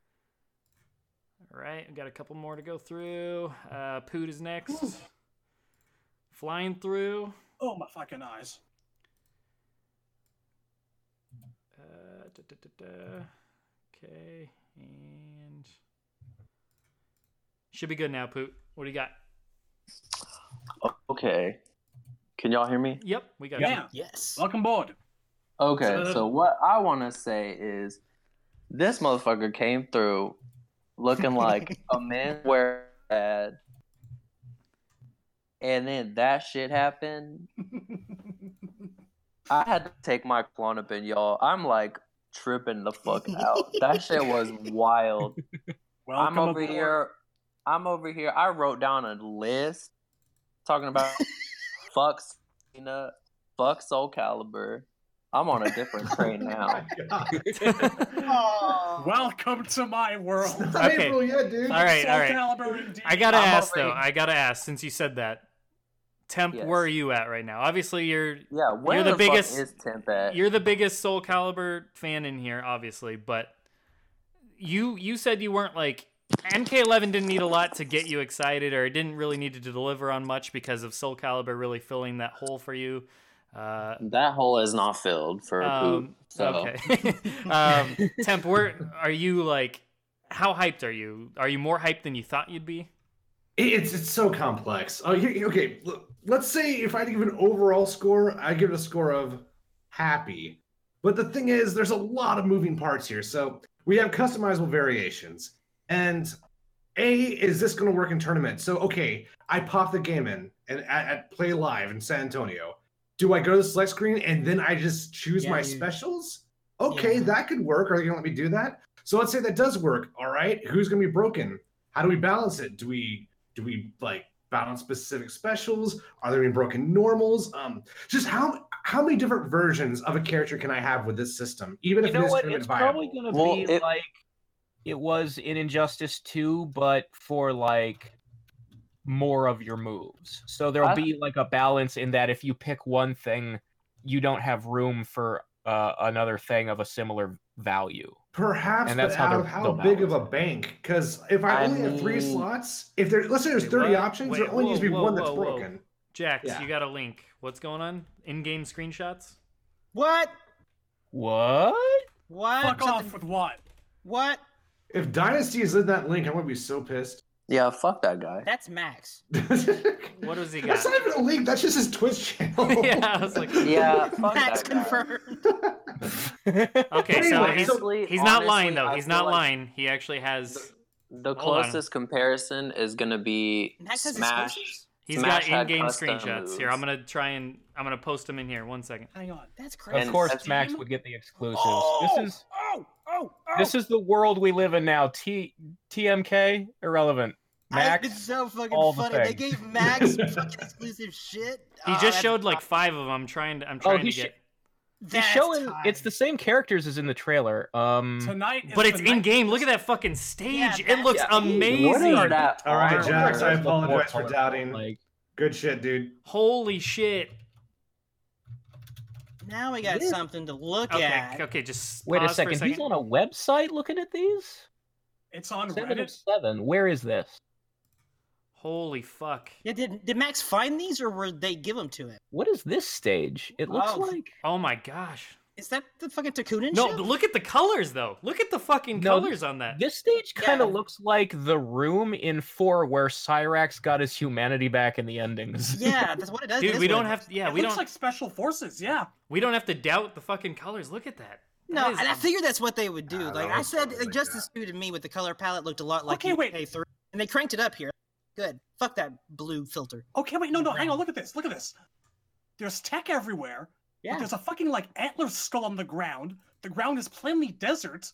Speaker 1: All right, we got a couple more to go through. Uh, Poot is next. Flying through.
Speaker 7: Oh my fucking eyes.
Speaker 1: Uh, da, da, da, da. Okay, and should be good now, Poot. What do you got?
Speaker 11: Okay. Can y'all hear me?
Speaker 1: Yep, we got.
Speaker 7: Yeah.
Speaker 3: Yes.
Speaker 7: Welcome board.
Speaker 11: Okay, so what I want to say is this motherfucker came through looking like a man wearing bad. And then that
Speaker 7: *laughs*
Speaker 11: shit happened. I had to take my Klonopin, y'all. I'm like tripping the fuck out. That shit was wild.
Speaker 7: *laughs* Welcome
Speaker 11: I'm over
Speaker 7: aboard.
Speaker 11: here. I'm over here. I wrote down a list talking about fuck Cena, fuck Soul Calibur. I'm on a different train
Speaker 6: Oh,
Speaker 1: *laughs*
Speaker 11: now.
Speaker 1: you.
Speaker 3: Aw.
Speaker 7: Welcome to my world.
Speaker 6: It's not
Speaker 1: Okay.
Speaker 6: April yet, dude.
Speaker 1: All right,
Speaker 7: Soul
Speaker 1: all right.
Speaker 7: Calibur indeed.
Speaker 1: I gotta
Speaker 11: I'm
Speaker 1: ask though.
Speaker 11: already-
Speaker 1: I gotta ask since you said that. Temp,
Speaker 11: Yes.
Speaker 1: where are you at right now? Obviously, you're
Speaker 11: Yeah, where
Speaker 1: You're the
Speaker 11: the,
Speaker 1: biggest-
Speaker 11: fuck is Temp at?
Speaker 1: you're the biggest Soul Calibur fan in here, obviously, but you you said you weren't like MK11 didn't need a lot to get you excited, or it didn't really need to deliver on much because of Soul Calibur really filling that hole for you. Uh,
Speaker 11: That hole is not filled for a poop.
Speaker 1: um,
Speaker 11: So
Speaker 1: Okay, *laughs* um, Temp, where are you? Like, how hyped are you? Are you more hyped than you thought you'd be?
Speaker 6: It- It's it's so complex. Oh, here- okay. l- Let's say if I had to give an overall score, I give it a score of happy. But the thing is, there's a lot of moving parts here. So we have customizable variations, and a is this going to work in tournament? So okay, I pop the game in and at, at play live in San Antonio. Do I go to the select screen and then I just choose
Speaker 3: Yeah,
Speaker 6: my
Speaker 3: you-
Speaker 6: specials? Okay,
Speaker 3: Yeah.
Speaker 6: that could work. Are they going to let me do that? So let's say that does work. All right, who's going to be broken? How do we balance it? Do we do we like balance specific specials? Are there any broken normals? Um, just how how many different versions of a character can I have with this system? Even
Speaker 4: you
Speaker 6: if
Speaker 4: know
Speaker 6: it is
Speaker 4: what?
Speaker 6: tournament
Speaker 4: It's
Speaker 6: viable.
Speaker 4: probably gonna
Speaker 11: Well,
Speaker 4: be
Speaker 11: it-
Speaker 4: like it was in Injustice 2, but for like more of your moves. So there'll
Speaker 11: I-
Speaker 4: be like a balance in that if you pick one thing, you don't have room for uh, another thing of a similar value.
Speaker 6: Perhaps,
Speaker 4: And
Speaker 6: but
Speaker 4: that's how
Speaker 6: how,
Speaker 4: they're-
Speaker 6: how
Speaker 4: they'll
Speaker 6: big of
Speaker 4: balance
Speaker 6: a bank? Because if I,
Speaker 11: I
Speaker 6: only have three
Speaker 11: mean-
Speaker 6: slots, if there let's say there's
Speaker 1: Wait,
Speaker 6: thirty
Speaker 1: what?
Speaker 6: options,
Speaker 1: Wait,
Speaker 6: there only needs to be
Speaker 1: whoa,
Speaker 6: one
Speaker 1: whoa,
Speaker 6: that's
Speaker 1: whoa, whoa.
Speaker 6: broken.
Speaker 1: Jax,
Speaker 6: Yeah.
Speaker 1: you got a link. What's going on? In-game
Speaker 11: *laughs*
Speaker 1: screenshots.
Speaker 3: What?
Speaker 4: What?
Speaker 3: What?
Speaker 7: Fuck off
Speaker 3: Something-
Speaker 7: with what?
Speaker 3: What?
Speaker 6: If Dynasty is in that link, I'm gonna be so pissed.
Speaker 11: yeah, fuck that guy.
Speaker 3: That's Max.
Speaker 1: What does
Speaker 6: *laughs*
Speaker 1: he *laughs* got?
Speaker 6: That's oh. not even a link. That's just his Twitch channel.
Speaker 1: yeah, I was
Speaker 11: *laughs*
Speaker 1: like,
Speaker 11: Yeah,
Speaker 1: *laughs*
Speaker 11: fuck
Speaker 3: Max
Speaker 11: that guy.
Speaker 3: confirmed.
Speaker 1: okay, so
Speaker 6: Anyway,
Speaker 1: he's,
Speaker 11: honestly-
Speaker 1: he's not lying
Speaker 11: honestly,
Speaker 1: though.
Speaker 11: I
Speaker 1: He's
Speaker 11: feel
Speaker 1: not
Speaker 11: like
Speaker 1: lying. He actually has.
Speaker 11: The
Speaker 1: Hold on.
Speaker 11: closest comparison is gonna be
Speaker 3: Max has
Speaker 11: Smash.
Speaker 3: exclusives?
Speaker 1: He's
Speaker 11: Smash
Speaker 1: got
Speaker 11: had
Speaker 1: in-game
Speaker 11: custom
Speaker 1: screenshots. Here, I'm
Speaker 11: moves.
Speaker 1: gonna try and I'm gonna post them in here. One second.
Speaker 7: Hang on.
Speaker 3: That's crazy.
Speaker 11: And
Speaker 4: Of course,
Speaker 11: that's-
Speaker 4: Max would get the exclusives.
Speaker 7: Oh,
Speaker 4: This is
Speaker 7: oh, oh, oh.
Speaker 4: this is the world we live in now. T TMK irrelevant.
Speaker 3: I,
Speaker 4: Max,
Speaker 3: it's so fucking
Speaker 4: all the
Speaker 3: funny. they
Speaker 4: things.
Speaker 1: *laughs*
Speaker 3: gave Max fucking exclusive shit.
Speaker 1: He
Speaker 3: Oh,
Speaker 1: just
Speaker 3: that's-
Speaker 11: Oh,
Speaker 1: showed like five of them. I'm trying to. I'm trying
Speaker 4: he
Speaker 1: to
Speaker 4: sh-
Speaker 1: get.
Speaker 4: He's showing it's the same characters as in the trailer. Um,
Speaker 7: Tonight
Speaker 1: But it's in game. Look at that fucking stage. it looks amazing.
Speaker 6: All right, Jax, I apologize for doubting. Good shit, dude.
Speaker 1: Holy shit.
Speaker 3: Now we got
Speaker 1: Yeah.
Speaker 3: something to look
Speaker 1: Okay,
Speaker 3: at.
Speaker 1: okay, just
Speaker 4: Wait a
Speaker 1: pause for
Speaker 4: second. He's on a website looking at these.
Speaker 7: It's on
Speaker 4: Seven of
Speaker 7: Reddit.
Speaker 4: seven. Where is this?
Speaker 1: Holy fuck.
Speaker 3: Yeah, did, did Max find these or were they give them to him?
Speaker 4: What is this stage? It looks
Speaker 3: Oh.
Speaker 4: like
Speaker 1: Oh my gosh.
Speaker 3: Is that the fucking Takunin
Speaker 1: No,
Speaker 3: ship?
Speaker 1: but look at the colors though. Look at the fucking
Speaker 4: No,
Speaker 1: colors on that.
Speaker 4: this stage kind of
Speaker 3: Yeah.
Speaker 4: looks like the room in four where Cyrax got his humanity back in the endings.
Speaker 3: Yeah,
Speaker 4: *laughs*
Speaker 3: that's what it does. That
Speaker 1: Dude,
Speaker 3: is
Speaker 1: we
Speaker 3: what it
Speaker 1: don't
Speaker 3: does.
Speaker 1: have yeah,
Speaker 7: it
Speaker 1: we
Speaker 7: looks
Speaker 1: don't
Speaker 7: like special forces. Yeah.
Speaker 1: we don't have to doubt the fucking colors. Look at that.
Speaker 3: No,
Speaker 1: That is-
Speaker 3: and I figured that's what they would do.
Speaker 6: Nah,
Speaker 3: like
Speaker 6: that
Speaker 3: I
Speaker 6: looks
Speaker 3: said,
Speaker 6: totally
Speaker 3: like
Speaker 6: like
Speaker 3: Justice Two to me with the color palette looked a lot like
Speaker 7: Okay, wait.
Speaker 3: UK3, and they cranked it up here. Good. Fuck that blue filter.
Speaker 7: Okay, wait, no, no, hang on. Look at this. Look at this. There's tech everywhere. but
Speaker 3: Yeah.
Speaker 7: There's a fucking like antler skull on the ground. The ground is plainly desert.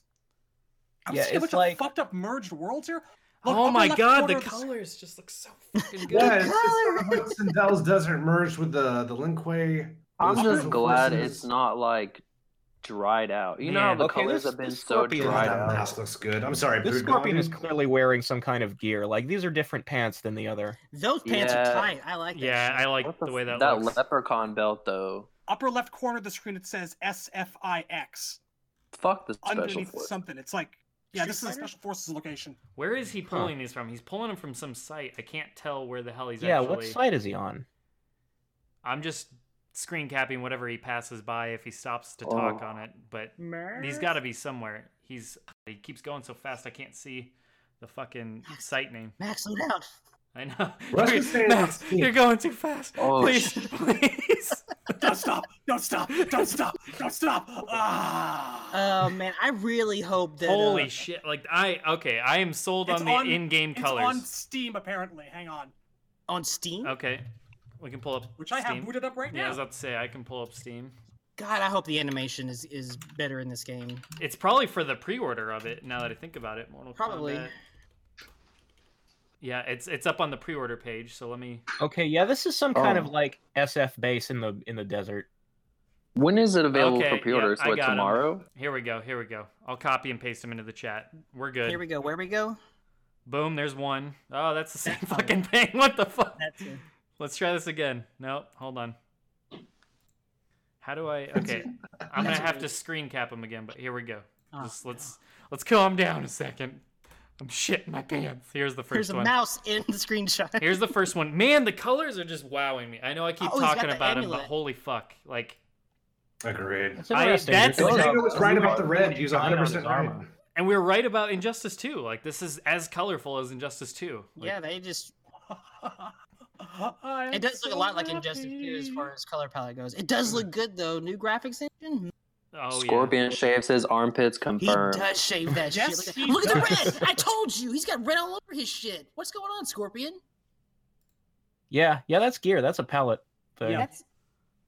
Speaker 7: I'm
Speaker 4: Yeah,
Speaker 7: seeing a bunch
Speaker 4: it's like-
Speaker 7: of fucked up merged worlds here. Look,
Speaker 1: oh
Speaker 7: upper
Speaker 1: my
Speaker 7: left
Speaker 1: god, the
Speaker 7: corner of s-
Speaker 1: colors just look so fucking good.
Speaker 6: Yeah, it's, it's sort of like Sindel's Desert merged with the the Linkway.
Speaker 11: I'm
Speaker 6: those
Speaker 11: just
Speaker 6: special
Speaker 11: glad
Speaker 6: forces.
Speaker 11: it's not like dried out. You know how
Speaker 1: Man,
Speaker 11: the
Speaker 4: okay,
Speaker 11: colors
Speaker 4: this-
Speaker 11: have been
Speaker 4: this
Speaker 11: so
Speaker 4: Scorpion-
Speaker 6: God,
Speaker 11: dried
Speaker 6: that
Speaker 11: out.
Speaker 6: mask uh, looks good. I'm sorry,
Speaker 4: This
Speaker 6: Brute
Speaker 4: scorpion
Speaker 6: Dog.
Speaker 4: is clearly wearing some kind of gear. Like these are different pants than the other.
Speaker 3: Those pants
Speaker 11: Yeah.
Speaker 3: are tight. I like that.
Speaker 1: yeah,
Speaker 3: shit.
Speaker 1: I like
Speaker 11: What
Speaker 1: the, way
Speaker 11: f-
Speaker 1: that,
Speaker 11: that
Speaker 1: looks.
Speaker 11: leprechaun belt though.
Speaker 7: upper left corner of the screen it says SFIX
Speaker 11: Fuck the special
Speaker 7: underneath
Speaker 11: force.
Speaker 7: something. It's like yeah, this is
Speaker 3: Street
Speaker 7: a
Speaker 3: Fighter?
Speaker 7: special forces location.
Speaker 1: Where is he pulling these from? He's pulling them from some site. I can't tell where the hell he's
Speaker 4: yeah, what
Speaker 1: actually.
Speaker 4: side is he on?
Speaker 1: I'm just screen capping whatever he passes by if he stops to talk
Speaker 11: Oh.
Speaker 1: on it, but he's
Speaker 3: Merc?
Speaker 1: got to be somewhere. He's he keeps going so fast I can't see the fucking site name.
Speaker 3: Max, slow down.
Speaker 1: I know.
Speaker 6: Russ
Speaker 1: You're-
Speaker 6: is saying
Speaker 1: *laughs* Max,
Speaker 6: it's-
Speaker 1: you're going too fast.
Speaker 11: Oh,
Speaker 1: please,
Speaker 11: shit.
Speaker 1: *laughs* please.
Speaker 7: *laughs* Don't stop! Don't stop! Don't stop! Don't stop! Ah!
Speaker 3: Oh man, I really hope that.
Speaker 1: Holy
Speaker 3: uh,
Speaker 1: shit! Like I okay, I am sold
Speaker 7: It's
Speaker 1: on the
Speaker 7: on-
Speaker 1: in-game
Speaker 7: it's on
Speaker 1: colors.
Speaker 7: Steam apparently. Hang on,
Speaker 3: on Steam.
Speaker 1: Okay, we can pull up.
Speaker 7: which I have
Speaker 1: Steam.
Speaker 7: booted up right
Speaker 1: Yeah, I was
Speaker 7: now.
Speaker 1: about to say I can pull up Steam.
Speaker 3: God, I hope the animation is is better in this game.
Speaker 1: It's probably for the pre-order of it. Now that I think about it, Mortal
Speaker 3: Probably.
Speaker 1: Kombat. Yeah, it's it's up on the pre-order page. So let me.
Speaker 4: Okay, yeah, this is some kind
Speaker 11: Oh.
Speaker 4: of like SF base in the in the desert.
Speaker 11: When is it available
Speaker 1: Okay,
Speaker 11: for pre-order?
Speaker 1: yeah, I
Speaker 11: so
Speaker 1: got 'em.
Speaker 11: tomorrow.
Speaker 1: Here we go. Here we go. I'll copy and paste them into the chat. We're good.
Speaker 3: Here we go. Where we go?
Speaker 1: Boom. There's one. Oh, that's the same
Speaker 3: That's-
Speaker 1: fucking thing. *laughs* What the fuck?
Speaker 3: That's it.
Speaker 1: Let's try this again. No, hold on. How do
Speaker 3: *laughs*
Speaker 1: I? Okay, I'm gonna have to screen cap them again. But here we go.
Speaker 3: Oh,
Speaker 1: Just let's let's calm down a second. I'm shitting my pants. Here's the
Speaker 3: There's
Speaker 1: first
Speaker 3: a
Speaker 1: one.
Speaker 3: mouse in the screenshot.
Speaker 1: Here's the first one. Man, the colors are just wowing me. I know I keep
Speaker 3: Oh, he's got
Speaker 1: talking
Speaker 3: the
Speaker 1: about him, but
Speaker 3: amulet.
Speaker 1: holy fuck! Like,
Speaker 6: Agreed.
Speaker 4: That's
Speaker 1: I-
Speaker 4: interesting.
Speaker 1: that's-
Speaker 4: You're showing
Speaker 6: Django was
Speaker 4: off
Speaker 6: right
Speaker 4: the
Speaker 6: about the
Speaker 4: blue
Speaker 6: red.
Speaker 4: design
Speaker 6: He was
Speaker 4: on his
Speaker 6: 100% right.
Speaker 4: armor.
Speaker 1: and we were right about Injustice 2. Like, this is as colorful as Injustice Oh, 2. Like,
Speaker 3: yeah, they just
Speaker 7: I'm
Speaker 3: It does look a
Speaker 7: so
Speaker 3: lot like Injustice 2 as
Speaker 7: happy.
Speaker 3: far as color palette goes. It does look good though. New graphics engine.
Speaker 1: Oh
Speaker 11: Scorpion shaves his armpits.
Speaker 3: He
Speaker 11: Confirmed.
Speaker 3: does shave that
Speaker 7: Yes,
Speaker 3: *laughs* shit. Look,
Speaker 7: he
Speaker 3: at, look at the
Speaker 7: does.
Speaker 3: red. I told you, he's got red all over his shit. What's going on, Scorpion?
Speaker 4: Yeah, yeah, that's gear. That's a palette. Thing.
Speaker 7: Yeah.
Speaker 3: That's.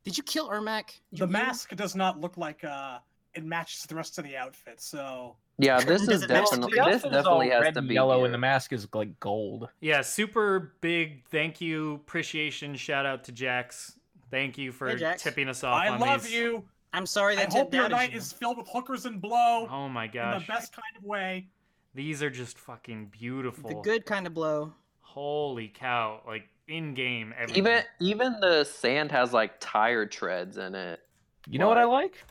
Speaker 3: Did you kill Ermac? Did
Speaker 7: The
Speaker 3: you kill him?
Speaker 7: mask does not look like uh it matches the rest of the outfit, so
Speaker 3: *laughs*
Speaker 11: Yeah, this is
Speaker 3: Does it match
Speaker 11: definitely
Speaker 4: The
Speaker 11: this
Speaker 4: outfit is all
Speaker 11: definitely has
Speaker 4: red
Speaker 11: to
Speaker 4: and
Speaker 11: be
Speaker 4: yellow,
Speaker 11: here.
Speaker 4: and the mask is like gold.
Speaker 1: yeah. Yeah, super big thank you, appreciation, shout out to Jax. Thank you for
Speaker 3: Hey, Jax.
Speaker 1: tipping us off
Speaker 7: I
Speaker 1: on
Speaker 7: love
Speaker 1: these.
Speaker 7: you.
Speaker 3: I'm sorry
Speaker 7: I
Speaker 3: that took
Speaker 7: hope your
Speaker 3: down
Speaker 7: night is filled with hookers and blow
Speaker 1: Oh my
Speaker 7: in
Speaker 1: gosh.
Speaker 7: the best kind of way.
Speaker 1: These are just fucking beautiful.
Speaker 3: the good kind of blow.
Speaker 1: Holy cow. Like in game everything.
Speaker 11: Even even the sand has like tire treads in it.
Speaker 4: You know what I like?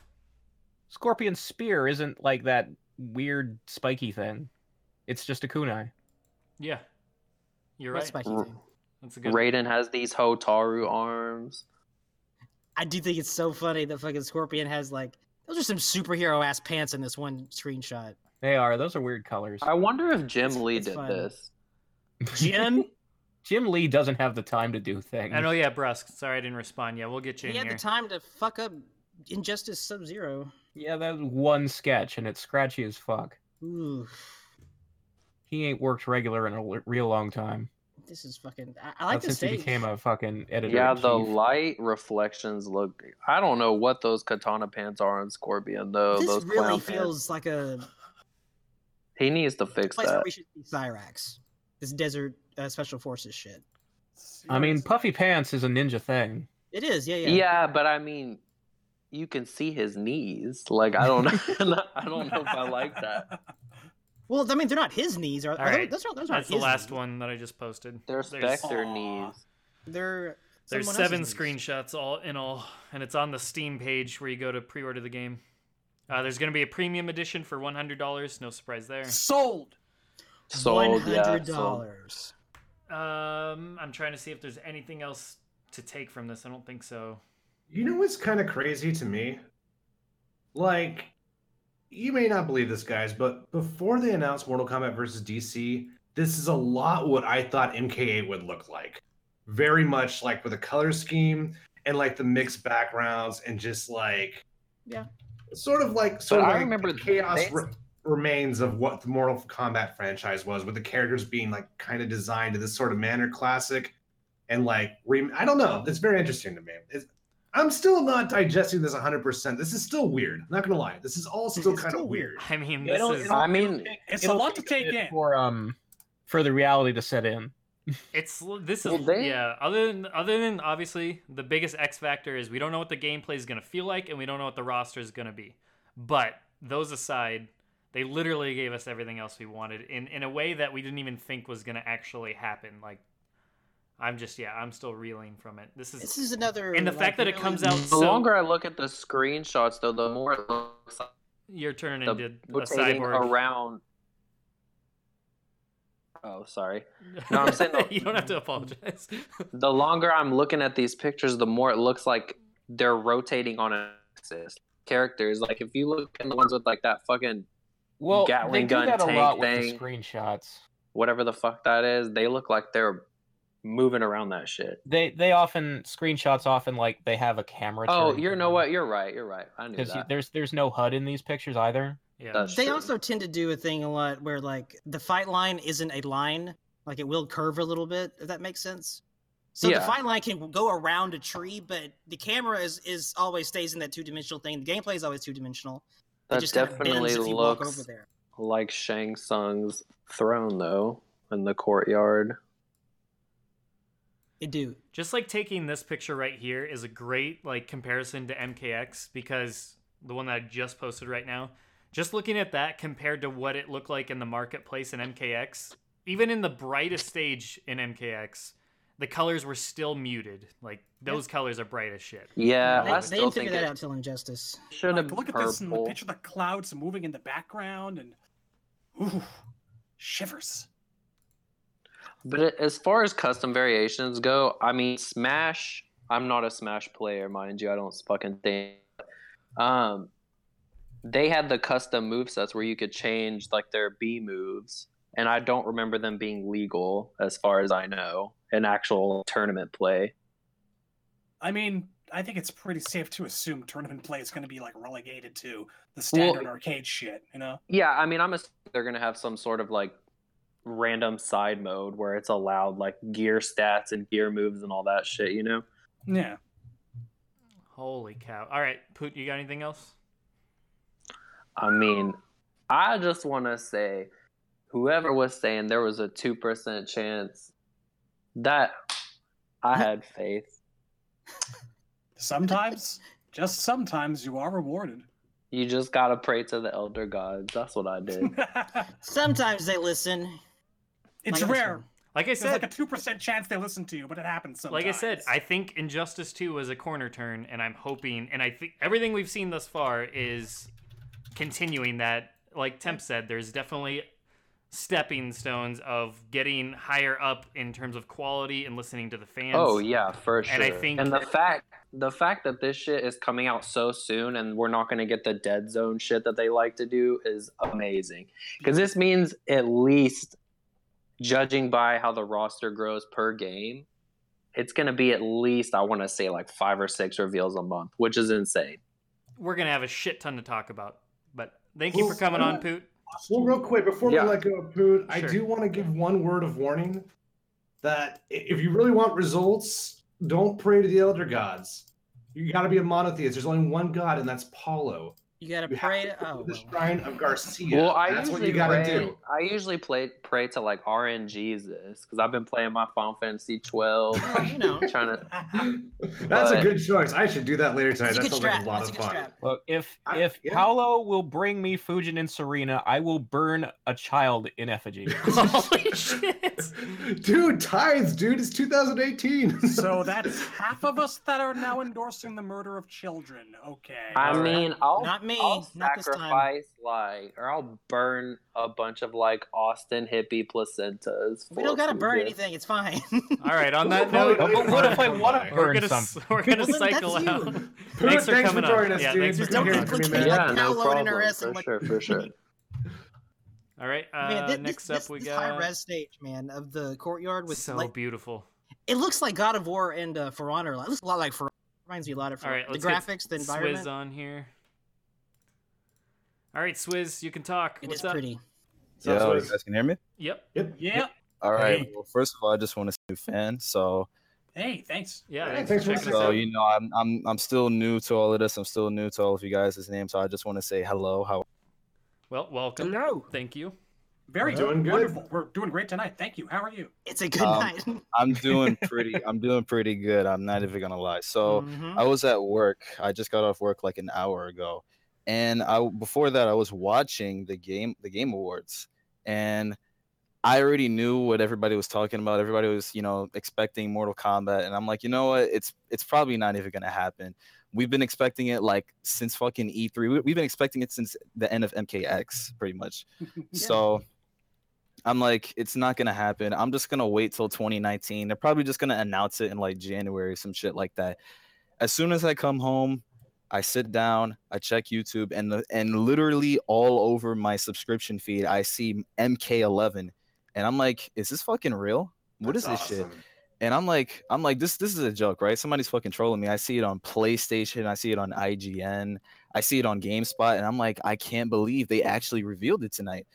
Speaker 4: Scorpion's spear isn't like that weird spiky thing. It's just a kunai.
Speaker 1: Yeah. You're
Speaker 3: What's
Speaker 1: right.
Speaker 3: spiky
Speaker 11: R-
Speaker 3: thing?
Speaker 1: That's a good
Speaker 11: Raiden has these Hotaru arms.
Speaker 3: I do think it's so funny that fucking Scorpion has like those are some superhero ass pants in this one screenshot.
Speaker 4: They are. Those are weird colors.
Speaker 11: I wonder if Jim Lee
Speaker 3: it's
Speaker 11: did
Speaker 3: fun.
Speaker 11: this.
Speaker 3: Jim,
Speaker 4: *laughs* Jim Lee doesn't have the time to do things.
Speaker 1: And oh yeah, Brusk. Sorry I didn't respond. Yeah, we'll get you
Speaker 3: he
Speaker 1: in
Speaker 3: had
Speaker 1: here.
Speaker 3: the time to fuck up Injustice Sub Zero.
Speaker 4: Yeah, that was one sketch, and it's scratchy as fuck.
Speaker 3: Ooh,
Speaker 4: He ain't worked regular in a l- real long time.
Speaker 3: this is fucking. I, I like
Speaker 4: not since
Speaker 3: this stage.
Speaker 4: he became a fucking editor.
Speaker 11: Yeah, the light reflections look. I don't know what those katana pants are on Scorpion though.
Speaker 3: this
Speaker 11: those
Speaker 3: really
Speaker 11: clown pants.
Speaker 3: feels like a
Speaker 11: He needs to fix
Speaker 3: place where
Speaker 11: that.
Speaker 3: we should see Cyrax. This desert uh, special forces shit.
Speaker 4: I mean, puffy pants is a ninja thing.
Speaker 3: It is, yeah, yeah.
Speaker 11: Yeah. but I mean, you can see his knees. *laughs* Like
Speaker 4: *laughs*
Speaker 11: I don't, I don't know if I like that.
Speaker 3: Well, I mean, they're not his knees. Are, are
Speaker 1: All right.
Speaker 3: those, those are, those
Speaker 1: That's
Speaker 3: are
Speaker 1: the last one that I just posted.
Speaker 11: They're
Speaker 1: There's-
Speaker 11: Spectre knees.
Speaker 3: They're
Speaker 1: There's
Speaker 3: someone
Speaker 1: seven
Speaker 3: else's knees.
Speaker 1: screenshots all in all, and it's on the Steam page where you go to pre-order the game. Uh, there's going to be a premium edition for one hundred dollars. No surprise there.
Speaker 7: Sold.
Speaker 11: Sold, yeah,
Speaker 3: $100.
Speaker 11: sold.
Speaker 1: Um, I'm trying to see if there's anything else to take from this. I don't think so.
Speaker 6: You know what's kind of crazy to me? Like, you may not believe this, guys, but before they announced Mortal Kombat versus DC, this is a lot what I thought MKA would look like. Very much like with a color scheme and like the mixed backgrounds and just like,
Speaker 3: Yeah.
Speaker 6: sort of like, sort of
Speaker 11: I
Speaker 6: like
Speaker 11: remember
Speaker 6: the chaos
Speaker 11: they-
Speaker 6: re- remains of what the Mortal Kombat franchise was, with the characters being like kind of designed in this sort of manner, classic, and like, re- I don't know. It's very interesting to me. It's, I'm still not digesting this 100%. This is still weird. I'm not going to lie. This is all still
Speaker 3: It's
Speaker 6: kind
Speaker 3: still
Speaker 6: of
Speaker 3: weird.
Speaker 6: weird.
Speaker 1: I mean,
Speaker 4: It'll-
Speaker 1: this is
Speaker 4: it'll-
Speaker 11: I mean,
Speaker 7: It's
Speaker 4: It'll
Speaker 7: a lot to take
Speaker 4: bit
Speaker 7: in.
Speaker 4: for um for the reality to set in.
Speaker 1: It's l- this is
Speaker 11: Well, they-
Speaker 1: yeah. Other than other than obviously the biggest X factor is we don't know what the gameplay is going to feel like, and we don't know what the roster is going to be. But those aside, they literally gave us everything else we wanted in in a way that we didn't even think was going to actually happen. Like, I'm just yeah, I'm still reeling from it. This is,
Speaker 3: This is another.
Speaker 1: and the
Speaker 3: like,
Speaker 1: fact that it
Speaker 3: really-
Speaker 1: comes out
Speaker 11: the
Speaker 1: so
Speaker 11: longer I look at the screenshots, though, the more it looks like
Speaker 1: you're turning
Speaker 11: the
Speaker 1: into a
Speaker 11: rotating
Speaker 1: cyborg.
Speaker 11: around. Oh, sorry. No, I'm
Speaker 1: *laughs*
Speaker 11: saying the-
Speaker 1: you
Speaker 11: *laughs*
Speaker 1: don't have to apologize.
Speaker 11: The longer I'm looking at these pictures, the more it looks like they're rotating on an axis. Characters, like if you look in the ones with like that fucking
Speaker 4: Well, they
Speaker 11: Gatling
Speaker 4: do
Speaker 11: gun
Speaker 4: that a
Speaker 11: tank
Speaker 4: lot with
Speaker 11: thing.
Speaker 4: the screenshots.
Speaker 11: whatever the fuck that is, they look like they're moving around that shit.
Speaker 4: They they often screenshots often like they have a camera.
Speaker 11: Oh,
Speaker 4: turned
Speaker 11: you know
Speaker 4: on.
Speaker 11: what? You're right. You're right. I knew
Speaker 4: because
Speaker 11: that.
Speaker 4: there's there's no HUD in these pictures either.
Speaker 1: yeah.
Speaker 11: That's
Speaker 3: They
Speaker 11: true.
Speaker 3: also tend to do a thing a lot where like the fight line isn't a line, like it will curve a little bit. If that makes sense. So the
Speaker 11: Yeah.
Speaker 3: fight line can go around a tree, but the camera is is always stays in that two dimensional thing. The gameplay is always two dimensional.
Speaker 11: That
Speaker 3: kinda bends
Speaker 11: definitely
Speaker 3: if you walk
Speaker 11: looks-
Speaker 3: over there.
Speaker 11: like Shang Tsung's throne, though, in the courtyard.
Speaker 3: It do.
Speaker 1: just like taking this picture right here is a great like comparison to MKX because the one that I just posted right now, just looking at that compared to what it looked like in the marketplace in MKX, even in the brightest stage in MKX, the colors were still muted. Like those colors are bright as shit.
Speaker 11: Yeah,
Speaker 3: They,
Speaker 11: I
Speaker 3: they
Speaker 11: still
Speaker 3: didn't figure
Speaker 11: think
Speaker 3: that
Speaker 11: it
Speaker 3: out till Injustice.
Speaker 11: should have
Speaker 7: Like, look at this and
Speaker 11: purple.
Speaker 7: picture the clouds moving in the background and ooh, shivers.
Speaker 11: But a- as far as custom variations go, I mean, Smash. I'm not a Smash player, mind you. I don't fucking think. Um, they had the custom movesets where you could change like their B moves, and I don't remember them being legal, as far as I know, in actual tournament play.
Speaker 7: I mean, I think it's pretty safe to assume tournament play is going to be like relegated to the
Speaker 11: Well-
Speaker 7: standard arcade shit. You know,
Speaker 11: Yeah, I mean, I'm assuming they're gonna have some sort of like random side mode where it's allowed like gear stats and gear moves and all that shit. You know?
Speaker 7: yeah.
Speaker 1: Holy cow. All right, Poot, you got anything else?
Speaker 11: I mean, I just want to say, whoever was saying there was a two percent chance, that I had faith.
Speaker 7: *laughs* Sometimes, just sometimes, you are rewarded.
Speaker 11: You just gotta pray to the elder gods. That's what I did.
Speaker 3: Sometimes they listen.
Speaker 7: it's
Speaker 3: Like this
Speaker 7: rare.
Speaker 3: one.
Speaker 1: Like I
Speaker 7: There's like
Speaker 1: said,
Speaker 7: a two percent chance they listen to you, but it happens sometimes.
Speaker 1: like I said, I think Injustice 2 was a corner turn, and I'm hoping, and I think everything we've seen thus far is continuing that. Like Temp said, there's definitely stepping stones of getting higher up in terms of quality and listening to the fans.
Speaker 11: oh yeah, for sure.
Speaker 1: And I think-
Speaker 11: and the fact the fact that this shit is coming out so soon, and we're not gonna get the dead zone shit that they like to do, is amazing. Because this means at least, judging by how the roster grows per game, it's gonna be at least I want to say like five or six reveals a month, which is insane.
Speaker 1: We're gonna have a shit ton to talk about. But thank you
Speaker 6: Well,
Speaker 1: for coming on, Poot. *laughs*
Speaker 6: Well, real quick, before
Speaker 11: Yeah.
Speaker 6: we let go of Poot, I
Speaker 1: Sure.
Speaker 6: do want to give one word of warning that i- if you really want results, don't pray to the elder gods. You got to be a monotheist. There's only one god, and that's Paulo.
Speaker 3: You gotta
Speaker 6: You have
Speaker 3: pray.
Speaker 6: to
Speaker 3: to- oh,
Speaker 6: the shrine of Garcia.
Speaker 11: Well, I
Speaker 6: That's what
Speaker 11: usually
Speaker 6: you gotta
Speaker 11: pray,
Speaker 6: do.
Speaker 11: I usually play pray to like RNGs this because I've been playing my Final
Speaker 6: *laughs*
Speaker 11: Fantasy 12,
Speaker 3: well, you know,
Speaker 11: trying to.
Speaker 6: That's a
Speaker 11: but-
Speaker 6: good choice. I should do that later tonight.
Speaker 3: It's a
Speaker 6: That
Speaker 3: good
Speaker 6: sounds like a lot
Speaker 3: strat. It's a
Speaker 6: of
Speaker 3: good
Speaker 6: fun.
Speaker 3: strat.
Speaker 4: Look, if if
Speaker 6: yeah.
Speaker 4: Paolo will bring me Fujin and Serena, I will burn a child
Speaker 6: *laughs*
Speaker 4: in effigy.
Speaker 1: Holy shit!
Speaker 6: Dude, tithes, dude. It's 2018. *laughs*
Speaker 7: So that's half of us that are now endorsing the murder of children. Okay.
Speaker 11: I mean, I'll
Speaker 3: Not me.
Speaker 11: I'll
Speaker 3: Not this time.
Speaker 11: sacrifice like, or I'll burn a bunch of like Austin hippie placentas.
Speaker 3: We don't
Speaker 11: for
Speaker 3: gotta burn
Speaker 11: Fujin.
Speaker 3: anything. It's
Speaker 11: *laughs*
Speaker 3: fine. *laughs*
Speaker 1: All right. On that
Speaker 6: Probably
Speaker 1: note,
Speaker 6: don't
Speaker 4: but what if I
Speaker 6: burn
Speaker 4: wanna
Speaker 6: somebody.
Speaker 1: we're
Speaker 4: burn
Speaker 1: gonna
Speaker 4: something.
Speaker 1: *laughs* we're gonna
Speaker 3: Well, then that's
Speaker 1: cycle
Speaker 3: you.
Speaker 1: out.
Speaker 6: Poot,
Speaker 1: Thanks for
Speaker 6: thanks for
Speaker 1: coming
Speaker 6: joining
Speaker 1: on.
Speaker 6: us,
Speaker 1: Yeah,
Speaker 6: dude.
Speaker 1: thanks for
Speaker 6: Good
Speaker 3: Don't
Speaker 1: coming
Speaker 6: hearing
Speaker 1: on.
Speaker 6: from you,
Speaker 3: complicate
Speaker 6: man.
Speaker 3: it.
Speaker 11: Yeah, no
Speaker 3: Download and
Speaker 11: problem.
Speaker 3: arrest
Speaker 11: For
Speaker 3: and what-
Speaker 11: sure, for sure.
Speaker 1: All right. Uh,
Speaker 3: Man, thi- this,
Speaker 1: next
Speaker 3: this-
Speaker 1: up, we
Speaker 3: this
Speaker 1: got
Speaker 3: high res stage, man, of the courtyard with
Speaker 1: so
Speaker 3: like
Speaker 1: beautiful.
Speaker 3: it looks like God of War and uh, For Honor. It looks a lot like For. Reminds me a lot of For.
Speaker 1: All right.
Speaker 3: the
Speaker 1: Let's
Speaker 3: graphics, the
Speaker 1: get
Speaker 3: environment.
Speaker 1: Swizz on here. All right, Swizz, you can talk.
Speaker 3: It
Speaker 1: What's
Speaker 3: is
Speaker 1: up?
Speaker 3: pretty.
Speaker 6: So
Speaker 12: Yo, you
Speaker 6: that's what-
Speaker 12: guys can hear me?
Speaker 1: Yep.
Speaker 7: yeah.
Speaker 12: All right.
Speaker 1: Hey.
Speaker 12: Well, first of all, I just want to say fan. So,
Speaker 7: Hey, thanks.
Speaker 1: Yeah.
Speaker 6: Hey,
Speaker 1: thanks
Speaker 6: thanks
Speaker 1: for
Speaker 6: for
Speaker 1: checking us
Speaker 12: so
Speaker 1: out.
Speaker 12: you know, I'm I'm I'm still new to all of this. I'm still new to all of you guys' names. So I just want to say hello. How?
Speaker 1: Well, welcome.
Speaker 9: Hello.
Speaker 1: Thank you.
Speaker 7: Very
Speaker 6: We're doing good.
Speaker 7: wonderful. We're doing great tonight. Thank you. How are you?
Speaker 3: It's a good
Speaker 12: Um,
Speaker 3: night. *laughs*
Speaker 12: I'm doing pretty. I'm doing pretty good. I'm not even gonna lie. So
Speaker 3: Mhm.
Speaker 12: I was at work. I just got off work like an hour ago, and I before that I was watching the game the game awards, and I already knew what everybody was talking about. Everybody was you know expecting Mortal Kombat, and I'm like, you know what? It's it's probably not even gonna happen. We've been expecting it like since fucking E3. We, we've been expecting it since the end of MKX, pretty much. So I'm like, it's not gonna happen. I'm just gonna wait till 2019. They're probably just gonna announce it in like January, some shit like that. As soon as I come home, I sit down, I check YouTube, and the, and literally all over my subscription feed, I see MK11, and I'm like, is this fucking real? What is
Speaker 6: That's
Speaker 12: this shit?
Speaker 6: awesome.
Speaker 12: And I'm like, I'm like, this this is a joke, right? Somebody's fucking trolling me. I see it on PlayStation, I see it on IGN, I see it on GameSpot, and I'm like, I can't believe they actually revealed it tonight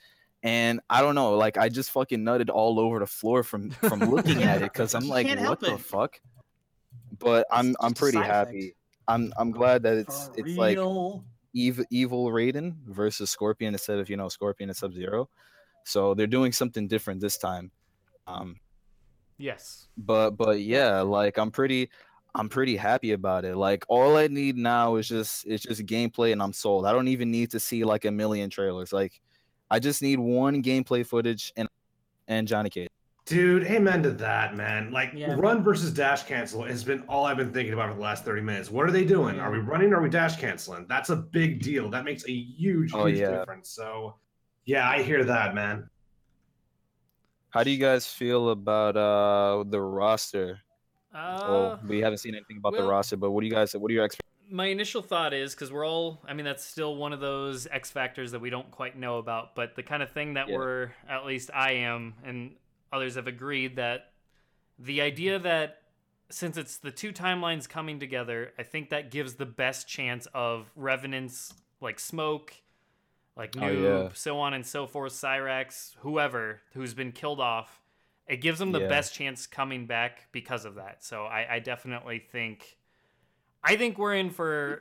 Speaker 12: and I don't know, like I just fucking nutted all over the floor from from looking at it because I'm
Speaker 3: *laughs* You
Speaker 12: like,
Speaker 3: can't
Speaker 12: what
Speaker 3: help
Speaker 12: the
Speaker 3: it.
Speaker 12: fuck? But I'm
Speaker 3: It's
Speaker 12: I'm
Speaker 3: just a
Speaker 12: pretty
Speaker 3: side effect.
Speaker 12: happy. I'm I'm glad that it's
Speaker 7: For
Speaker 12: it's like
Speaker 7: real.
Speaker 12: evil evil Raiden versus Scorpion instead of you know Scorpion and Sub Zero. So they're doing something different this time. Um,
Speaker 1: Yes.
Speaker 12: but but yeah like i'm pretty i'm pretty happy about it like all i need now is just it's just gameplay and i'm sold i don't even need to see like a million trailers like i just need one gameplay footage and and johnny cage
Speaker 6: Dude, amen to that, man. Like
Speaker 3: Yeah.
Speaker 6: run versus dash cancel has been all I've been thinking about for the last 30 minutes. What are they doing? Are we running or are we dash canceling? That's a big deal. That makes a huge,
Speaker 12: Oh,
Speaker 6: huge
Speaker 12: yeah.
Speaker 6: difference. So yeah, I hear that, man.
Speaker 12: how do you guys feel about uh the roster
Speaker 1: Uh,
Speaker 12: oh we haven't seen anything about the
Speaker 1: well-
Speaker 12: roster but what do you guys what are your expectations
Speaker 1: my initial thought is because we're all i mean that's still one of those x factors that we don't quite know about but the kind of thing that
Speaker 12: Yeah.
Speaker 1: we're at least i am and others have agreed that the idea that since it's the two timelines coming together i think that gives the best chance of revenants like smoke like
Speaker 12: Oh,
Speaker 1: noob
Speaker 12: yeah.
Speaker 1: so on and so forth cyrax whoever who's been killed off it gives them the
Speaker 12: Yeah.
Speaker 1: best chance coming back because of that so i, I definitely think I think we're in for.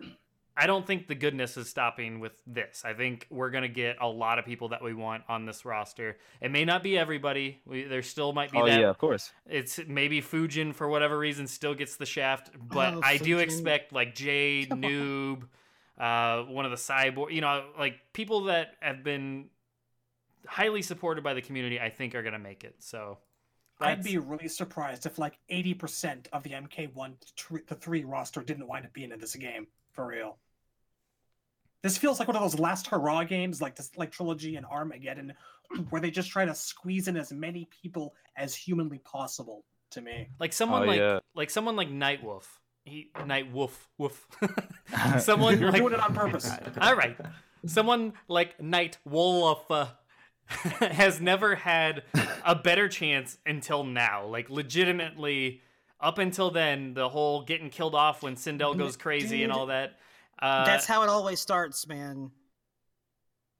Speaker 1: I don't think the goodness is stopping with this. I think we're gonna get a lot of people that we want on this roster. It may not be everybody. We, there still might be
Speaker 12: oh
Speaker 1: that.
Speaker 12: yeah of course
Speaker 1: It's maybe Fujin for whatever reason still gets the shaft, but
Speaker 3: Oh,
Speaker 1: I do
Speaker 3: Fujin.
Speaker 1: expect like Jade, Noob, uh, one of the cyborg. You know, like people that have been highly supported by the community. I think are gonna make it. So
Speaker 7: I'd be really surprised if like 80% of the MK1 to tr- to 3 roster didn't wind up being in this game, for real. This feels like one of those last hurrah games, like this, like Trilogy and Armageddon, *clears throat* where they just try to squeeze in as many people as humanly possible. To me,
Speaker 1: like someone
Speaker 12: Oh,
Speaker 1: like
Speaker 12: yeah.
Speaker 1: like someone like Nightwolf. He Nightwolf
Speaker 7: *laughs*
Speaker 1: woof. someone
Speaker 7: you're
Speaker 1: like,
Speaker 7: doing it on purpose.
Speaker 1: *laughs* all right. Someone like Nightwolf uh, *laughs* has never had a better chance until now. Like legitimately, up until then, the whole getting killed off when
Speaker 7: *laughs*
Speaker 1: Sindel goes crazy and all that. Uh,
Speaker 3: That's how it always starts, man.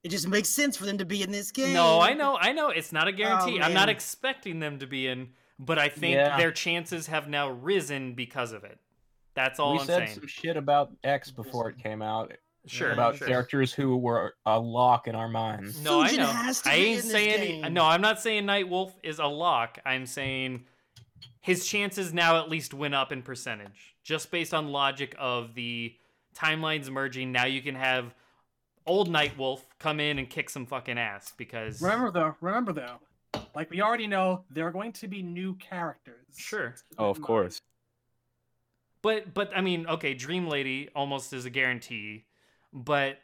Speaker 3: It just makes sense for them to be in this game.
Speaker 1: No, I know, I know. It's not
Speaker 7: Oh,
Speaker 1: a guarantee. I'm not
Speaker 3: man.
Speaker 1: expecting them to be in, but I think
Speaker 4: Yeah.
Speaker 1: their chances have now risen because of it. That's all
Speaker 4: we
Speaker 1: I'm
Speaker 4: said
Speaker 1: saying.
Speaker 4: some shit about X before it came out.
Speaker 1: Sure,
Speaker 4: about
Speaker 1: sure.
Speaker 4: characters who were a lock in our minds.
Speaker 1: No,
Speaker 3: Fujin
Speaker 1: I know.
Speaker 3: has to
Speaker 1: I
Speaker 3: be
Speaker 1: ain't
Speaker 3: in this
Speaker 1: saying.
Speaker 3: game.
Speaker 1: No, I'm not saying Night Wolf is a lock. I'm saying his chances now at least went up in percentage, just based on logic of the timelines merging. Now you can have old Night Wolf come in and kick some fucking ass because
Speaker 7: Remember though, remember though, like we already know, there are going to be new characters.
Speaker 1: Sure.
Speaker 12: Oh, of course.
Speaker 1: But but I mean, okay, Dream Lady almost is a guarantee, but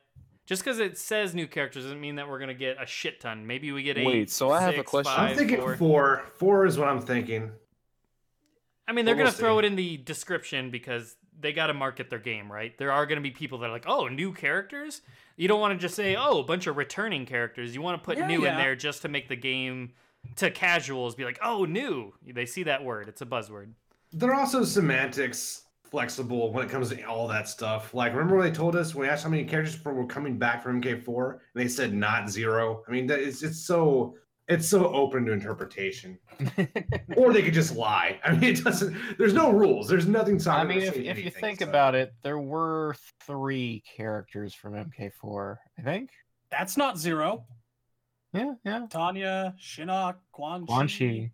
Speaker 1: just because it says new characters doesn't mean that we're gonna get a shit ton. Maybe we get eight.
Speaker 12: Wait, so I have a
Speaker 1: six,
Speaker 12: question.
Speaker 1: five,
Speaker 12: I'm
Speaker 6: I'm thinking
Speaker 1: four.
Speaker 6: four. four. is what I'm thinking.
Speaker 1: I mean, they're
Speaker 6: But we'll
Speaker 1: gonna throw it in the description because they gotta market their game, right? There are gonna be people that are like, oh, new characters. You don't want to just say, oh, a bunch of returning characters. You want to put
Speaker 7: Yeah,
Speaker 1: new in
Speaker 7: yeah.
Speaker 1: there just to make the game to casuals be like, oh, new. They see that word. It's a buzzword.
Speaker 6: They're also semantics flexible when it comes to all that stuff. Like, remember when they told us when we asked how many characters for- were coming back from MK4, and they said not zero. I mean, that it's it's so it's so open to
Speaker 4: *laughs*
Speaker 6: interpretation. or they could just lie. I mean, it doesn't. There's no rules. There's nothing.
Speaker 4: I
Speaker 6: stopping them
Speaker 4: mean, if,
Speaker 6: from saying
Speaker 4: if you
Speaker 6: anything,
Speaker 4: think
Speaker 6: so.
Speaker 4: about it, there were three characters from MK4, I think.
Speaker 7: That's not zero.
Speaker 4: Yeah, yeah.
Speaker 7: Tanya, Shinnok, Quan.
Speaker 4: Quan
Speaker 7: Chi.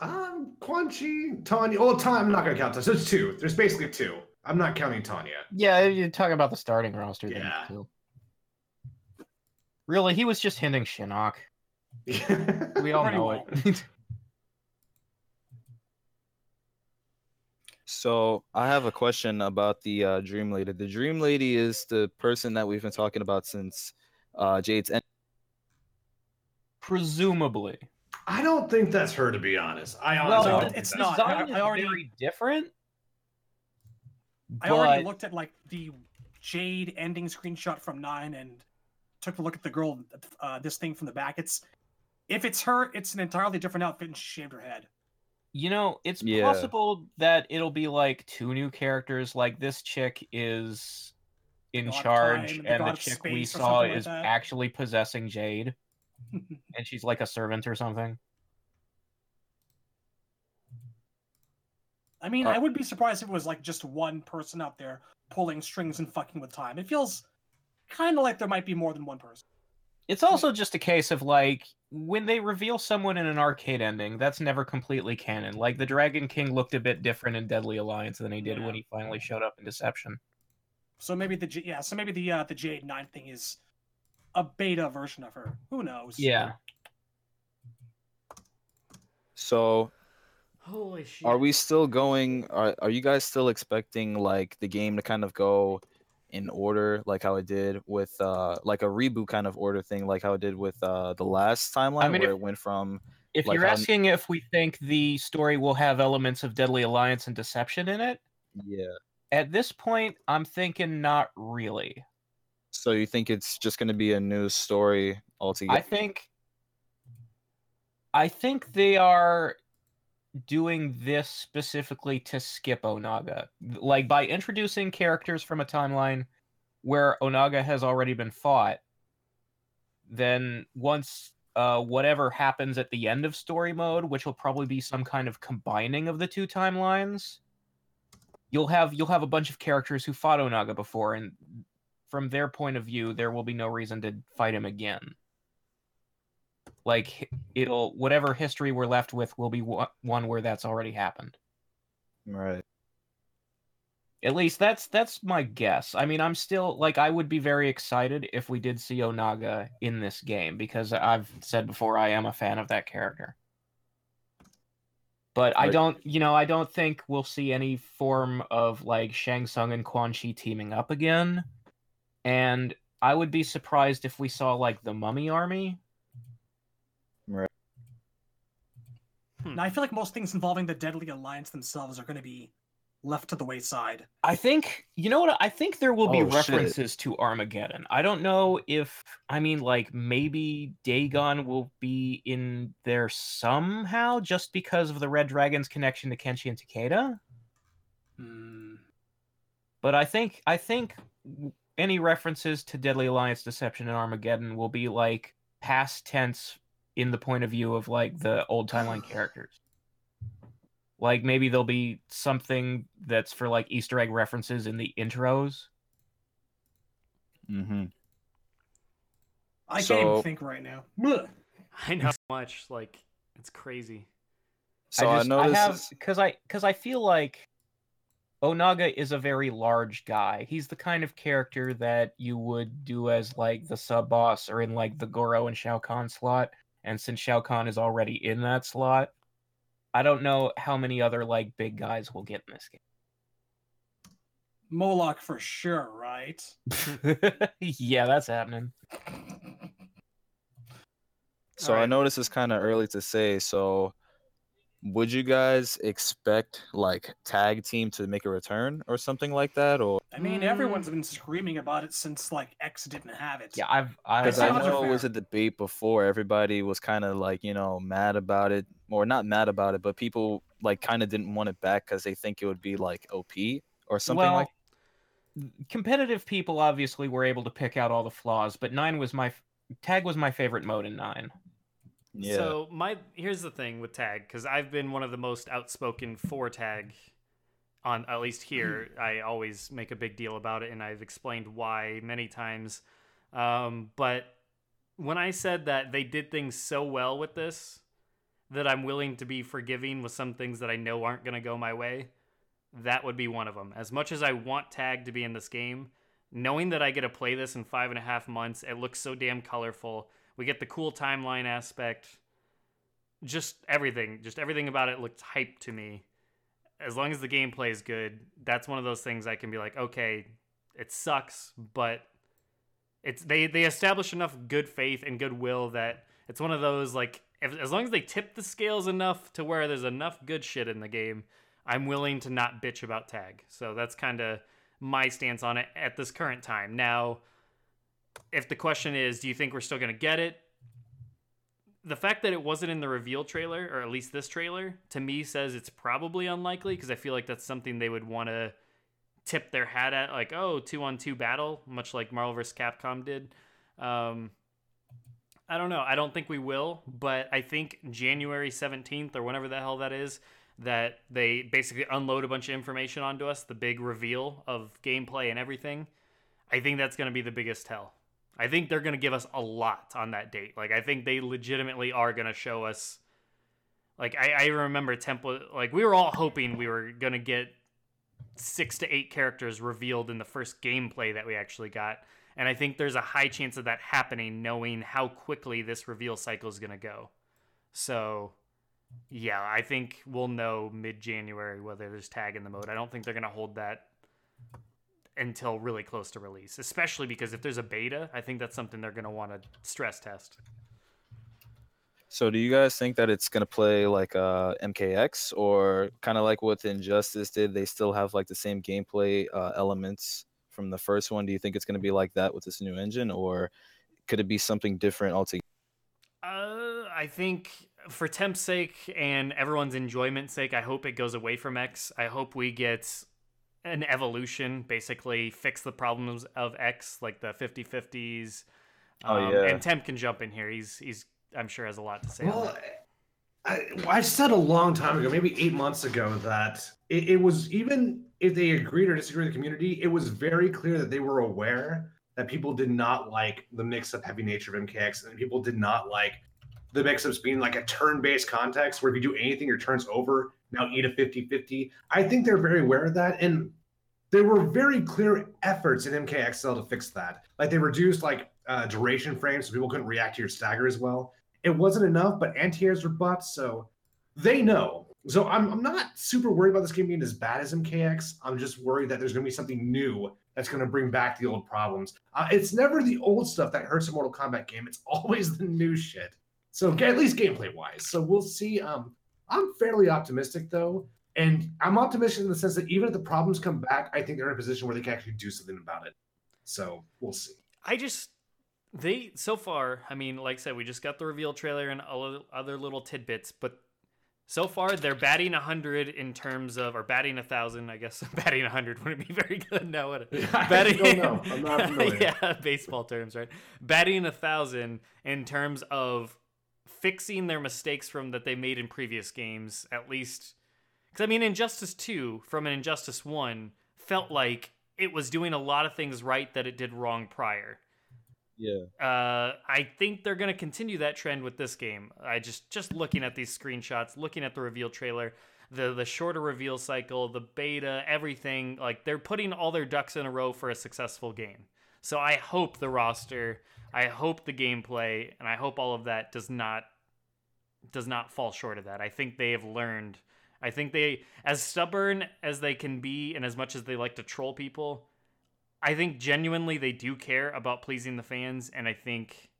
Speaker 4: Chi.
Speaker 6: Um, Quan Chi, Tanya. Oh, Tanya. I'm not gonna count. Tanya. So it's two. There's basically two. I'm not counting Tanya.
Speaker 4: Yeah, you talk about the starting roster. then,
Speaker 6: Yeah.
Speaker 4: too. Really, he was just
Speaker 7: *laughs*
Speaker 4: hinting Shinnok. We all
Speaker 7: Pretty
Speaker 4: know
Speaker 7: well.
Speaker 4: it.
Speaker 12: So I have a question about the uh, Dream Lady. The Dream Lady is the person that we've been talking about since uh, Jade's end.
Speaker 4: Presumably.
Speaker 6: I don't think that's her, to be honest. I honestly
Speaker 4: Well,
Speaker 6: don't think
Speaker 7: it's
Speaker 6: that's
Speaker 7: not.
Speaker 6: her.
Speaker 7: I,
Speaker 4: Design
Speaker 7: I
Speaker 4: is
Speaker 7: already,
Speaker 4: very *laughs* different.
Speaker 7: I already
Speaker 4: but-
Speaker 7: looked at like the Jade ending screenshot from Nine and took a look at the girl, uh, this thing from the back. It's if it's her, it's an entirely different outfit, and she shaved her head.
Speaker 4: You know, it's
Speaker 12: Yeah.
Speaker 4: possible that it'll be like two new characters. Like this chick is in
Speaker 7: God of
Speaker 4: charge,
Speaker 7: Time and the
Speaker 4: and the
Speaker 7: God of
Speaker 4: chick we
Speaker 7: Space or
Speaker 4: saw
Speaker 7: something like
Speaker 4: is
Speaker 7: that.
Speaker 4: actually possessing Jade,
Speaker 7: *laughs*
Speaker 4: and she's like a servant or something.
Speaker 7: I mean,
Speaker 4: Uh,
Speaker 7: I would be surprised if it was like just one person out there pulling strings and fucking with time. It feels kind of like there might be more than one person.
Speaker 4: It's also just a case of like when they reveal someone in an arcade ending, that's never completely canon. Like the Dragon King looked a bit different in Deadly Alliance than he did when he finally showed up in Deception.
Speaker 7: So maybe the J- yeah, so maybe the uh, the Jade Nine thing is a beta version of her. Who knows?
Speaker 4: Yeah.
Speaker 12: So
Speaker 1: Holy shit.
Speaker 12: are we still going? Are, are you guys still expecting like the game to kind of go in order, like how it did with uh, like a reboot kind of order thing, like how it did with uh, the last timeline,
Speaker 4: mean,
Speaker 12: where
Speaker 4: if-
Speaker 12: it went from
Speaker 4: If
Speaker 12: like,
Speaker 4: you're
Speaker 12: how-
Speaker 4: asking if we think the story will have elements of Deadly Alliance and Deception in it,
Speaker 12: yeah.
Speaker 4: at this point, I'm thinking not really.
Speaker 12: So you think it's just going to be a new story altogether?
Speaker 4: I think I think they are doing this specifically to skip Onaga. Like by introducing characters from a timeline where Onaga has already been fought, then once uh, whatever happens at the end of story mode, which will probably be some kind of combining of the two timelines, you'll have you'll have a bunch of characters who fought Onaga before, and from their point of view, there will be no reason to fight him again. Like hi- it'll whatever history we're left with will be wa- one where that's already happened.
Speaker 12: right.
Speaker 4: At least that's that's my guess. I mean, I'm still like I would be very excited if we did see Onaga in this game because I've said before I am a fan of that character. But I
Speaker 12: Right.
Speaker 4: don't, you know, I don't think we'll see any form of like Shang Tsung and Quan Chi teaming up again. And I would be surprised if we saw like the Mummy Army. Hmm.
Speaker 7: Now I feel like most things involving the Deadly Alliance themselves are going to be left to the wayside.
Speaker 4: I think you know what I think there will be
Speaker 12: Oh, shit.
Speaker 4: references to Armageddon. I don't know if I mean like maybe Dagon will be in there somehow just because of the Red Dragon's connection to Kenshi and Takeda,
Speaker 7: Hmm.
Speaker 4: but I think I think w- any references to Deadly Alliance Deception and Armageddon will be like past tense in the point of view of like the old timeline characters. Like maybe there'll be something that's for like Easter egg references in the intros.
Speaker 12: Mm-hmm.
Speaker 7: I
Speaker 12: So-
Speaker 7: can't even think right now. Blech.
Speaker 1: *laughs* I know much like it's crazy.
Speaker 12: So I
Speaker 4: just,
Speaker 12: noticed-
Speaker 4: have because I because I feel like Onaga is a very large guy. He's the kind of character that you would do as like the sub boss or in like the Goro and Shao Kahn slot. And since Shao Kahn is already in that slot, I don't know how many other like big guys will get in this *laughs*
Speaker 7: Moloch for sure, right?
Speaker 4: game. yeah, that's happening.
Speaker 12: So I noticed it's kind of early to say. So would you guys expect like tag team to make a return or something like that? Or
Speaker 7: I mean,
Speaker 4: Hmm.
Speaker 7: everyone's been screaming about it since like X didn't have it.
Speaker 4: Yeah, I've
Speaker 12: because I
Speaker 7: Sounds
Speaker 12: know it
Speaker 7: fair.
Speaker 12: was a debate before. Everybody was kind of like you know mad about it, or not mad about it, but people like kind of didn't want it back because they think it would be like OP or something
Speaker 4: well,
Speaker 12: like.
Speaker 4: competitive people obviously were able to pick out all the flaws, but nine was my f- tag was my favorite mode in nine.
Speaker 1: So my here's the thing with tag because I've been one of the most outspoken for tag, on at least here I always make a big deal about it and I've explained why many times, um, but when I said that they did things so well with this that I'm willing to be forgiving with some things that I know aren't going to go my way, that would be one of them. As much as I want tag to be in this game, knowing that I get to play this in five and a half months, it looks so damn colorful. We get the cool timeline aspect. Just everything, just everything about it looked hype to me. As long as the gameplay is good, that's one of those things I can be like, okay, it sucks, but it's they they establish enough good faith and goodwill that it's one of those like if, as long as they tip the scales enough to where there's enough good shit in the game, I'm willing to not bitch about tag. So that's kind of my stance on it at this current time. Now, if the question is, do you think we're still going to get it? The fact that it wasn't in the reveal trailer, or at least this trailer, to me says it's probably unlikely because I feel like that's something they would want to tip their hat at, like, oh, two on two battle, much like Marvel vs. Capcom did. Um, I don't know. I don't think we will, but I think January 17th or whenever the hell that is, that they basically unload a bunch of information onto us, the big reveal of gameplay and everything. I think that's going to be the biggest tell. I think they're going to give us a lot on that date. Like, I think they legitimately are going to show us. Like, I, I remember Temple, like, we were all hoping we were going to get six to eight characters revealed in the first gameplay that we actually got. And I think there's a high chance of that happening, knowing how quickly this reveal cycle is going to go. So, yeah, I think we'll know mid January whether there's tag in the mode. I don't think they're going to hold that until really close to release, especially because if there's a beta, I think that's something they're going to want to stress test.
Speaker 12: So do you guys think that it's gonna play like uh, MKX or kind of like what Injustice did? They still have like the same gameplay uh, elements from the first one. Do you think it's gonna be like that with this new engine, or could it be something different altogether?
Speaker 1: Uh, I think for temp's sake and everyone's enjoyment's sake, I hope it goes away from X. I hope we get an evolution, basically fix the problems of X, like the 50 50s.
Speaker 6: Oh, yeah.
Speaker 1: And Temp can jump in here. He's, he's, I'm sure, has a lot to say. on
Speaker 6: Well,
Speaker 1: that.
Speaker 6: I, well, I said a long time ago, maybe eight months ago, that it, it was even if they agreed or disagreed with the community, it was very clear that they were aware that people did not like the mix-up heavy nature of MKX, and people did not like the mix-ups being like a turn-based context where if you do anything, your turn's over. Now eat a 50-50. I think they're very aware of that, and there were very clear efforts in MKXL to fix that. Like they reduced like uh, duration frames so people couldn't react to your stagger as well. It wasn't enough, but anti-airs were buffed, so they know. So I'm, I'm not super worried about this game being as bad as MKX. I'm just worried that there's going to be something new that's going to bring back the old problems. Uh, it's never the old stuff that hurts a Mortal Kombat game. It's *laughs* always the new shit. So ga- at least gameplay wise. So we'll see. Um, I'm fairly optimistic though, and I'm optimistic in the sense that even if the problems come back, I think they're in a position where they can actually do something about it. So we'll see.
Speaker 1: I just they so far. I mean, like I said, we just got the reveal trailer and other other little tidbits, but so far they're batting hundred in terms of or batting thousand. I guess *laughs* batting hundred wouldn't be very good. No, would it?
Speaker 6: *laughs* I
Speaker 1: batting.
Speaker 6: don't know. I'm
Speaker 1: *laughs*
Speaker 6: not familiar.
Speaker 1: yeah, baseball terms, right? Batting thousand in terms of fixing their mistakes from that they made in previous games, at least. Because I mean, Injustice Two from an Injustice One felt like it was doing a lot of things right that it did wrong prior.
Speaker 12: Yeah.
Speaker 1: Uh, I think they're going to continue that trend with this game. I just just looking at these screenshots, looking at the reveal trailer, the the shorter reveal cycle, the beta, everything. Like they're putting all their ducks in a row for a successful game. So I hope the roster, I hope the gameplay, and I hope all of that does not does not fall short of that. I think they have learned. I think they as stubborn as they can be and as much as they like to troll people, I think genuinely they do care about pleasing the fans, and I think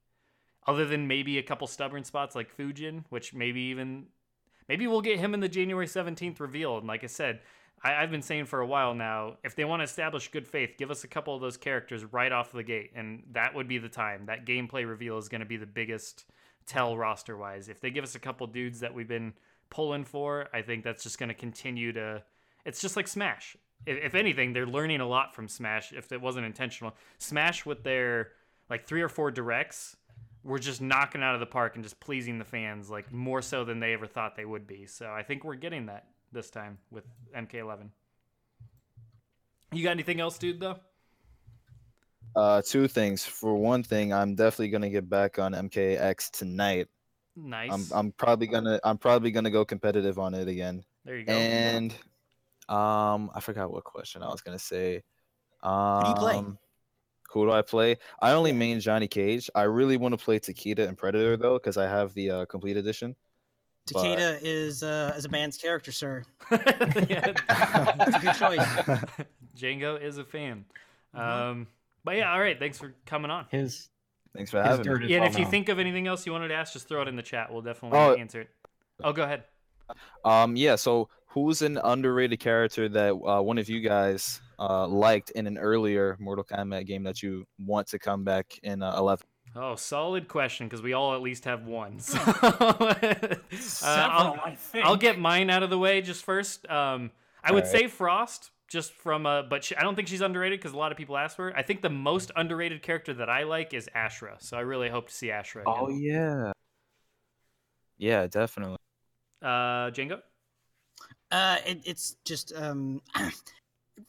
Speaker 1: other than maybe a couple stubborn spots like Fujin, which maybe even maybe we'll get him in the January seventeenth reveal. And like I said, I, I've been saying for a while now, if they want to establish good faith, give us a couple of those characters right off the gate, and that would be the time. That gameplay reveal is going to be the biggest tell roster wise. If they give us a couple dudes that we've been pulling for, I think that's just going to continue to. It's just like Smash if, if anything, they're learning a lot from Smash. If it wasn't intentional, Smash with their like three or four directs were just knocking out of the park and just pleasing the fans like more so than they ever thought they would be. So I think we're getting that this time with MK11. You got anything else, dude? Though
Speaker 12: Uh, two things. For one thing, I'm definitely gonna get back on MKX tonight.
Speaker 1: nice.
Speaker 12: I'm
Speaker 1: *laughs*
Speaker 12: I'm probably gonna I'm probably gonna go competitive on it again.
Speaker 1: There you go.
Speaker 12: And um, I forgot what question I was gonna say. Um,
Speaker 3: do you play?
Speaker 12: Who do I play? I only main Johnny Cage. I really want to play Takeda and Predator though, because I have the uh, complete edition. But-
Speaker 3: Takeda is uh, is a man's
Speaker 1: *laughs*
Speaker 3: character, sir. That's a good choice.
Speaker 1: *laughs* Django is a fan. Um, but yeah, all right. Thanks for coming on.
Speaker 4: His
Speaker 12: Thanks for
Speaker 4: His
Speaker 12: having
Speaker 4: dirt
Speaker 12: me.
Speaker 4: is
Speaker 1: Yeah, and if
Speaker 4: well
Speaker 1: you
Speaker 4: known.
Speaker 1: think of anything else you wanted to ask, just throw it in the chat. We'll definitely
Speaker 12: Oh.
Speaker 1: answer it. Oh, go ahead.
Speaker 12: Um, yeah. So, who's an underrated character that uh, one of you guys uh, liked in an earlier Mortal Kombat game that you want to come back in uh, 11?
Speaker 1: Oh, solid question because we all at least have one. *laughs*
Speaker 7: *laughs*
Speaker 1: So, uh,
Speaker 7: Several,
Speaker 1: I'll,
Speaker 7: I think.
Speaker 1: I'll get mine out of the way just first. Um, I would
Speaker 12: Alright.
Speaker 1: say Frost just from a, but she, I don't think she's underrated because a lot of people ask for her. I think the most underrated character that I like is Ashra, so I really hope to see Ashra. Again.
Speaker 12: Oh yeah. Yeah, definitely.
Speaker 1: Uh, Django.
Speaker 3: Uh, it, it's just um, *clears throat*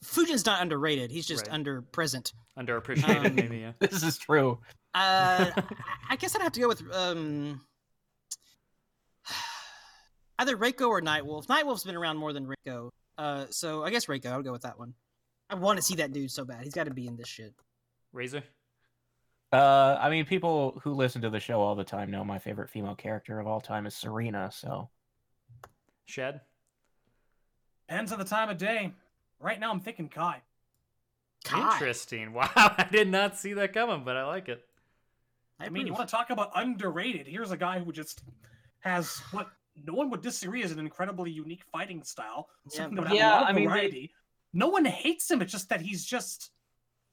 Speaker 3: Fujin's not underrated. He's just
Speaker 1: Right.
Speaker 3: under present.
Speaker 1: Underappreciated,
Speaker 3: Um,
Speaker 1: maybe. Yeah.
Speaker 4: *laughs* This is true.
Speaker 3: *laughs* Uh, I- I guess I'd have to go with um, *sighs* either Reiko or Nightwolf. Nightwolf's been around more than Reiko, uh, so I guess Reiko. I'll go with that one. I want to see that dude so bad. He's got to be in this shit.
Speaker 1: Razor.
Speaker 4: Uh, I mean, people who listen to the show all the time know my favorite female character of all time is Serena. So
Speaker 1: Shad.
Speaker 7: Depends on the time of day. Right now, I'm thinking Kai.
Speaker 3: Kai.
Speaker 1: Interesting. *laughs* Wow, I did not see that coming, but I like it.
Speaker 7: I, mean, you want to talk about underrated? Here's a guy who just has what no one would disagree is an incredibly unique fighting style.
Speaker 3: Yeah,
Speaker 7: Something
Speaker 3: but-
Speaker 7: that would have
Speaker 4: Yeah,
Speaker 7: a lot
Speaker 4: I
Speaker 7: of
Speaker 4: mean, they-
Speaker 7: variety. No one hates him. It's just that he's just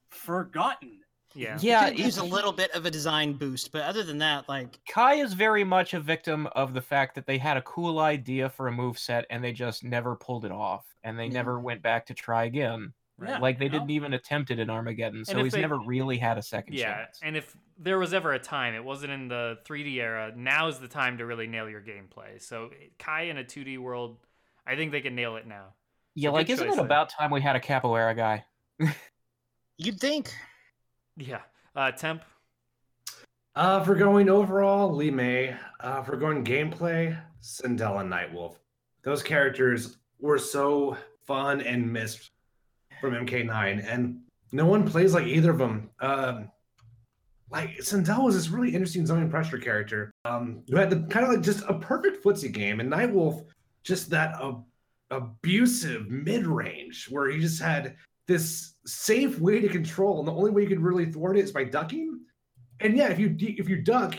Speaker 7: forgotten.
Speaker 1: Yeah.
Speaker 4: yeah,
Speaker 3: He could use a
Speaker 4: it-
Speaker 3: little bit of a design boost, but other than that, like
Speaker 4: Kai is very much a victim of the fact that they had a cool idea for a move set and they just never pulled it off, and they
Speaker 3: Yeah.
Speaker 4: never went back to try again.
Speaker 7: Right.
Speaker 4: like they
Speaker 7: Yeah,
Speaker 4: didn't even attempt it in Armageddon, so
Speaker 1: if
Speaker 4: he's
Speaker 1: they-
Speaker 4: never really had a second
Speaker 1: Yeah,
Speaker 4: chance.
Speaker 1: and if there was ever a time, it wasn't in the 3D era. Now is the time to really nail your gameplay. So Kai in a 2D world, I think they can nail it now.
Speaker 4: Yeah,
Speaker 1: Good
Speaker 4: like isn't
Speaker 1: choice
Speaker 4: it
Speaker 1: there.
Speaker 4: about time we had a capoeira guy?
Speaker 3: you'd think.
Speaker 1: Yeah. Uh, temp.
Speaker 6: Uh, if we're going overall, Lee May. Uh, if we're going gameplay, Sindel and Nightwolf. Those characters were so fun and missed from MK9, and no one plays like either of them. Um, like Sindel was this really interesting zoning pressure character um, who had the kind of like just a perfect footsie game, and Nightwolf just that ab- abusive mid range where he just had this safe way to control, and the only way you could really thwart it is by ducking. And yeah, if you d- if you duck,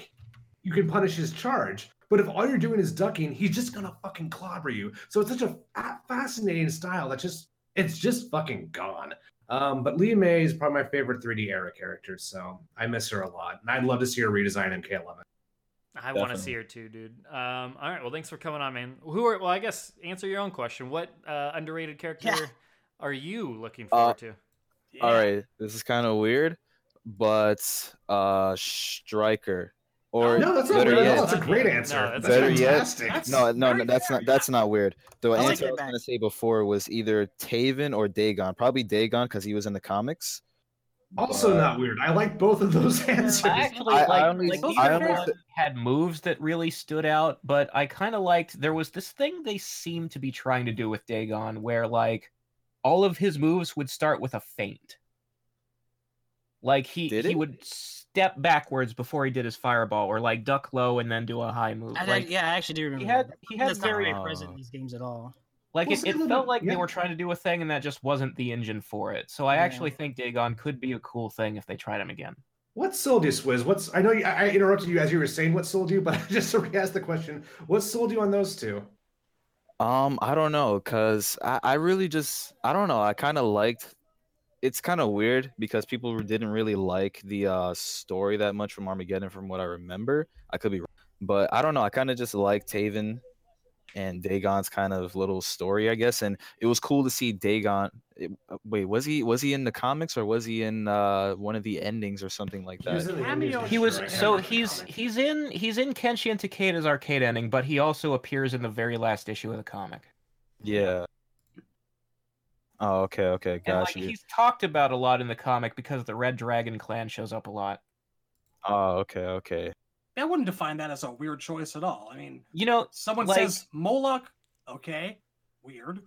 Speaker 6: you can punish his charge. But if all you're doing is ducking, he's just gonna fucking clobber you. So it's such a fa- fascinating style that just it's just fucking gone. Um, but Lee May is probably my favorite 3D era character, so I miss her a lot, and I'd love to see her redesign MK11.
Speaker 1: I want to see her too, dude. Um, all right. Well, thanks for coming on, man. Who are? Well, I guess answer your own question. What uh, underrated character
Speaker 3: Yeah.
Speaker 1: are you
Speaker 12: Uh,
Speaker 1: looking forward to?
Speaker 12: All right, this is kind of weird, but uh, Striker Or
Speaker 6: No, that's not
Speaker 12: better
Speaker 6: weird at
Speaker 12: yet-
Speaker 6: all. That's a great answer.
Speaker 1: No, Oh, that's
Speaker 12: better
Speaker 1: fantastic.
Speaker 12: yet,
Speaker 1: That's
Speaker 12: no, no, no, that's not that's not weird. The
Speaker 1: I'll take
Speaker 12: answer
Speaker 1: it
Speaker 12: I was
Speaker 1: back.
Speaker 12: gonna say before was either Taven or Dagon. Probably Dagon because he was in the comics.
Speaker 6: Also
Speaker 12: But-
Speaker 6: not weird. I like both of those answers.
Speaker 4: I, only, I only had moves that really stood out, but I kind of liked there was this thing they seemed to be trying to do with Dagon where like all of his moves would start with a feint. Like he
Speaker 12: Did
Speaker 4: he
Speaker 12: it?
Speaker 4: would step backwards before he did his fireball or like duck low and then do a high move.
Speaker 3: I, I-
Speaker 4: Like,
Speaker 3: yeah, I actually do remember.
Speaker 4: he had
Speaker 3: that.
Speaker 4: he had
Speaker 3: That's not
Speaker 4: very
Speaker 3: very present in these games at all.
Speaker 4: like
Speaker 3: Well,
Speaker 4: it,
Speaker 3: some
Speaker 4: it
Speaker 3: of
Speaker 4: felt
Speaker 3: it-
Speaker 4: like
Speaker 3: yeah.
Speaker 4: they were trying to do a thing and that just wasn't the engine for it. So I actually think Dagon could be a cool thing if they tried him again.
Speaker 6: What sold you, Swizz? What's I know you, I I interrupted you as you were saying what sold you, but *laughs* I just asked the question. What sold you on those two?
Speaker 12: Um, I don't know, cause I, I really just I don't know. I kind of liked. It's kind of weird because people didn't really like the uh, story that much from Armageddon, from what I remember. I could be wrong, but I don't know. I kind of just liked Taven and Dagon's kind of little story, I guess. And it was cool to see Dagon. it- uh, wait, was he was he in the comics or was he in uh, one of the endings or something like that?
Speaker 4: He was so he's he's in he's in Kenshi and Takeda's arcade ending, but he also appears in the very last issue of the comic.
Speaker 12: yeah. Oh, okay, okay,
Speaker 4: And like
Speaker 12: gotcha.
Speaker 4: he's talked about a lot in the comic because the Red Dragon Clan shows up a lot.
Speaker 12: Oh, okay, okay.
Speaker 7: I wouldn't define that as a weird choice at all. I mean,
Speaker 4: you know,
Speaker 7: someone
Speaker 4: like-
Speaker 7: says Moloch, okay,
Speaker 4: *laughs*
Speaker 7: weird,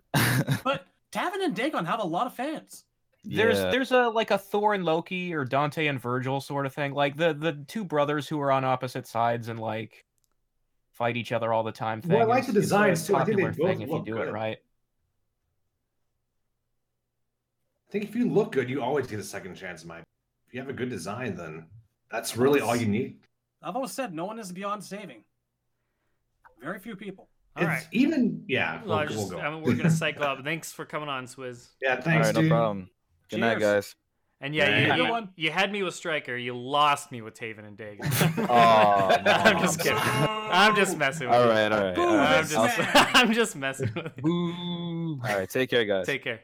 Speaker 7: but Davin and Dagon have a lot of fans.
Speaker 4: There's
Speaker 7: Yeah.
Speaker 4: there's a like a Thor and Loki or Dante and Virgil sort of thing. Like the the two brothers who are on opposite sides and like fight each other all the time. Thing.
Speaker 6: Well, I like the
Speaker 4: It's- it's a
Speaker 6: designs, too. I think they
Speaker 4: popular
Speaker 6: both
Speaker 4: thing if you
Speaker 6: look
Speaker 4: do it
Speaker 6: good.
Speaker 4: right.
Speaker 6: I think if you look good, you always get a second chance, Mike. If you have a good design, then that's really all you need.
Speaker 7: I've always said no one is beyond saving. Very few people.
Speaker 6: All right. Even yeah,
Speaker 1: Well, I
Speaker 6: we'll,
Speaker 1: was
Speaker 6: we'll
Speaker 1: just-
Speaker 6: go.
Speaker 1: I mean, we're gonna
Speaker 6: *laughs*
Speaker 1: cycle up. Thanks for coming on, Swizz.
Speaker 6: Yeah, thanks,
Speaker 12: All right, no
Speaker 6: dude.
Speaker 12: problem. Good night,
Speaker 1: Cheers.
Speaker 12: guys.
Speaker 1: And yeah,
Speaker 12: Night.
Speaker 1: you,
Speaker 12: Good
Speaker 1: you, you had me with Striker. You lost me with Taven and
Speaker 6: *laughs*
Speaker 1: *laughs* Dagon.
Speaker 12: Aw,
Speaker 1: I'm
Speaker 12: no.
Speaker 1: just kidding. I'm just messing with
Speaker 12: All
Speaker 1: you.
Speaker 12: right, all right, Boo, all right.
Speaker 1: I'm
Speaker 12: this
Speaker 1: just, *laughs* I'm just messing with you.
Speaker 12: All right, take care, guys.
Speaker 1: Take care.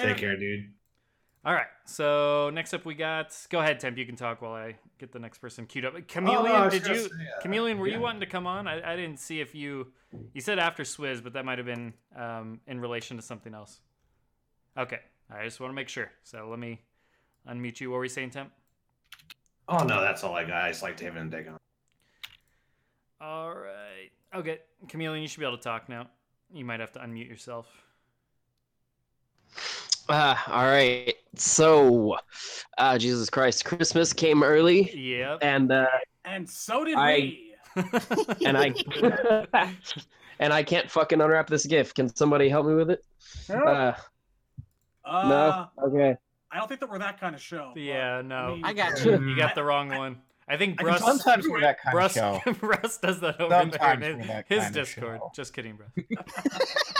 Speaker 6: Take care, dude.
Speaker 1: All right. So next up, we got. Go ahead, Temp. You can talk while I get the next person queued up. Chameleon,
Speaker 6: Oh, I was
Speaker 1: did
Speaker 6: gonna
Speaker 1: you?
Speaker 6: say, uh,
Speaker 1: Chameleon, were
Speaker 6: yeah.
Speaker 1: you wanting to come on? I, I didn't see if you. You said after Swizz, but that might have been um, in relation to something else. Okay. I just want to make sure. So let me unmute you. What were we saying, Temp?
Speaker 6: Oh no, that's all I got. I just like David and Dagon.
Speaker 1: All right. Okay, Chameleon, you should be able to talk now. You might have to unmute yourself.
Speaker 13: Uh, all right. So, uh, Jesus Christ, Christmas came early.
Speaker 1: Yep.
Speaker 13: And uh,
Speaker 7: And so
Speaker 13: *laughs*
Speaker 7: did *laughs*
Speaker 13: I-
Speaker 7: we.
Speaker 13: and I and I can't fucking unwrap this gift. Can somebody help me with it?
Speaker 7: Yeah.
Speaker 13: Uh,
Speaker 7: Uh,
Speaker 13: no. Okay.
Speaker 7: I don't think that we're that kind of show.
Speaker 1: Yeah, no.
Speaker 7: I got
Speaker 1: you.
Speaker 7: you.
Speaker 4: hmm.
Speaker 1: You got the wrong one. I think
Speaker 7: I can
Speaker 1: Russ.
Speaker 7: sometimes we're that kind of
Speaker 1: Russ,
Speaker 7: show.
Speaker 1: *laughs* Russ does that over
Speaker 7: Sometimes
Speaker 1: there in
Speaker 7: we're that
Speaker 1: his, his
Speaker 7: kind of
Speaker 1: Discord. Just kidding,
Speaker 4: *laughs*
Speaker 1: Russ.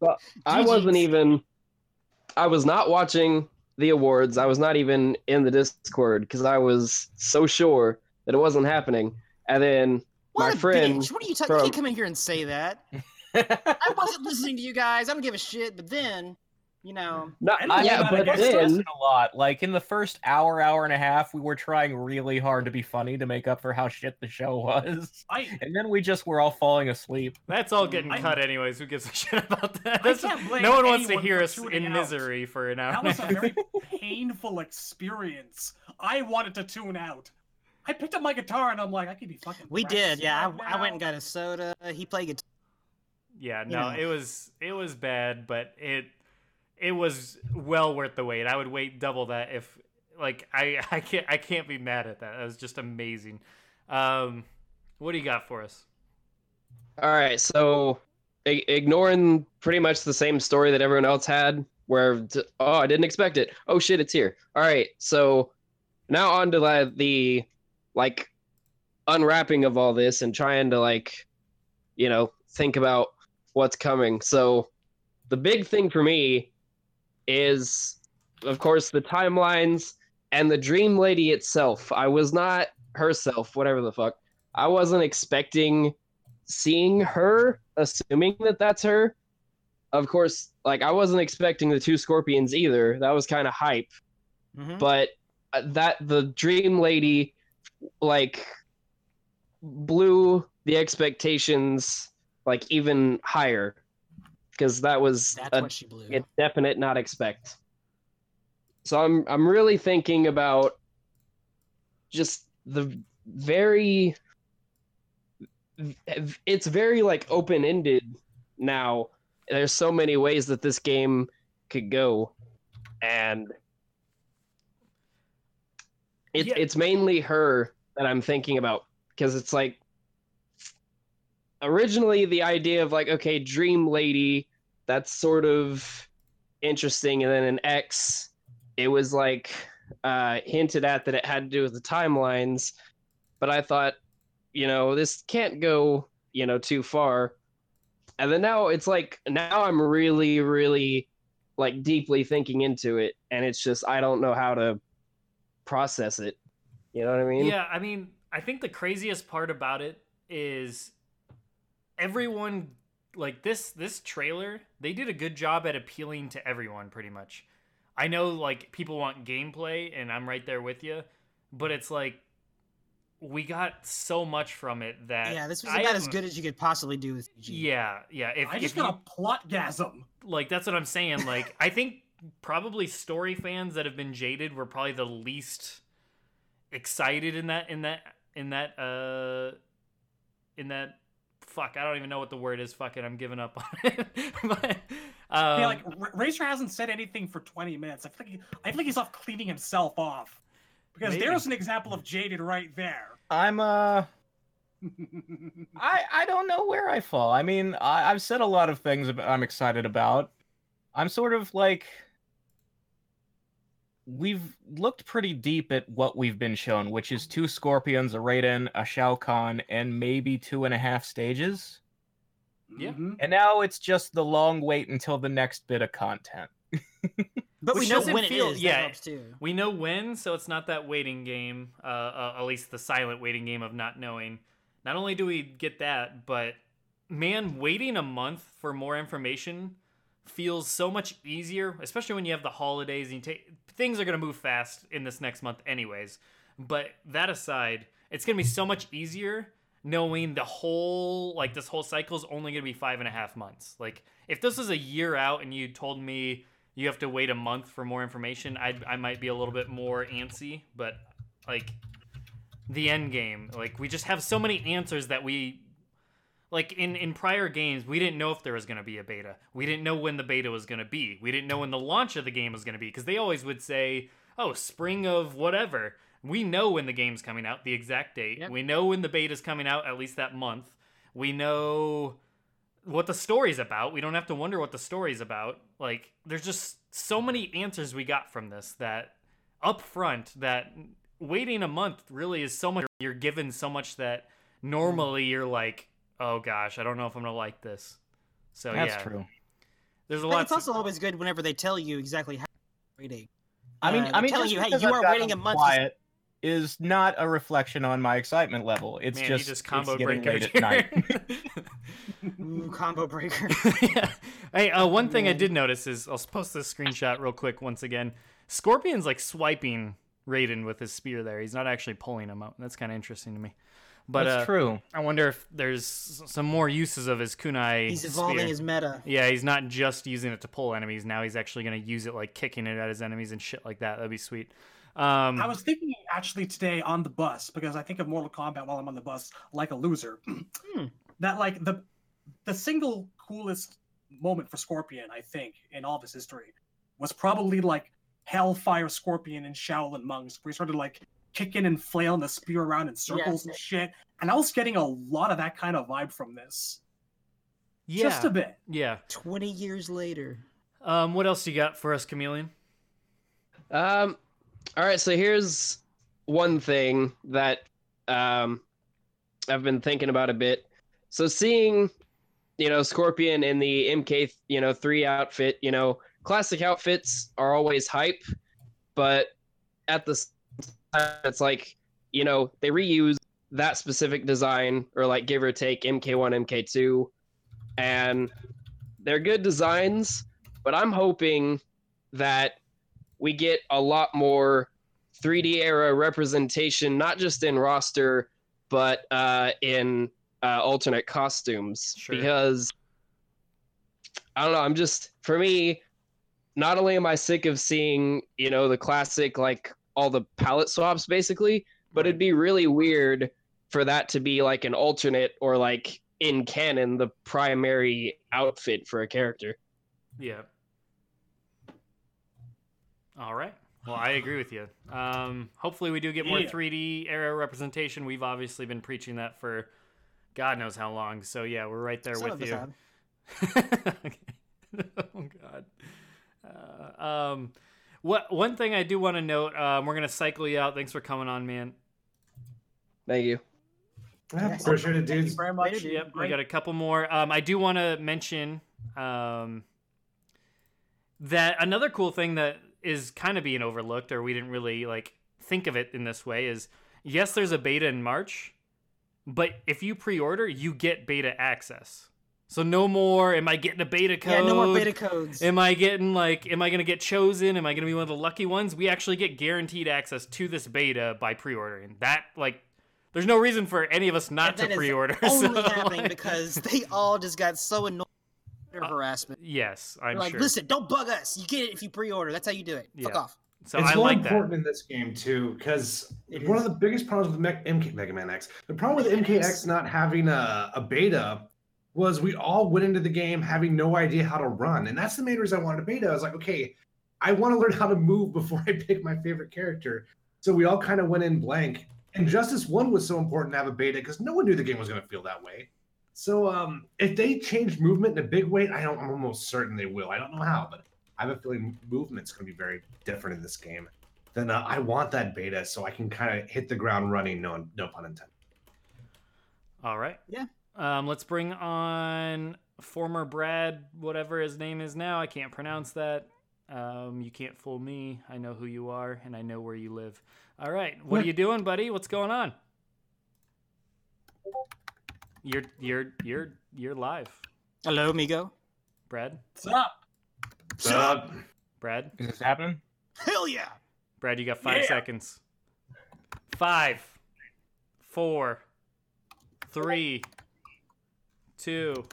Speaker 13: So I wasn't even. I was not watching the awards. I was not even in the Discord because I was so sure that it wasn't happening. And then
Speaker 3: What
Speaker 13: my
Speaker 3: a
Speaker 13: friend.
Speaker 3: bitch! What are you talking? You
Speaker 13: from-
Speaker 3: can't come in here and say that. I wasn't listening to you guys. I don't give a shit. But then, you know,
Speaker 13: No,
Speaker 4: I don't know, I guess it wasn't a lot. Like in the first hour, hour and a half, we were trying really hard to be funny to make up for how shit the show was, and then we just were all falling asleep.
Speaker 1: That's all getting
Speaker 4: I-
Speaker 1: cut, anyways. Who gives a *laughs* shit about that? That's
Speaker 7: can't
Speaker 1: just-
Speaker 7: blame
Speaker 1: no one wants to
Speaker 7: anyone
Speaker 1: hear
Speaker 7: for
Speaker 1: us
Speaker 7: tuning out.
Speaker 1: in misery for an hour.
Speaker 7: That was a very painful experience. I wanted to tune out. I picked up my guitar and I'm like, I could be fucking.
Speaker 3: we did.
Speaker 7: practicing
Speaker 3: Yeah,
Speaker 7: right
Speaker 3: I, I
Speaker 7: now.
Speaker 3: went and got a soda. He played guitar.
Speaker 1: *laughs* Yeah,
Speaker 3: you
Speaker 1: no,
Speaker 3: know.
Speaker 1: it was it was bad, but it it was well worth the wait. I would wait double that if like I *laughs* I can't I can't be mad at that. That was just amazing. Um, what do you got for us?
Speaker 13: All right, so i- ignoring pretty much the same story that everyone else had, where t- oh, I didn't expect it. Oh shit, it's here. All right, so now on to like the like unwrapping of all this and trying to like you know think about what's coming. So the big thing for me is of course the timelines and the dream lady itself. I was not herself, whatever the fuck. I wasn't expecting seeing her, assuming that that's her, of course, like I wasn't expecting the two scorpions either. That was kind of hype. But uh, that the dream lady like blew the expectations like even higher because that was
Speaker 3: That's what she blew.
Speaker 13: a definite not expect. So I'm I'm really thinking about just the very it's very like open ended now. There's so many ways that this game could go, and it,
Speaker 1: Yeah.
Speaker 13: it's mainly her that I'm thinking about because it's like originally the idea of like okay, dream lady, that's sort of interesting, and then an X, it was like uh, hinted at that it had to do with the timelines, but I thought you know, this can't go, you know, too far. And then now it's like now I'm really, really like deeply thinking into it, and it's just I don't know how to process it. You know what I mean?
Speaker 1: Yeah, I mean, I think the craziest part about it is everyone like this this trailer, they did a good job at appealing to everyone pretty much. I know like people want gameplay and I'm right there with you, but it's like we got so much from it that
Speaker 3: Yeah, this was
Speaker 1: I
Speaker 3: about as
Speaker 1: am-
Speaker 3: good as you could possibly do with CG.
Speaker 1: Yeah, yeah. If,
Speaker 3: I
Speaker 1: if
Speaker 3: just
Speaker 1: you-
Speaker 3: got a plot gasm.
Speaker 1: Like that's what I'm saying. Like I think probably story fans that have been jaded were probably the least excited in that in that in that uh in that fuck. I don't even know what the word is. Fucking, I'm giving up on it. *laughs* but um,
Speaker 7: yeah, like R- Racer hasn't said anything for 20 minutes. I feel like, he, I feel like he's off cleaning himself off. Because
Speaker 4: Maybe.
Speaker 7: there's an example of jaded right there.
Speaker 4: I'm uh I I don't know where I fall. I mean, I, I've said a lot of things about, I'm excited about. I'm sort of like we've looked pretty deep at what we've been shown, which is two scorpions, a Raiden, a Shao Kahn, and maybe two and a half stages.
Speaker 1: Yeah.
Speaker 4: And now it's just the long wait until the next bit of content.
Speaker 3: But
Speaker 1: Which
Speaker 3: we know
Speaker 1: doesn't
Speaker 3: when it
Speaker 1: feel-
Speaker 3: is.
Speaker 1: yeah.
Speaker 3: That helps too.
Speaker 1: we know when, so it's not that waiting game. Uh, uh, at least the silent waiting game of not knowing. Not only do we get that, but man, waiting a month for more information feels so much easier, especially when you have the holidays and you take things are going to move fast in this next month anyways. But that aside, it's going to be so much easier knowing the whole like this whole cycle is only going to be five and a half months. Like if this was a year out and you told me you have to wait a month for more information, I I might be a little bit more antsy. But like the end game, like we just have so many answers that we like in in prior games we didn't know if there was going to be a beta we didn't know when the beta was going to be we didn't know when the launch of the game was going to be because they always would say oh spring of whatever we know when the game's coming out the exact date we know when the beta's coming out at least that month we know what the story's about we don't have to wonder what the story's about like there's just so many answers we got from this that up front that waiting a month really is so much you're given so much that normally you're like oh gosh i don't know if i'm gonna like this so
Speaker 4: That's
Speaker 1: yeah
Speaker 4: true.
Speaker 1: there's a
Speaker 3: But
Speaker 1: lot
Speaker 3: it's also always good whenever they tell you exactly how you're waiting.
Speaker 4: I mean,
Speaker 3: Uh,
Speaker 4: I mean,
Speaker 3: telling
Speaker 4: just
Speaker 3: you, hey,
Speaker 4: because
Speaker 3: you
Speaker 4: I've
Speaker 3: are
Speaker 4: gotten
Speaker 3: waiting a month. to-
Speaker 4: Quiet is not a reflection on my excitement level. It's
Speaker 1: Man, you
Speaker 4: just,
Speaker 1: just combo
Speaker 4: it's getting
Speaker 1: breaker,
Speaker 4: late
Speaker 1: *laughs*
Speaker 4: at night.
Speaker 3: Ooh, combo breaker.
Speaker 1: hey uh, one thing i did notice is i'll post this screenshot real quick once again scorpion's like swiping raiden with his spear there he's not actually pulling him out that's kind of interesting to me but
Speaker 4: That's
Speaker 1: uh,
Speaker 4: true.
Speaker 1: i wonder if there's s- some more uses of his kunai
Speaker 3: He's evolving
Speaker 1: spear.
Speaker 3: his meta.
Speaker 1: Yeah, he's not just using it to pull enemies. Now he's actually going to use it like kicking it at his enemies and shit like that. That'd be sweet. Um,
Speaker 7: I was thinking actually today on the bus because I think of Mortal Kombat while I'm on the bus like a loser. *clears throat* Hmm. That like the the single coolest moment for Scorpion I think in all of his history was probably like Hellfire Scorpion and Shaolin monks where he started like kicking and flailing the spear around in circles and shit. And I was getting a lot of that kind of vibe from this.
Speaker 1: yeah,
Speaker 7: Just a bit.
Speaker 1: Yeah.
Speaker 3: Twenty years later.
Speaker 1: Um, what else you got for us, Chameleon?
Speaker 13: Um, all right, so here's one thing that um, I've been thinking about a bit. So seeing, you know, Scorpion in the MK, you know, three outfit, you know, classic outfits are always hype, but at the s- time, it's like, you know, they reuse that specific design or like give or take MK1, MK2, and they're good designs, but I'm hoping that we get a lot more 3D era representation, not just in roster, but uh, in uh, alternate costumes. Because I don't know, I'm just for me, not only am I sick of seeing, you know, the classic like all the palette swaps basically, but it'd be really weird for that to be like an alternate or like in canon the primary outfit for a character.
Speaker 1: Yeah. All right. Well, I agree with you. Um, hopefully, we do get more
Speaker 7: Yeah.
Speaker 1: 3D era representation. We've obviously been preaching that for God knows how long. So yeah, we're right there
Speaker 3: Some
Speaker 1: with
Speaker 3: of us
Speaker 1: you.
Speaker 3: have.
Speaker 1: *laughs* oh God. Uh, um, what one thing I do want to note? Um, we're gonna cycle you out. Thanks for coming on, man.
Speaker 13: Thank you.
Speaker 6: appreciate it, dudes.
Speaker 3: very much.
Speaker 1: Yep, we got a couple more. Um, I do want to mention um, that another cool thing that is kind of being overlooked, or we didn't really like think of it in this way, is yes, there's a beta in March, but if you pre-order, you get beta access. So no more. Am I getting a beta code?
Speaker 3: Yeah, no more beta codes.
Speaker 1: Am I getting like? Am I gonna get chosen? Am I gonna be one of the lucky ones? We actually get guaranteed access to this beta by pre-ordering. That like, there's no reason for any of us not
Speaker 3: That
Speaker 1: to
Speaker 3: is
Speaker 1: pre-order. *laughs*
Speaker 3: Only
Speaker 1: so,
Speaker 3: happening
Speaker 1: like-
Speaker 3: because they all just got so annoyed with their harassment.
Speaker 1: Yes, Uh, I'm
Speaker 3: They're like,
Speaker 1: sure.
Speaker 3: listen, don't bug us. You get it if you pre-order. That's how you do it. Fuck
Speaker 1: Yeah.
Speaker 3: off.
Speaker 1: So
Speaker 6: it's
Speaker 1: I
Speaker 6: more
Speaker 1: like that.
Speaker 6: important in this game too, because one of the biggest problems with Mech- MK Mega Man X, the problem with MKX not having a, a beta, was we all went into the game having no idea how to run, and that's the main reason I wanted a beta. I was like, okay, I want to learn how to move *laughs* before I pick my favorite character. So we all kind of went in blank, and Justice One was so important to have a beta because no one knew the game was going to feel that way. So um, if they change movement in a big way, I don't, I'm almost certain they will. I don't know how, but I have a feeling movement's going to be very different in this game. Then uh, I want that beta so I can kind of hit the ground running. No, no pun intended.
Speaker 1: All right.
Speaker 3: Yeah.
Speaker 1: Um, let's bring on former Brad, whatever his name is now. I can't pronounce that. Um, you can't fool me. I know who you are, and I know where you live. All right. What are you doing, buddy? What's going on? You're you're you're you're live,
Speaker 3: Hello, Migo.
Speaker 1: Brad.
Speaker 7: What's up?
Speaker 6: What's up?
Speaker 1: Brad.
Speaker 4: Is this happening?
Speaker 3: Hell yeah.
Speaker 1: Brad, you got five
Speaker 7: Yeah.
Speaker 1: seconds. Five, four, three, two.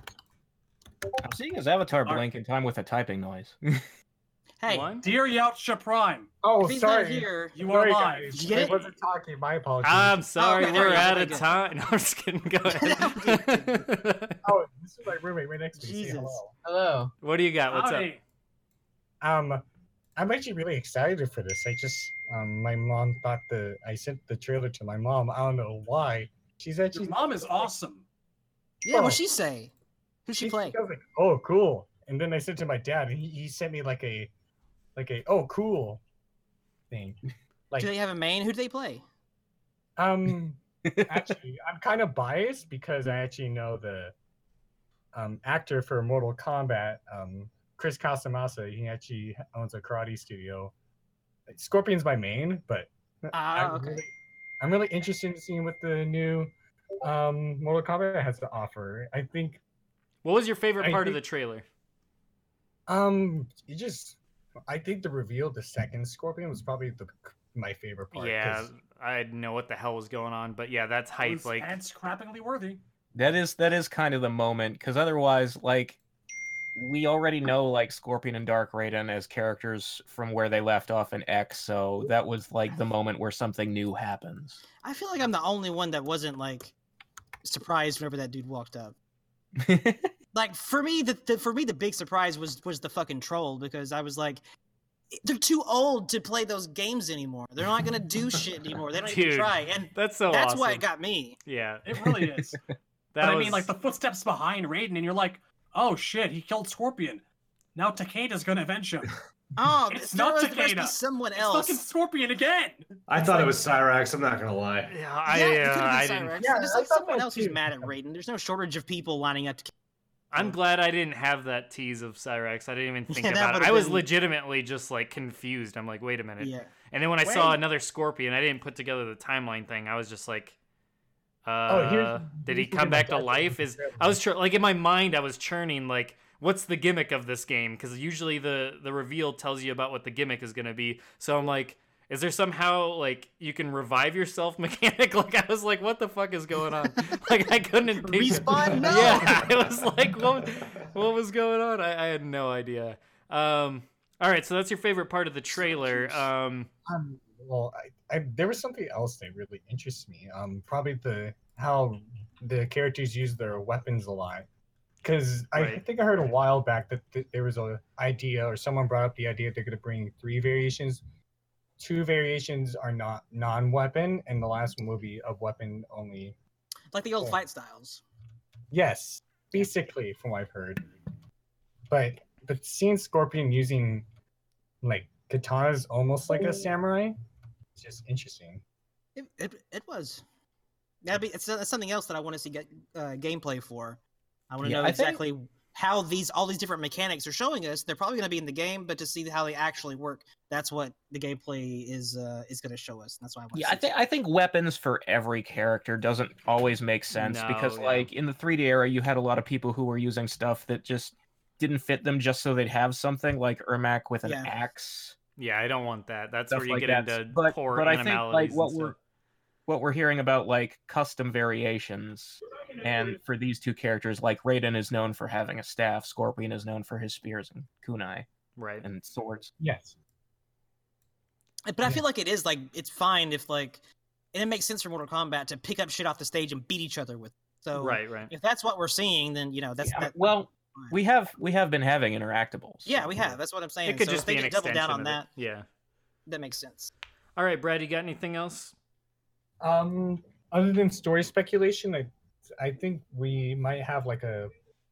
Speaker 4: I'm seeing his avatar blink in time with a typing noise. *laughs*
Speaker 3: Hey,
Speaker 1: One.
Speaker 7: dear Yautja Prime.
Speaker 14: Oh,
Speaker 7: If he's not
Speaker 14: sorry.
Speaker 7: here, you
Speaker 14: Sorry,
Speaker 7: are live.
Speaker 14: guys.
Speaker 7: Did you get
Speaker 14: I
Speaker 7: it?
Speaker 14: wasn't talking. My apologies.
Speaker 1: I'm sorry,
Speaker 14: okay, there
Speaker 1: we're
Speaker 14: we go,
Speaker 1: out
Speaker 14: there
Speaker 1: of
Speaker 14: we go.
Speaker 1: time. *laughs* No, I'm just
Speaker 3: *laughs*
Speaker 1: kidding. Go ahead.
Speaker 14: oh, this is my roommate right next to me. Say
Speaker 1: Jesus.
Speaker 14: hello. Hello.
Speaker 1: what do you got? What's up?
Speaker 14: Um, I'm actually really excited for this. I just, um, my mom thought the I sent the trailer to my mom. I don't know why. She's Oh. actually.
Speaker 7: Your mom is awesome.
Speaker 14: Yeah,
Speaker 3: what'd she say? Who's she play?
Speaker 14: I was like, oh, cool. And then I sent it to my dad, and he, he sent me like a, like a, oh, cool, thing. Like,
Speaker 3: do they have a main? Who do they play?
Speaker 14: Um, actually, I'm kind of biased because I actually know the um, actor for Mortal Kombat, um, Chris Casamasa. He actually owns a karate studio. Like, Scorpion's my main, but
Speaker 3: Ah, okay.
Speaker 14: really, I'm really interested in seeing what the new um, Mortal Kombat has to offer. I think
Speaker 1: What was your favorite
Speaker 14: I
Speaker 1: part of the
Speaker 14: think-
Speaker 1: trailer?
Speaker 14: um, you just, I think the reveal of the second Scorpion was probably the my favorite part. 'cause-
Speaker 1: Yeah, I didn't know what the hell was going on, but yeah, that's hype. Like,
Speaker 7: and scrappingly worthy.
Speaker 4: That is that is kind of the moment because otherwise, like, we already know like Scorpion and Dark Raiden as characters from where they left off in X, so that was like the moment where something new happens.
Speaker 3: I feel like I'm the only one that wasn't like surprised whenever that dude
Speaker 1: *laughs*
Speaker 3: walked up. like for me, the, the for me the big surprise was was the fucking troll because I was like, they're too old to play those games anymore. They're not gonna do shit anymore. They don't
Speaker 1: Dude,
Speaker 3: even try. And
Speaker 1: that's so
Speaker 3: that's why
Speaker 1: awesome.
Speaker 3: it got me.
Speaker 1: yeah,
Speaker 7: It really is.
Speaker 1: that
Speaker 7: but I
Speaker 1: was
Speaker 7: mean, like the footsteps behind Raiden, and you're like, oh shit, he killed Scorpion. Now Takeda's gonna avenge
Speaker 3: *laughs*
Speaker 7: him.
Speaker 3: Oh,
Speaker 7: It's
Speaker 3: there
Speaker 7: not
Speaker 3: was supposed to be
Speaker 7: Takeda.
Speaker 3: someone
Speaker 7: It's
Speaker 3: else.
Speaker 7: fucking Scorpion again.
Speaker 6: I thought it was Cyrax. I'm not going to lie.
Speaker 1: Yeah, I,
Speaker 3: yeah, it
Speaker 1: uh,
Speaker 3: could
Speaker 1: I
Speaker 3: have been
Speaker 1: didn't.
Speaker 3: Cyrax.
Speaker 14: Yeah,
Speaker 3: There's
Speaker 14: I
Speaker 3: like
Speaker 14: thought
Speaker 3: someone
Speaker 14: that
Speaker 3: else who's
Speaker 14: too.
Speaker 3: mad at Raiden. There's no shortage of people lining up to.
Speaker 1: I'm glad I didn't have that tease of Cyrex. I didn't even think
Speaker 3: *laughs* Yeah, that
Speaker 1: about it.
Speaker 3: would've
Speaker 1: I was
Speaker 3: been-
Speaker 1: legitimately just like confused. I'm like, wait a minute.
Speaker 3: Yeah.
Speaker 1: And then when I saw
Speaker 3: Wait.
Speaker 1: another Scorpion, I didn't put together the timeline thing. I was just like, uh,
Speaker 14: here's-
Speaker 1: did
Speaker 14: Oh,
Speaker 1: he
Speaker 14: here's the
Speaker 1: come
Speaker 14: gimmick
Speaker 1: back to
Speaker 14: I think
Speaker 1: life? Is I was chur- like in my mind, I was churning like, what's the gimmick of this game? Because usually the the reveal tells you about what the gimmick is going to be. So I'm like, Is there somehow like you can revive yourself *laughs* mechanic? Like I was like, what the fuck is going on? *laughs* Like I couldn't think *laughs*
Speaker 3: respawn. No.
Speaker 1: Yeah, I was like, what, what was going on? I, I had no idea. Um, all right, so that's your favorite part of the trailer. Um,
Speaker 14: Um, well, I, I, there was something else that really interests me. Um, probably the how the characters use their weapons a lot. Because I
Speaker 1: Right.
Speaker 14: think I heard a while back that th- there was a idea, or someone brought up the idea they're going to bring three variations. Two variations are not non-weapon, and the last one will be a weapon only.
Speaker 3: like the old
Speaker 14: Yeah.
Speaker 3: fight styles.
Speaker 14: Yes, basically, from what I've heard. But but seeing Scorpion using like katanas almost like a samurai, it's just interesting.
Speaker 3: It, it, it was. That'd be it's, that's something else that I want to see get uh, gameplay for. I want to
Speaker 14: Yeah,
Speaker 3: know
Speaker 14: I think-
Speaker 3: exactly how these all these different mechanics are showing us. They're probably going to be in the game, but to see how they actually work, that's what the gameplay is uh, is going to show us. That's why I want.
Speaker 4: Yeah, I think I think weapons for every character doesn't always make sense
Speaker 3: No,
Speaker 4: because
Speaker 3: yeah.
Speaker 4: like in the 3D era you had a lot of people who were using stuff that just didn't fit them just so they'd have something like Ermac with an
Speaker 1: Yeah.
Speaker 4: axe.
Speaker 1: yeah, I don't want that. That's
Speaker 4: stuff
Speaker 1: where you
Speaker 4: like
Speaker 1: get
Speaker 4: that.
Speaker 1: into
Speaker 4: but,
Speaker 1: poor
Speaker 4: but I think
Speaker 1: animalities
Speaker 4: like what
Speaker 1: and stuff.
Speaker 4: we're what we're hearing about like custom variations and for these two characters like Raiden is known for having a staff, Scorpion is known for his spears and kunai
Speaker 1: right
Speaker 4: and swords.
Speaker 14: Yes.
Speaker 3: But I feel like it is like it's fine if like, and it makes sense for Mortal Kombat to pick up shit off the stage and beat each other with. So
Speaker 4: Right, right.
Speaker 3: If that's what we're seeing, then you know that's
Speaker 4: Yeah,
Speaker 3: that,
Speaker 4: well, we have we have been having interactables.
Speaker 3: Oh, yeah we have. That's what I'm saying.
Speaker 1: It could
Speaker 3: So
Speaker 1: just
Speaker 3: if they
Speaker 1: be an
Speaker 3: could double down
Speaker 1: extension
Speaker 3: on
Speaker 1: of it.
Speaker 3: that.
Speaker 1: Yeah.
Speaker 3: That makes sense.
Speaker 1: All right, Brad, you got anything else?
Speaker 14: Um, other than story speculation, I I think we might have like a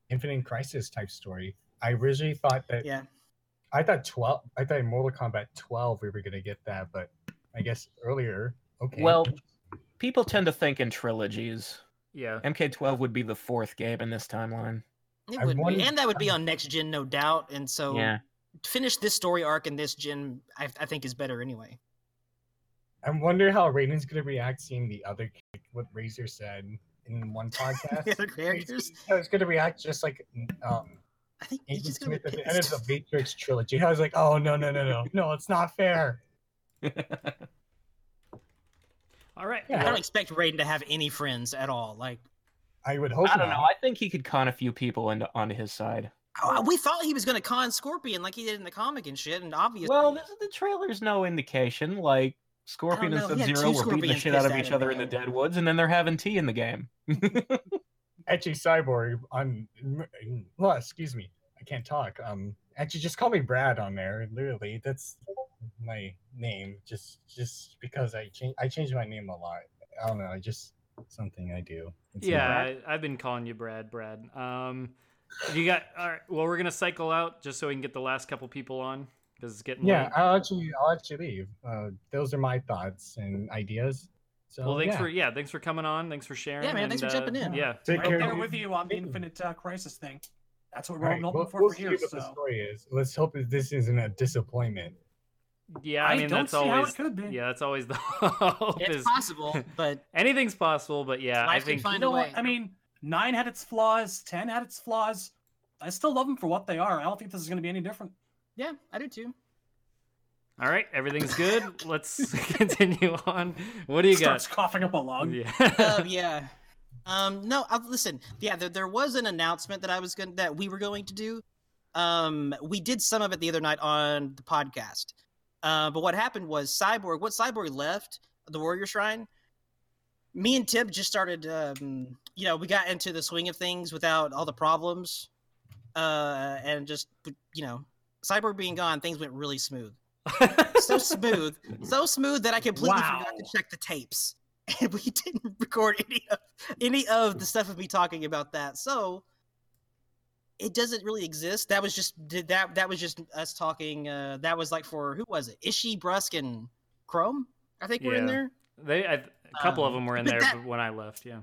Speaker 14: Infinite Crisis type story. I originally thought that
Speaker 3: yeah,
Speaker 14: I thought twelve. I thought in Mortal Kombat twelve we were gonna get that, but I guess earlier. Okay.
Speaker 4: Well, people tend to think in trilogies.
Speaker 1: Yeah.
Speaker 4: MK12 would be the fourth game in this timeline.
Speaker 3: It
Speaker 4: I
Speaker 3: would
Speaker 4: wonder-
Speaker 3: be, and that would be on next gen, no doubt. And so,
Speaker 4: Yeah.
Speaker 3: to finish this story arc in this gen, I, I think is better anyway.
Speaker 14: I wonder how Raiden's gonna react seeing the other kid, what Razor said in
Speaker 3: *laughs*
Speaker 14: one podcast.
Speaker 3: the other characters.
Speaker 14: I was gonna react just like um.
Speaker 3: I think
Speaker 14: he's just gonna be at the end of the Matrix trilogy. I was like, oh no no no no no, it's not fair.
Speaker 1: All right.
Speaker 3: I don't expect Raiden to have any friends at all. Like
Speaker 14: I would hope.
Speaker 4: I don't know. I think he could con a few people into onto his side.
Speaker 3: oh, we thought he was gonna con Scorpion like he did in the comic and shit, and obviously,
Speaker 4: Well, this is the trailer's no indication. Like Scorpion
Speaker 3: I
Speaker 4: and
Speaker 3: don't know,
Speaker 4: Sub
Speaker 3: he had
Speaker 4: Zero
Speaker 3: Oh, two
Speaker 4: were beating the
Speaker 3: scorpions
Speaker 4: shit out
Speaker 3: pissed
Speaker 4: of
Speaker 3: at
Speaker 4: each
Speaker 3: him,
Speaker 4: other in the dead woods, and then they're having tea in the game.
Speaker 14: Actually, Cyborg on. Well, excuse me, I can't talk. Um, actually, just call me Brad on there. Literally, that's my name. Just just because I change I change my name a lot. I don't know. I just something I do. It's
Speaker 1: yeah,
Speaker 14: Brad.
Speaker 1: I, I've been calling you Brad. Brad. Um, you got all right. Well, we're gonna cycle out just so we can get the last couple people on because it's getting
Speaker 14: Yeah,
Speaker 1: late.
Speaker 14: I'll actually I'll actually leave. Uh, those are my thoughts and ideas. So
Speaker 1: well, thanks
Speaker 14: yeah.
Speaker 1: for yeah, thanks for coming on. Thanks for sharing.
Speaker 7: man, thanks
Speaker 1: and,
Speaker 7: for
Speaker 1: uh,
Speaker 7: jumping in.
Speaker 1: Yeah,
Speaker 14: Take
Speaker 7: Right
Speaker 14: care,
Speaker 7: there
Speaker 14: dude.
Speaker 7: with you on the Infinite uh, Crisis thing. That's what
Speaker 14: All
Speaker 7: we're
Speaker 14: right,
Speaker 7: hoping
Speaker 14: we'll,
Speaker 7: for
Speaker 14: we'll
Speaker 7: for
Speaker 14: see
Speaker 7: years.
Speaker 14: what the
Speaker 7: So
Speaker 14: story is. Let's hope that this isn't a disappointment.
Speaker 1: yeah. I,
Speaker 7: I
Speaker 1: mean,
Speaker 7: don't
Speaker 1: that's
Speaker 7: see how it
Speaker 1: always
Speaker 7: could be.
Speaker 1: yeah, that's always the *laughs* hope.
Speaker 7: It's
Speaker 1: is,
Speaker 7: possible,
Speaker 3: but
Speaker 1: *laughs* anything's possible. But yeah, I think
Speaker 7: you know what? I mean, nine had its flaws, ten had its flaws. I still love them for what they are. I don't think this is going to be any different.
Speaker 3: Yeah, I do too.
Speaker 1: All right, everything's good. Let's *laughs* continue on. What do you
Speaker 7: Starts
Speaker 1: got?
Speaker 7: coughing up a lung.
Speaker 1: Yeah. *laughs*
Speaker 3: um, yeah. Um, no, I, listen. Yeah, there, there was an announcement that I was going to that we were going to do. Um, we did some of it the other night on the podcast. Uh, but what happened was Cyborg. What Cyborg left the Warrior Shrine. Me and Tib just started. Um, you know, we got into the swing of things without all the problems, uh, and just you know, Cyborg being gone, things went really smooth. *laughs* so smooth, so smooth that I completely forgot to check the tapes, *laughs* and we didn't *laughs* record any of any of the stuff of me talking about that. So it doesn't really exist. That was just did that. That was just us talking. Uh, that was like for who was it? Ishi Bruskin, Chrome. I think we're in
Speaker 1: Yeah.
Speaker 3: there.
Speaker 1: They I, a couple of
Speaker 3: Um,
Speaker 1: them were in
Speaker 3: but
Speaker 1: there
Speaker 3: that-
Speaker 1: but when I left. Yeah.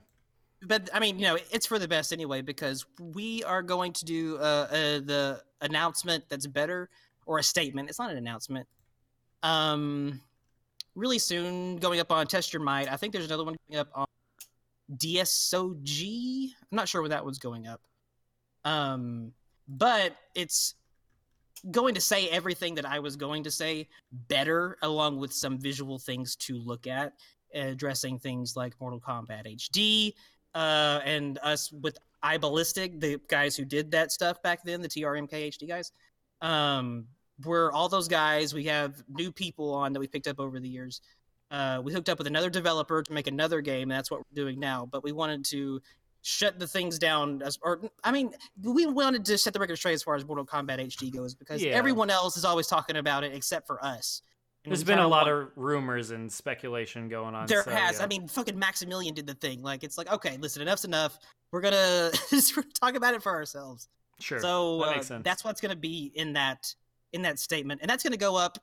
Speaker 3: but I mean, you know, it's for the best anyway because we are going to do uh, uh, the announcement that's better or a statement. It's not an announcement. Um, really soon, going up on Test Your Might. I think there's another one going up on DSOG. I'm not sure when that one's going up. Um, but it's going to say everything that I was going to say better, along with some visual things to look at, addressing things like Mortal Kombat HD, uh, and us with iBallistic, the guys who did that stuff back then, the TRMK HD guys. Um, we're all those guys. We have new people on that we picked up over the years. Uh, we hooked up with another developer to make another game. That's what we're doing now. But we wanted to shut the things down as or I mean, we wanted to set the record straight as far as Mortal Kombat HD goes because
Speaker 1: Yeah.
Speaker 3: everyone else is always talking about it except for us. And
Speaker 1: There's
Speaker 3: we
Speaker 1: been
Speaker 3: kinda
Speaker 1: a lot
Speaker 3: want-
Speaker 1: of rumors and speculation going on.
Speaker 3: there
Speaker 1: so,
Speaker 3: has.
Speaker 1: yeah.
Speaker 3: I mean, fucking Maximilian did the thing. Like, it's like, okay, listen, enough's enough. We're gonna *laughs* talk about it for ourselves.
Speaker 1: Sure,
Speaker 3: So
Speaker 1: that
Speaker 3: uh,
Speaker 1: makes sense.
Speaker 3: that's what's gonna be in that in that statement, and that's gonna go up.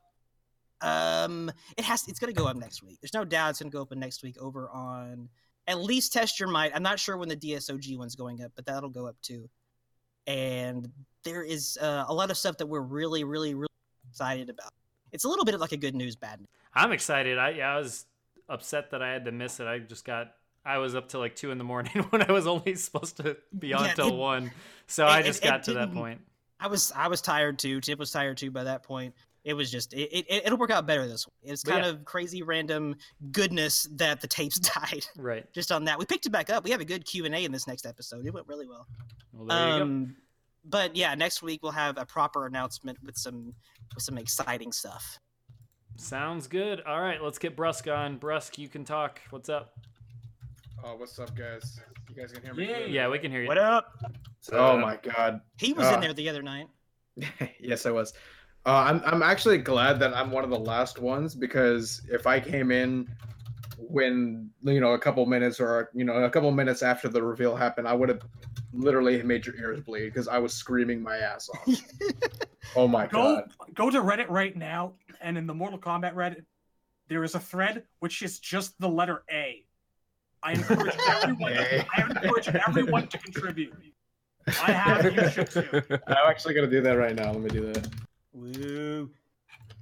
Speaker 3: Um, it has. It's gonna go up next week. There's no doubt it's gonna go up next week over on at least test your might. I'm not sure when the DSOG one's going up, but that'll go up too. And there is uh, a lot of stuff that we're really, really, really excited about. It's a little bit of like a good news, bad news.
Speaker 1: I'm excited. I yeah, I was upset that I had to miss it. I just got I was up till like two in the morning *laughs* when I was only supposed to be on
Speaker 3: Yeah,
Speaker 1: till
Speaker 3: it-
Speaker 1: one. So
Speaker 3: it-
Speaker 1: I
Speaker 3: it-
Speaker 1: just
Speaker 3: it
Speaker 1: got to that
Speaker 3: didn't-
Speaker 1: point.
Speaker 3: I was I was tired too. Tip was tired too by that point. It was just it, it it'll work out better this way. It's
Speaker 1: But
Speaker 3: kind
Speaker 1: yeah.
Speaker 3: of crazy random goodness that the tapes *laughs* died.
Speaker 1: Right.
Speaker 3: Just on that. We picked it back up. We have a good Q and A in this next episode. It went really well.
Speaker 1: Well, there
Speaker 3: Um,
Speaker 1: you go.
Speaker 3: But yeah, next week we'll have a proper announcement with some with some exciting stuff.
Speaker 1: Sounds good. All right, let's get Brusk on. Brusk, you can talk. What's up?
Speaker 15: Oh, what's up, guys? You guys can hear me?
Speaker 1: Yeah,
Speaker 15: good?
Speaker 1: we can hear you.
Speaker 15: What up? Oh my god.
Speaker 3: He was
Speaker 15: Ah.
Speaker 3: in there the other night.
Speaker 15: *laughs* yes, I was. Uh, I'm I'm actually glad that I'm one of the last ones because if I came in when you know a couple minutes or you know a couple minutes after the reveal happened, I would have literally made your ears bleed because I was screaming my ass
Speaker 3: *laughs*
Speaker 15: off. oh my
Speaker 7: go
Speaker 15: god!
Speaker 7: go to Reddit right now, and in the Mortal Kombat Reddit, there is a thread which is just the letter A. I encourage everyone. I encourage everyone to contribute. I have you should too.
Speaker 15: I'm actually gonna do that right now. Let me do that.
Speaker 3: Woo.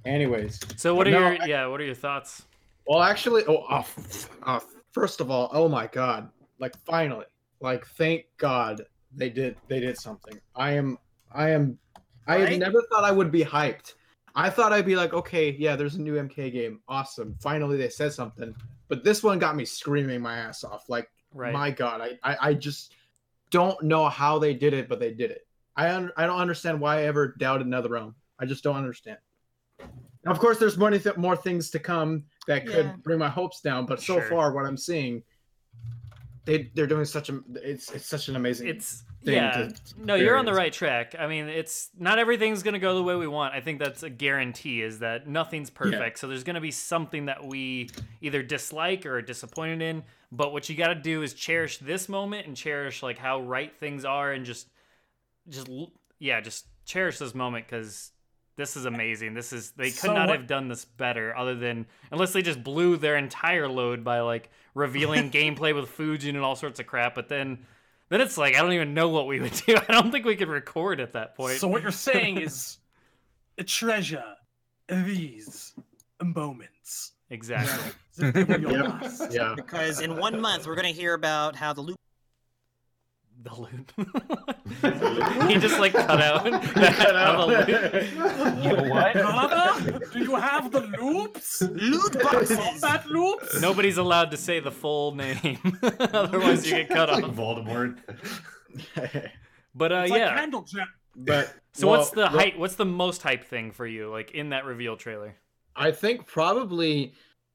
Speaker 15: Anyways,
Speaker 1: So what are
Speaker 15: No,
Speaker 1: your yeah, what are your thoughts?
Speaker 15: Well, actually, oh, oh, f- oh, first of all, oh my god! Like finally, like thank God they did they did something. I am I am I had
Speaker 6: Right?
Speaker 15: never thought I would be hyped. I thought I'd be like, okay, yeah, there's a new MK game, awesome. Finally, they said something. But this one got me screaming my ass off. Like,
Speaker 1: Right.
Speaker 15: my god, I I, I just don't know how they did it, but they did it. I un- I don't understand why I ever doubted another realm. I just don't understand. Now, of course, there's more, th- more things to come that could
Speaker 6: Yeah.
Speaker 15: bring my hopes down, but so
Speaker 1: Sure.
Speaker 15: far, what I'm seeing, they they're doing such a it's it's such an amazing
Speaker 1: it's
Speaker 15: thing
Speaker 1: yeah.
Speaker 15: to
Speaker 1: no, you're on the
Speaker 15: experience.
Speaker 1: right track. I mean, it's not everything's going to go the way we want. I think that's a guarantee is that nothing's perfect. So there's going to be something that we either dislike or are disappointed in, but what you got to do is cherish this moment and cherish like how right things are and just just l- yeah, just cherish this moment cuz this is amazing. This is they could
Speaker 7: So
Speaker 1: not
Speaker 7: what-
Speaker 1: have done this better other than unless they just blew their entire load by like revealing gameplay with Fujin and all sorts of crap, but then then it's like I don't even know what we would do. *laughs* I don't think we could record at that point.
Speaker 7: So what you're saying is, treasure these moments.
Speaker 1: Exactly.
Speaker 15: Yeah.
Speaker 3: Because in one month we're gonna hear about how the loop
Speaker 1: the loop. *laughs* he just like cut
Speaker 7: *laughs*
Speaker 1: out.
Speaker 7: Cut
Speaker 1: *laughs* out.
Speaker 7: out. *laughs*
Speaker 1: You
Speaker 7: Brother, do you have the loops?
Speaker 3: Loot
Speaker 7: boxes. Combat loops.
Speaker 1: Nobody's allowed to say the full name, *laughs* otherwise you get cut off.
Speaker 15: Like
Speaker 7: *laughs*
Speaker 15: Voldemort.
Speaker 1: But uh,
Speaker 7: It's like
Speaker 1: yeah.
Speaker 7: candle jam.
Speaker 15: But
Speaker 1: *laughs* so what's the
Speaker 15: well, well-
Speaker 1: hype? What's the most hype thing for you? Like in that reveal trailer?
Speaker 15: I think probably.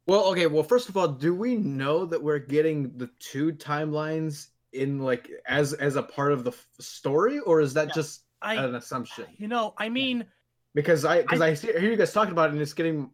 Speaker 15: Well, okay. Well, first of all, do we know that we're getting the two timelines in like as as a part of the f- story, or is that
Speaker 7: Yeah,
Speaker 15: just
Speaker 7: I-
Speaker 15: an assumption?
Speaker 7: You know, I mean,
Speaker 15: Because I because
Speaker 7: I-
Speaker 15: I, see, hear you guys talking about it, and it's getting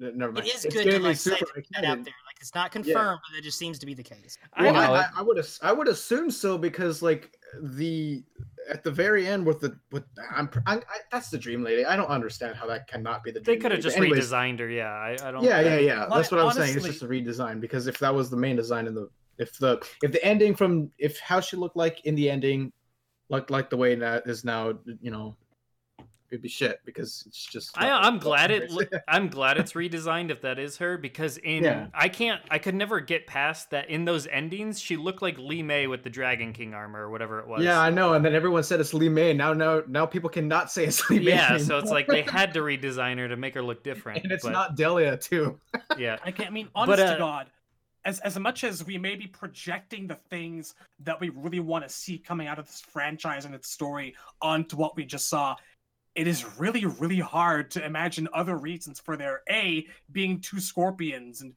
Speaker 15: never mind.
Speaker 3: it is
Speaker 15: It's
Speaker 3: good to
Speaker 15: getting me
Speaker 3: like say
Speaker 15: super
Speaker 3: that out there. Like it's not confirmed, but that just seems to be the case.
Speaker 15: Well, I, I, I would as- I would assume so because like the at the very end with the with I'm I, I, that's the dream lady. I don't understand how that cannot be the.
Speaker 1: They
Speaker 15: Dream
Speaker 1: could have
Speaker 15: Lady,
Speaker 1: just
Speaker 15: but anyways,
Speaker 1: redesigned her. Yeah, I, I don't.
Speaker 15: Yeah, yeah, yeah.
Speaker 1: Well,
Speaker 15: That's what I'm saying. It's
Speaker 1: honestly-
Speaker 15: just a redesign because if that was the main design in the if the if the ending from if how she looked like in the ending looked like the way that is now, you know,
Speaker 8: it'd be shit because it's just.
Speaker 1: I,
Speaker 8: not-
Speaker 1: I'm glad it. I'm glad it's redesigned. If that is her, because in
Speaker 8: Yeah.
Speaker 1: I can't. I could never get past that. In those endings, she looked like Lee May with the Dragon King armor or whatever it was.
Speaker 15: Yeah, I know. And then everyone said it's Lee May. and Now, now, now people cannot say it's Lee May.
Speaker 1: Yeah, so it's
Speaker 15: anymore. *laughs*
Speaker 1: like they had to redesign her to make her look different.
Speaker 15: and it's
Speaker 1: but-
Speaker 15: not Delia too.
Speaker 1: Yeah,
Speaker 7: I can't I mean honest
Speaker 1: uh,
Speaker 7: to God. As, as much as we may be projecting the things that we really want to see coming out of this franchise and its story onto what we just saw, it is really, really hard to imagine other reasons for there A being two scorpions and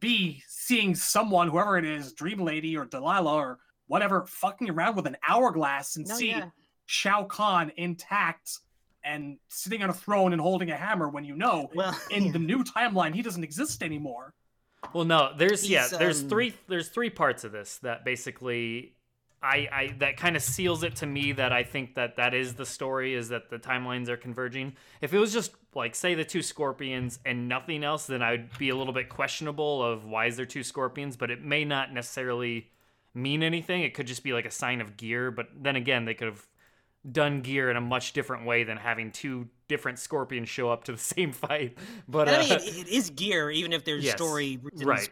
Speaker 7: B seeing someone, whoever it is, Dream Lady or Delilah or whatever, fucking around with an hourglass and
Speaker 3: No,
Speaker 7: see
Speaker 3: yeah.
Speaker 7: Shao Kahn intact and sitting on a throne and holding a hammer when you know *laughs* in the new timeline he doesn't exist anymore.
Speaker 1: Well, no, there's yeah,
Speaker 7: He's,
Speaker 1: there's
Speaker 7: um,
Speaker 1: three there's three parts of this that basically I I that kind of seals it to me that I think that that is the story is that the timelines are converging. If it was just like say the two scorpions and nothing else, then I'd be a little bit questionable of why is there two scorpions, but it may not necessarily mean anything. It could just be like a sign of gear, but then again, they could have done gear in a much different way than having two different scorpions show up to the *laughs* same fight. But
Speaker 3: And I
Speaker 1: uh,
Speaker 3: mean, it, it is gear, even if there's
Speaker 1: Yes,
Speaker 3: story reasons.
Speaker 1: Right.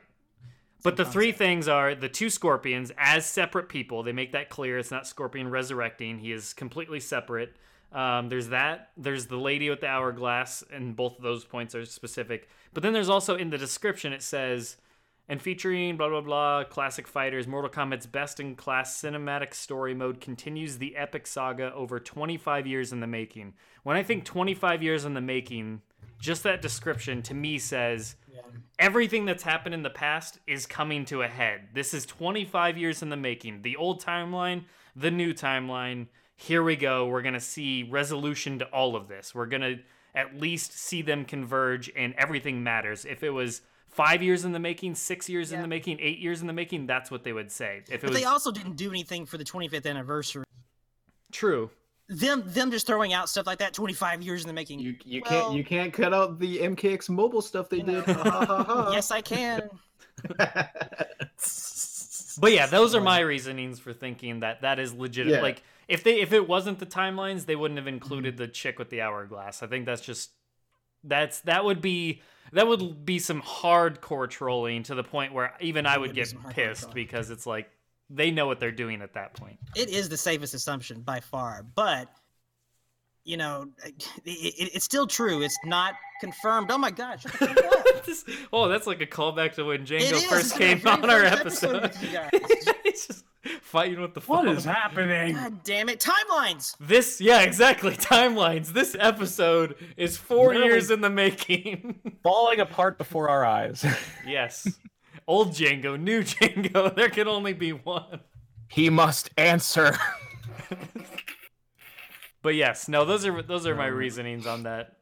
Speaker 1: But the three things are the two scorpions as separate people. They make that clear. It's not Scorpion resurrecting. He is completely separate. Um, there's that. There's the lady with the hourglass, and both of those points are specific. But then there's also in the description it says, and featuring blah blah blah classic fighters, Mortal Kombat's best in class cinematic story mode continues the epic saga over 25 years in the making. When I think 25 years in the making, just that description to me says everything that's happened in the past is coming to a head. This is 25 years in the making. The old timeline, the new timeline. Here we go. We're going to see resolution to all of this. We're going to at least see them converge and everything matters. If it was 5 years in the making, 6 years in the making, 8 years in the making, that's what they would say. If it
Speaker 3: But
Speaker 1: was
Speaker 3: they also didn't do anything for the 25th anniversary.
Speaker 1: true.
Speaker 3: Them them just throwing out stuff like that 25 years in the making. You,
Speaker 15: You can't you can't cut out the MKX mobile stuff they did.
Speaker 3: *laughs* yes, I can.
Speaker 1: But yeah, those are my reasonings for thinking that that is legitimate.
Speaker 15: Yeah.
Speaker 1: Like if they if it wasn't the timelines, they wouldn't have included the chick with the hourglass. I think that's just that's that would be that would be some hardcore trolling to the point where even I would get pissed because it's like they know what they're doing at that point.
Speaker 3: It is the safest assumption by far, but you know, it, it, it's still true. It's not confirmed. Oh
Speaker 1: *laughs*
Speaker 3: my gosh! shut the fuck up.
Speaker 1: *laughs* Oh, that's like a callback to when
Speaker 3: It
Speaker 1: Django
Speaker 3: is,
Speaker 1: first
Speaker 3: it's my
Speaker 1: came
Speaker 3: very
Speaker 1: on our
Speaker 3: first
Speaker 1: episode.
Speaker 3: with you guys.
Speaker 1: *laughs* He's just fighting with the phone.
Speaker 7: What is happening?
Speaker 3: God damn it! Timelines.
Speaker 1: This, yeah, exactly. *laughs* Timelines. This episode is four
Speaker 4: Literally-
Speaker 1: years in the making. *laughs*
Speaker 4: falling apart before our eyes. *laughs*
Speaker 1: yes. Old Django, new *laughs* Django. There can only be one.
Speaker 4: he must *laughs* answer.
Speaker 1: But yes, no, those are those are my reasonings on that.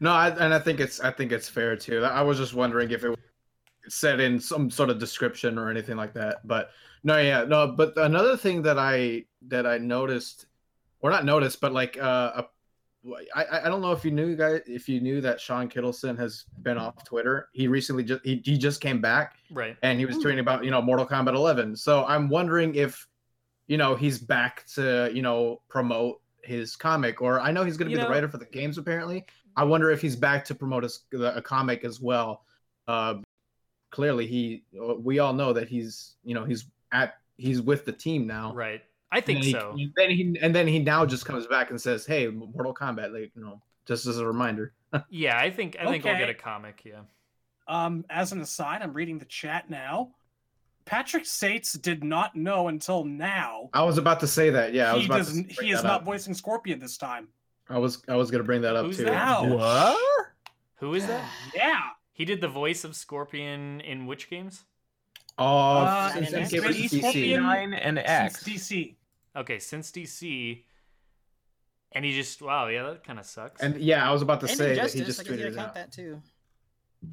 Speaker 15: No, I, and I think it's I think it's fair too. I was just wondering if it said in some sort of description or anything like that. But no, yeah, no. But another thing that I that I noticed, or not noticed, but like uh, a- I I- I don't know if you knew you guys if you knew that Sean Kittleson has been off Twitter. He recently just he, he just came back
Speaker 1: Right.
Speaker 15: and he was tweeting about you know Mortal Kombat 11. So I'm wondering if you know he's back to you know promote his comic, or I know he's going to
Speaker 1: You
Speaker 15: be
Speaker 1: know-
Speaker 15: the writer for the games apparently. I wonder if he's back to promote his, the, a comic as well. Uh, clearly, he uh, we all know that he's you know he's at he's with the team now.
Speaker 1: Right. I think
Speaker 15: and then
Speaker 1: so.
Speaker 15: He, then he and then he now just comes back and says, "Hey, Mortal Kombat," like you know, just as a reminder. *laughs*
Speaker 1: Yeah, I think I think we'll
Speaker 7: Okay.
Speaker 1: get a comic. Yeah.
Speaker 7: Um, as an aside, I'm reading the chat now. Patrick Sates did not know until now.
Speaker 15: I was about to say that. Yeah, I was
Speaker 7: he
Speaker 15: about
Speaker 7: doesn't.
Speaker 15: to. bring
Speaker 7: He is
Speaker 15: that
Speaker 7: not
Speaker 15: up.
Speaker 7: voicing Scorpion this time.
Speaker 15: I was I was gonna bring that up
Speaker 1: Who's
Speaker 15: too.
Speaker 1: that?
Speaker 15: Yeah.
Speaker 1: What? Who is that?
Speaker 7: Yeah.
Speaker 1: He did the voice of Scorpion in which games?
Speaker 15: Oh,
Speaker 1: Uh,
Speaker 15: since
Speaker 1: and
Speaker 15: MK versus
Speaker 1: Scorpion-
Speaker 15: DC.
Speaker 1: Nine and X.
Speaker 7: DC.
Speaker 1: Okay, since DC. And he just wow, yeah, that kind of sucks.
Speaker 15: And yeah, I was about to
Speaker 3: And
Speaker 15: say
Speaker 3: Injustice,
Speaker 15: that he just
Speaker 3: I guess you
Speaker 15: tweeted it
Speaker 3: gotta count
Speaker 15: out.
Speaker 3: that too.
Speaker 1: Oh,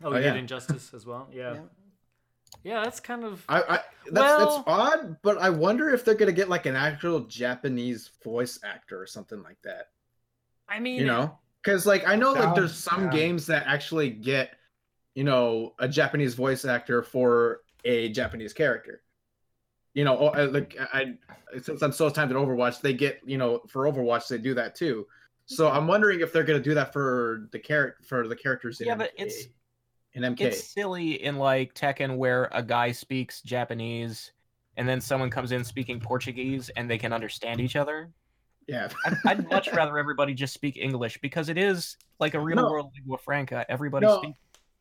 Speaker 1: he
Speaker 15: Oh,
Speaker 1: did
Speaker 15: yeah.
Speaker 1: Injustice as well. Yeah. yeah. that's kind of
Speaker 15: I, I that's,
Speaker 1: Well-
Speaker 15: that's odd, but I wonder if they're gonna get like an actual Japanese voice actor or something like that.
Speaker 1: I mean
Speaker 15: You know, because like I know like there's some
Speaker 1: Yeah.
Speaker 15: games that actually get, you know, a Japanese voice actor for a Japanese character. you know, oh, I- like I, I- since I'm so timed at Overwatch, they get you know for Overwatch they do that too. So I'm wondering if they're gonna do that for the character for the characters in
Speaker 4: Yeah,
Speaker 15: MK,
Speaker 4: but it's-
Speaker 15: in MK.
Speaker 4: It's silly in like Tekken where a guy speaks Japanese and then someone comes in speaking Portuguese and they can understand each other.
Speaker 15: Yeah.
Speaker 4: I'd, I'd much rather everybody just speak English because it is like a real
Speaker 15: No.
Speaker 4: world lingua franca. Everybody
Speaker 15: No.
Speaker 4: speaks.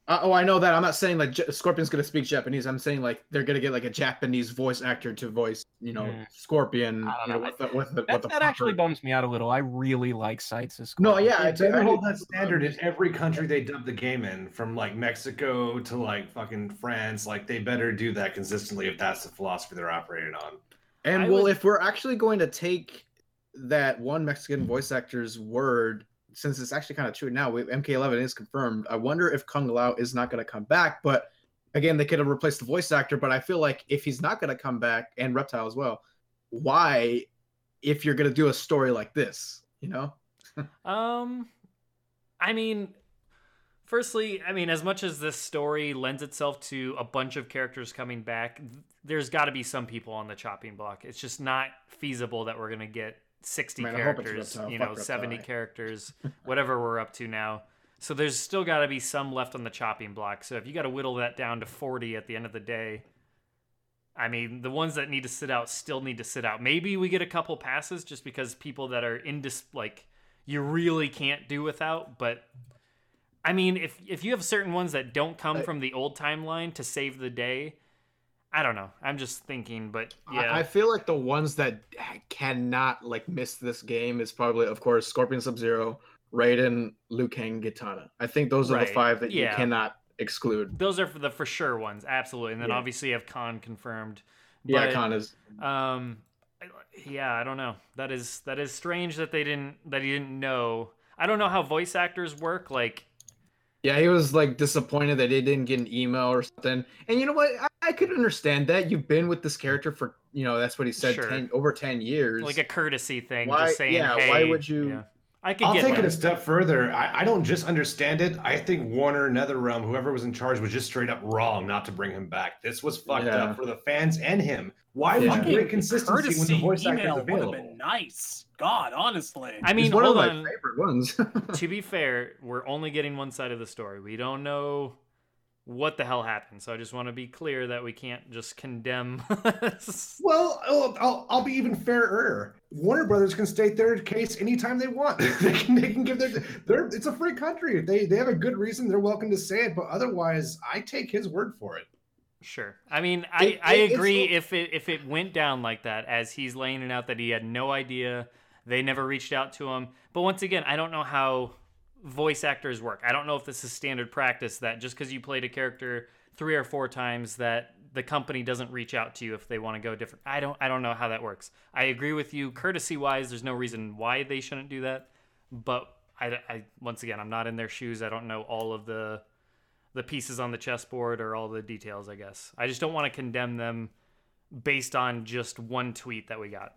Speaker 15: Uh, oh, I know that. I'm not saying like J- Scorpion's gonna speak Japanese. I'm saying like they're gonna get like a Japanese voice actor to voice, you know,
Speaker 4: Mm.
Speaker 15: Scorpion.
Speaker 4: I don't
Speaker 15: you know,
Speaker 4: know.
Speaker 15: with the, with the,
Speaker 4: That,
Speaker 15: with the
Speaker 4: that actually bums me out a little. I really like Sights as
Speaker 15: No, yeah,
Speaker 6: they
Speaker 15: I do-
Speaker 6: better
Speaker 15: I
Speaker 6: hold
Speaker 15: do-
Speaker 6: that standard in every country they dub the game in, from like Mexico to like fucking France. Like they better do that consistently if that's the philosophy they're operating on.
Speaker 15: And
Speaker 6: I
Speaker 15: well,
Speaker 6: would-
Speaker 15: if we're actually going to take that one Mexican voice actor's word, since it's actually kind of true now, we, MK11 is confirmed. I wonder if Kung Lao is not going to come back. But again, they could have replaced the voice actor. But I feel like if he's not going to come back, and Reptile as well, why, if you're going to do a story like this, you know?
Speaker 1: Um, I mean, firstly, I mean, as much as this story lends itself to a bunch of characters coming back, th- there's got to be some people on the chopping block. It's just not feasible that we're gonna get 60
Speaker 15: Man, I hope it's
Speaker 1: characters,
Speaker 15: Reptile.
Speaker 1: you
Speaker 15: Fuck
Speaker 1: know,
Speaker 15: Reptile. eh? *laughs*
Speaker 1: 70 characters, whatever we're up to now. So there's still got to be some left on the chopping block. So if you got to whittle that down to 40 at the end of the day, I mean, the ones that need to sit out still need to sit out. Maybe we get a couple passes just because people that are in dis- like you really can't do without, but I mean, if if you have certain ones that don't come
Speaker 15: I-
Speaker 1: from the old timeline to save the day, I don't know. I'm just thinking, but yeah.
Speaker 15: I, I feel like the ones that cannot like miss this game is probably, of course, Scorpion Sub Zero, Raiden, Liu Kang, Gitana. I think those are the
Speaker 1: Right,
Speaker 15: five that
Speaker 1: yeah.
Speaker 15: you cannot exclude.
Speaker 1: Those are for the for sure ones, absolutely. And then
Speaker 15: Yeah.
Speaker 1: obviously you have Khan confirmed.
Speaker 15: Yeah,
Speaker 1: But,
Speaker 15: Khan is-
Speaker 1: Um, I- yeah, I don't know. That is that is strange that they didn't that he didn't know. I don't know how voice actors work. Like,
Speaker 15: Yeah, he was like disappointed that he didn't get an email or something. And you know what? I, I could understand that. You've been with this character for you know that's what he said
Speaker 1: Sure.
Speaker 15: 10, over ten years.
Speaker 1: like a courtesy thing,
Speaker 15: Why-
Speaker 1: just saying,
Speaker 15: yeah,
Speaker 1: hey,
Speaker 15: why would you-
Speaker 1: yeah. I could
Speaker 6: I'll
Speaker 1: get
Speaker 6: take it
Speaker 1: one.
Speaker 6: a step further. I, I don't just understand it. I think Warner NetherRealm, whoever was in charge, was just straight up wrong not to bring him back. This was fucked
Speaker 15: Yeah.
Speaker 6: up for the fans and him. Why would
Speaker 7: Fucking
Speaker 6: you bring consistency when the
Speaker 7: courtesy
Speaker 6: voice actor is
Speaker 7: email would've
Speaker 6: available?
Speaker 7: been nice. God, honestly.
Speaker 1: I mean,
Speaker 15: one of
Speaker 1: hold
Speaker 15: my
Speaker 1: on.
Speaker 15: favorite ones. *laughs*
Speaker 1: to be fair, we're only getting one side of the story. We don't know what the hell happened. So I just want to be clear that we can't just condemn.
Speaker 6: *laughs* Well, I'll, I'll, I'll be even fairer. Warner Brothers can state their case anytime they want. *laughs* they, can, they can give their. They're, it's a free country. If they they have a good reason, they're welcome to say it. But otherwise, I take his word for it.
Speaker 1: sure. I mean, I,
Speaker 6: It-
Speaker 1: I
Speaker 6: it- it's
Speaker 1: agree
Speaker 6: so-
Speaker 1: if it if it went down like that as he's laying it out that he had no idea, they never reached out to him. But once again, I don't know how voice actors work. I don't know if this is standard practice that just because you played a character three or four times that the company doesn't reach out to you if they want to go different. I don't I don't know how that works. I agree with you courtesy wise there's no reason why they shouldn't do that, but I, I once again I'm not in their shoes. I don't know all of the the pieces on the chessboard or all the details, I guess. I just don't want to condemn them based on just one tweet that we got.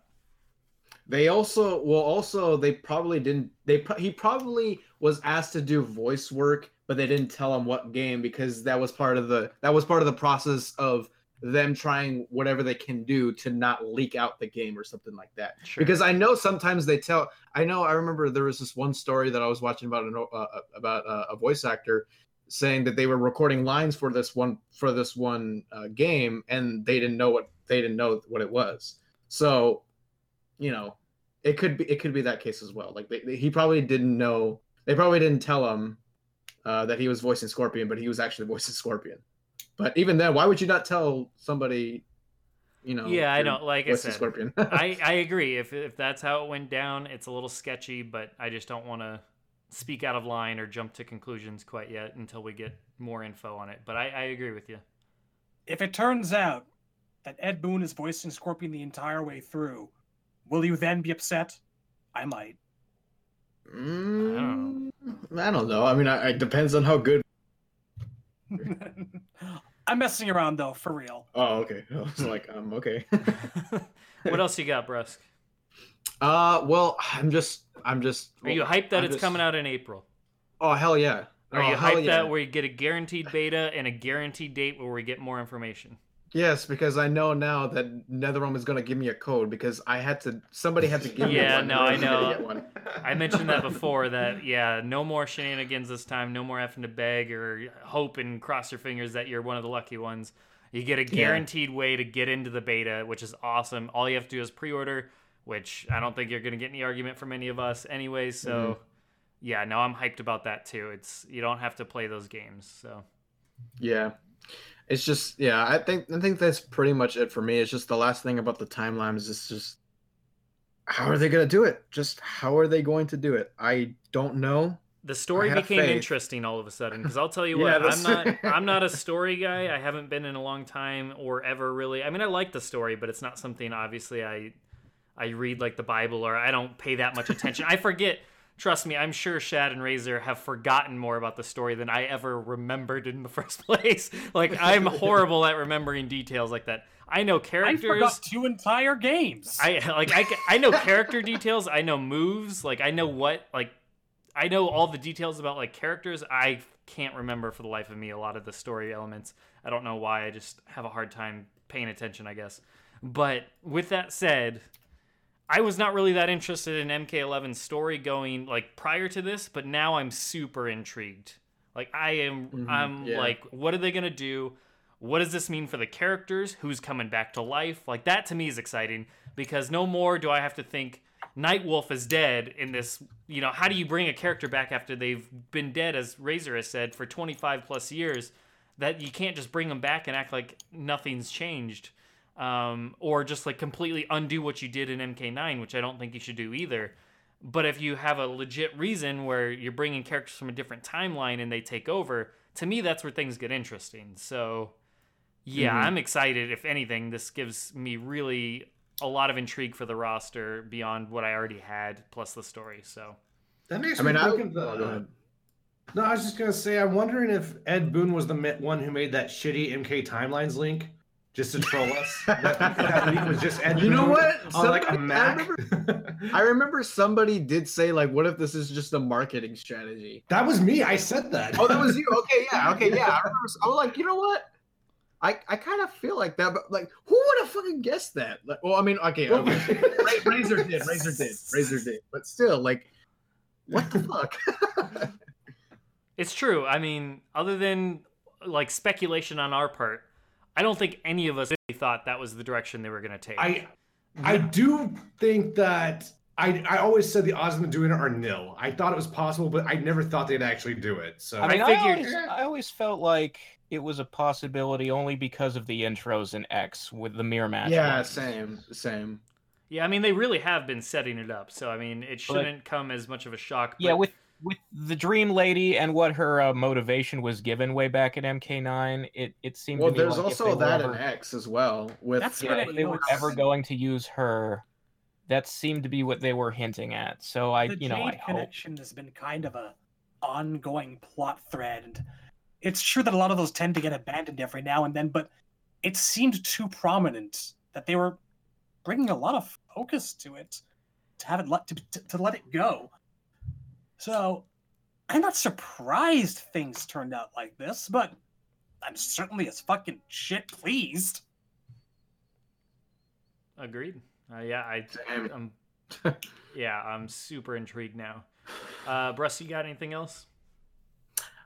Speaker 15: They also well also they probably didn't they pro- he probably was asked to do voice work but they didn't tell him what game because that was part of the that was part of the process of them trying whatever they can do to not leak out the game or something like that.
Speaker 1: Sure.
Speaker 15: Because I know sometimes they tell I know I remember there was this one story that I was watching about an, uh, about uh, a voice actor saying that they were recording lines for this one for this one uh, game and they didn't know what they didn't know what it was. So you know, it could be it could be that case as well. Like they, they- he probably didn't know. They probably didn't tell him uh, that he was voicing Scorpion, but he was actually voicing Scorpion. But even then, why would you not tell somebody? You know.
Speaker 1: yeah, I
Speaker 15: you're
Speaker 1: don't like I
Speaker 15: voicing
Speaker 1: said.
Speaker 15: Scorpion. *laughs*
Speaker 1: *laughs* I I agree. If if that's how it went down, it's a little sketchy, but I just don't want to speak out of line or jump to conclusions quite yet until we get more info on it. But I, I agree with you.
Speaker 7: If it turns out that Ed Boon is voicing Scorpion the entire way through, will you then be upset? I might. *laughs*
Speaker 15: Mm, I don't know. I mean, I, it depends on how good.
Speaker 7: I'm messing around though, for real.
Speaker 15: Oh, okay. *laughs* I was like, um, okay. *laughs*
Speaker 1: What else you got, Brusk?
Speaker 15: Uh, well, I'm just, I'm just.
Speaker 1: Are you hyped that
Speaker 15: I'm
Speaker 1: it's
Speaker 15: just-
Speaker 1: coming out in April?
Speaker 15: Oh hell yeah!
Speaker 1: Are
Speaker 15: Oh,
Speaker 1: you
Speaker 15: hell
Speaker 1: hyped
Speaker 15: yeah.
Speaker 1: that we get a guaranteed beta and a guaranteed date where we get more information?
Speaker 15: Yes, because I know now that NetherRealm is going to give me a code because I had to. Somebody
Speaker 1: *laughs*
Speaker 15: had to give me
Speaker 1: yeah,
Speaker 15: one.
Speaker 1: no,
Speaker 15: for
Speaker 1: I
Speaker 15: me to get *laughs*
Speaker 1: know.
Speaker 15: one.
Speaker 1: I mentioned that before. That yeah, no more shenanigans this time. No more having to beg or hope and cross your fingers that you're one of the lucky ones. You get a
Speaker 16: Yeah.
Speaker 1: guaranteed way to get into the beta, which is awesome. All you have to do is pre-order, which I don't think you're going to get any argument from any of us anyway. So,
Speaker 15: Mhm.
Speaker 1: yeah, no, I'm hyped about that too. It's you don't have to play those games. So
Speaker 15: Yeah. It's just yeah, I think I think that's pretty much it for me. It's just the last thing about the timeline is it's just how are they gonna do it? Just how are they going to do it? I don't know.
Speaker 1: the story
Speaker 15: I have
Speaker 1: became
Speaker 15: faith.
Speaker 1: interesting all of a sudden because I'll tell
Speaker 15: *laughs*
Speaker 1: you
Speaker 15: Yeah,
Speaker 1: what I'm
Speaker 15: that's-
Speaker 1: not I'm
Speaker 15: *laughs*
Speaker 1: not a story guy I haven't been in a long time or ever really I mean I like the story but it's not something obviously I I read like the Bible or I don't pay that much attention I forget trust me I'm sure Shad and Razor have forgotten more about the story than I ever remembered in the *laughs* first place like I'm horrible at remembering details like that I know characters
Speaker 7: two entire games.
Speaker 1: I *laughs* like I, ca-
Speaker 7: *laughs*
Speaker 1: I know character details. I know moves. Like I know what like I know all the details about like characters. I can't remember for the life of me a lot of the story elements. I don't know why. I just have a hard time paying attention. I guess. But with that said, I was not really that interested in MK11's story going like prior to this, but now I'm super intrigued. Like I am,
Speaker 16: Mhm,
Speaker 1: I'm
Speaker 16: yeah.
Speaker 1: like, what are they gonna do? What does this mean for the characters? Who's coming back to life? Like that to me is exciting because no more do I have to think Nightwolf is dead in this. You know, how do you bring a character back after they've been dead, as Razor has said, for 25 plus years? That you can't just bring them back and act like nothing's changed um, or just like completely undo what you did in MK9, which I don't think you should do either. But if you have a legit reason where you're bringing characters from a different timeline and they take over, to me, that's where things get interesting. So, yeah,
Speaker 16: Mhm.
Speaker 1: I'm excited. If anything, this gives me really a lot of intrigue for the roster beyond what I already had, plus the story. So,
Speaker 6: That makes
Speaker 1: I
Speaker 6: me
Speaker 1: mean, I-
Speaker 6: think of the.
Speaker 1: oh, go ahead.
Speaker 6: no, I was just gonna say, I'm wondering if Ed Boon was the ma- one who made that shitty MK timelines link just to troll
Speaker 1: *laughs*
Speaker 6: us. that, that link was just Ed.
Speaker 15: You know
Speaker 6: Boon
Speaker 15: what?
Speaker 6: On like a
Speaker 15: Somebody- I
Speaker 6: Mac.
Speaker 15: I remember somebody did say like, what if this is just a marketing strategy?
Speaker 6: That was me. I said that.
Speaker 15: Oh, that was you. Okay,
Speaker 6: *laughs*
Speaker 15: yeah, okay, yeah. I remember. I was like, you know what? I, I kind of feel like that, but like, who would have fucking guessed that? Like, well, I mean,
Speaker 6: *laughs*
Speaker 15: okay, okay. Ra- Razor did, Razor did, Razor did, but still, like, what the fuck?
Speaker 1: It's true. I mean, other than like speculation on our part, I don't think any of us really thought that was the direction they were going to take.
Speaker 6: I I do think that I I always said the odds of them doing it are nil. I thought it was possible, but I never thought they'd actually do it. So
Speaker 4: I mean, I, always, I always felt like it was a possibility only because of the intros in X with the mirror match.
Speaker 15: Yeah,
Speaker 4: ones.
Speaker 15: same, same.
Speaker 1: Yeah, I mean they really have been setting it up, so I mean it shouldn't come as much of a shock.
Speaker 4: Yeah,
Speaker 1: but-
Speaker 4: with with the Dream Lady and what her uh, motivation was given way back in MK9, it it seemed.
Speaker 15: Well,
Speaker 4: to me
Speaker 15: there's
Speaker 4: like if
Speaker 15: also
Speaker 4: they were
Speaker 15: that in
Speaker 4: ever-
Speaker 15: X as well. With
Speaker 4: That's yeah, if they were ever going to use her. That seemed to be what they were hinting at. So I,
Speaker 7: the
Speaker 4: you know, I
Speaker 7: Jade
Speaker 4: hope.
Speaker 7: connection has been kind of a ongoing plot thread, and it's true that a lot of those tend to get abandoned every now and then. But it seemed too prominent that they were bringing a lot of focus to it to have it let to, to, to let it go. So I'm not surprised things turned out like this, but I'm certainly as fucking shit pleased.
Speaker 1: Agreed. Uh, yeah, I, I'm. yeah, I'm super intrigued now. Uh, Bruss, you got anything else?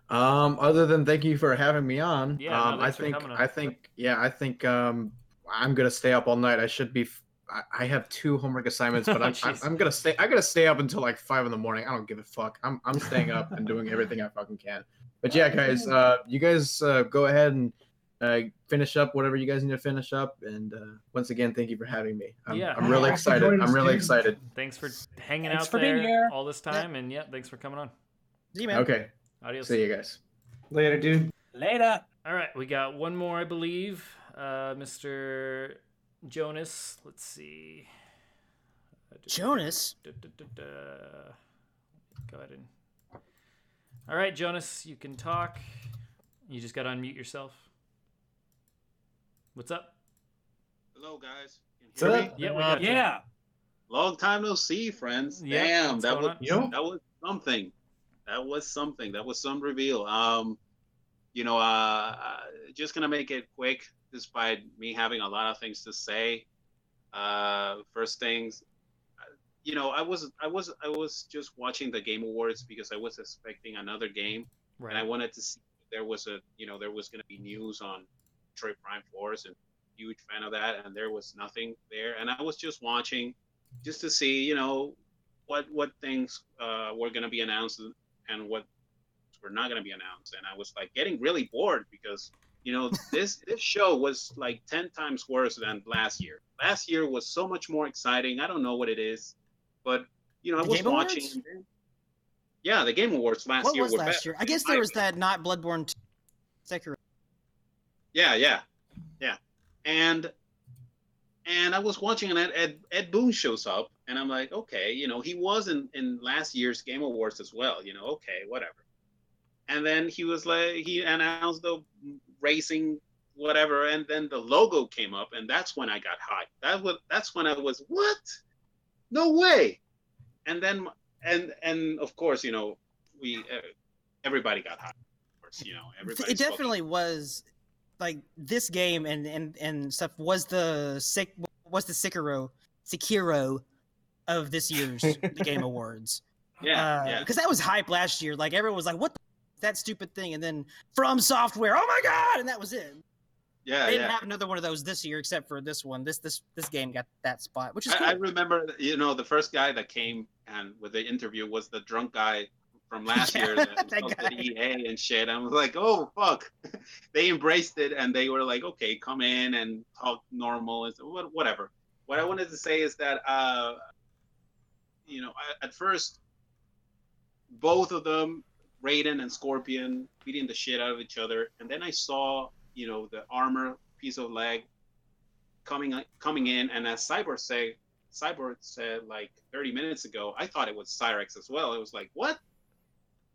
Speaker 15: Um, other than thank you for having me on.
Speaker 1: Yeah, no,
Speaker 15: um, I
Speaker 1: thanks for
Speaker 15: think
Speaker 1: coming on.
Speaker 15: I think yeah, I think um, I'm gonna stay up all night. I should be. f- I I have two homework assignments,
Speaker 1: *laughs*
Speaker 15: but I'm, I'm,
Speaker 1: Jeez.
Speaker 15: I'm gonna stay. I gotta stay up until like five in the morning. I don't give a fuck. I'm I'm staying up and doing everything I fucking can. But
Speaker 1: *laughs*
Speaker 15: yeah, guys, uh, you guys uh, go ahead and uh, finish up whatever you guys need to finish up. And uh, once again, thank you for having me. I'm,
Speaker 1: Yeah.
Speaker 15: I'm
Speaker 1: *laughs*
Speaker 15: really
Speaker 1: Yeah, thanks for
Speaker 15: excited.
Speaker 1: joining us,
Speaker 15: I'm really
Speaker 1: dude.
Speaker 15: excited.
Speaker 1: Thanks for hanging
Speaker 6: Thanks
Speaker 1: out
Speaker 6: for
Speaker 1: there
Speaker 6: being here.
Speaker 1: all this time, and yeah, thanks for coming on.
Speaker 15: Okay.
Speaker 1: Adios.
Speaker 15: See you guys.
Speaker 6: Later, dude.
Speaker 7: Later.
Speaker 1: All right, we got one more, I believe. Uh, Mr. Jonas, let's see.
Speaker 3: Jonas?
Speaker 1: Da, da, da, da. Go ahead and. All right, Jonas, you can talk. You just got to unmute yourself. What's up?
Speaker 17: Hello, guys. Can
Speaker 1: So-
Speaker 17: you hear me?
Speaker 1: Yeah, we got you. Yeah.
Speaker 17: Long time no see, friends.
Speaker 1: Yeah,
Speaker 17: Damn,
Speaker 1: what's
Speaker 17: that
Speaker 1: going
Speaker 17: was
Speaker 1: on? Yep.
Speaker 17: that was something. That was something. That was some reveal. Um, you know, uh, uh, just gonna make it quick, despite me having a lot of things to say. Uh, first things, uh, you know, I was I was I was just watching the Game Awards because I was expecting another game,
Speaker 1: Right.
Speaker 17: and I wanted to see if there was a you know there was gonna be news on Detroit Prime Force, and huge fan of that, and there was nothing there, and I was just watching, just to see you know what what things uh, were gonna be announced and what were not going to be announced and i was like getting really bored because you
Speaker 3: *laughs*
Speaker 17: know this this show was like 10 times worse than last year last year was so much more exciting i don't know what it is but you know i
Speaker 3: The
Speaker 17: was
Speaker 3: Game Awards?
Speaker 17: watching yeah the game awards last
Speaker 3: what
Speaker 17: year
Speaker 3: was
Speaker 17: were
Speaker 3: last
Speaker 17: better.
Speaker 3: year? I guess there was that not Bloodborne, t- Sekiro.
Speaker 17: Yeah, yeah, yeah. And and I was watching, and Ed, Ed Ed Boon shows up, and I'm like, okay, you know, he was in in last year's Game Awards as well, you know, okay, whatever. And then he was like, he announced the racing whatever, and then the logo came up, and that's when I got hyped. That was that's when I was what? No way! And then and and of course, you know, we uh, everybody got hyped. Of course, you know, everybody.
Speaker 3: It definitely was like this game and and and stuff was the sick was the Sekiro Sekiro of
Speaker 17: *laughs*
Speaker 3: this year's the Game Awards.
Speaker 17: Yeah, yeah.
Speaker 3: Because that was hype last year. Like everyone was like, "What the f- is that stupid thing?" And then From Software, oh my god, and that was it.
Speaker 17: Yeah,
Speaker 3: they didn't
Speaker 17: yeah.
Speaker 3: have another one of those this year, except for this one. This this this game got that spot, which is cool.
Speaker 17: I, I remember, you know, the first guy that came and with the interview was the drunk guy from last year that,
Speaker 3: that
Speaker 17: was
Speaker 3: guy.
Speaker 17: at EA E and shit. I was like, oh fuck, *laughs* they embraced it and they were like, okay, come in and talk normal and so- what- whatever. What I wanted to say is that, uh, you know, I, at first, both of them, Raiden and Scorpion, beating the shit out of each other, and then I saw, you know, the armor piece of leg coming uh, coming in, and as Cyber say, Cyber said like 30 minutes ago, I thought it was Cyrex as well. It was like, what?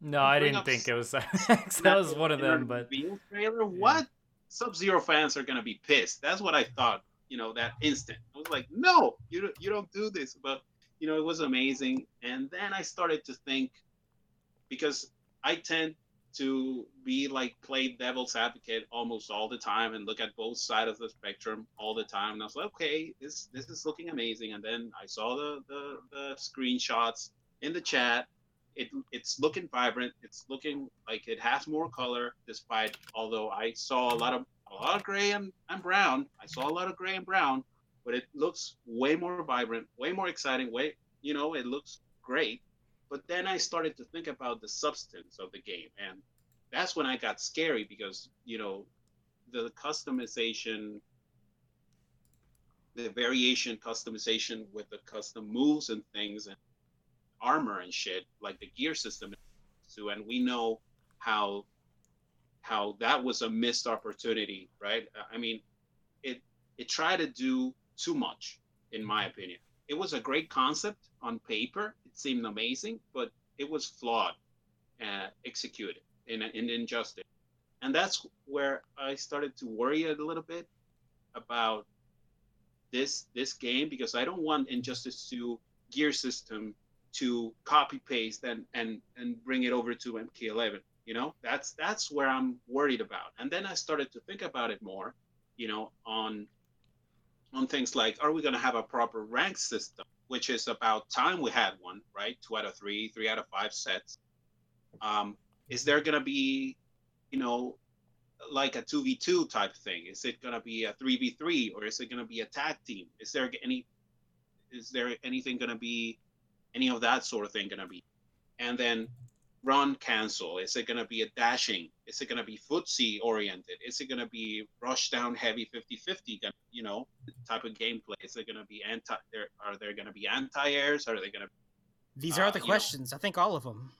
Speaker 1: No, I
Speaker 17: Bring
Speaker 1: didn't
Speaker 17: up
Speaker 1: think it was *laughs* Cyrex. that was one of them, but
Speaker 17: Being trailer, what? Sub Zero fans are gonna be pissed. That's what I thought. You know, that instant, I was like, no, you don't- you don't do this. But you know, it was amazing. And then I started to think because I tend to be like play devil's advocate almost all the time and look at both sides of the spectrum all the time. And I was like, okay, this this is looking amazing. And then I saw the the, the screenshots in the chat. It it's looking vibrant. It's looking like it has more color, despite although I saw a lot of a lot of gray and, and brown. I saw a lot of gray and brown, but it looks way more vibrant, way more exciting, way you know, it looks great. But then I started to think about the substance of the game, and that's when I got scary because you know, the customization, the variation customization with the custom moves and things and armor and shit, like the gear system, so and we know how how that was a missed opportunity, right? Uh, I mean, it it tried to do too much, in my opinion. It was a great concept on paper. It seemed amazing, but it was flawed, uh, executed in in injustice, and that's where I started to worry a little bit about this this game because I don't want Injustice to gear system to copy paste and and and bring it over to MK11. You know, that's that's where I'm worried about. And then I started to think about it more, you know, on on things like are we going to have a proper rank system, which is about time we had one, right? Two out of three, three out of five sets. Um, is there going to be, you know, like a 2v2 type thing? Is it going to be a 3v3 or is it going to be a tag team? Is there any is there anything going to be any of that sort of thing going to be? And then run cancel? Is it going to be a dashing? Is it going to be footsie oriented? Is it going to be rush down heavy 50 50, you know, type of gameplay? Is it going to be anti? There, are there going to be anti airs? Are they going to
Speaker 3: These
Speaker 1: Uh,
Speaker 3: are the questions. I think all of them.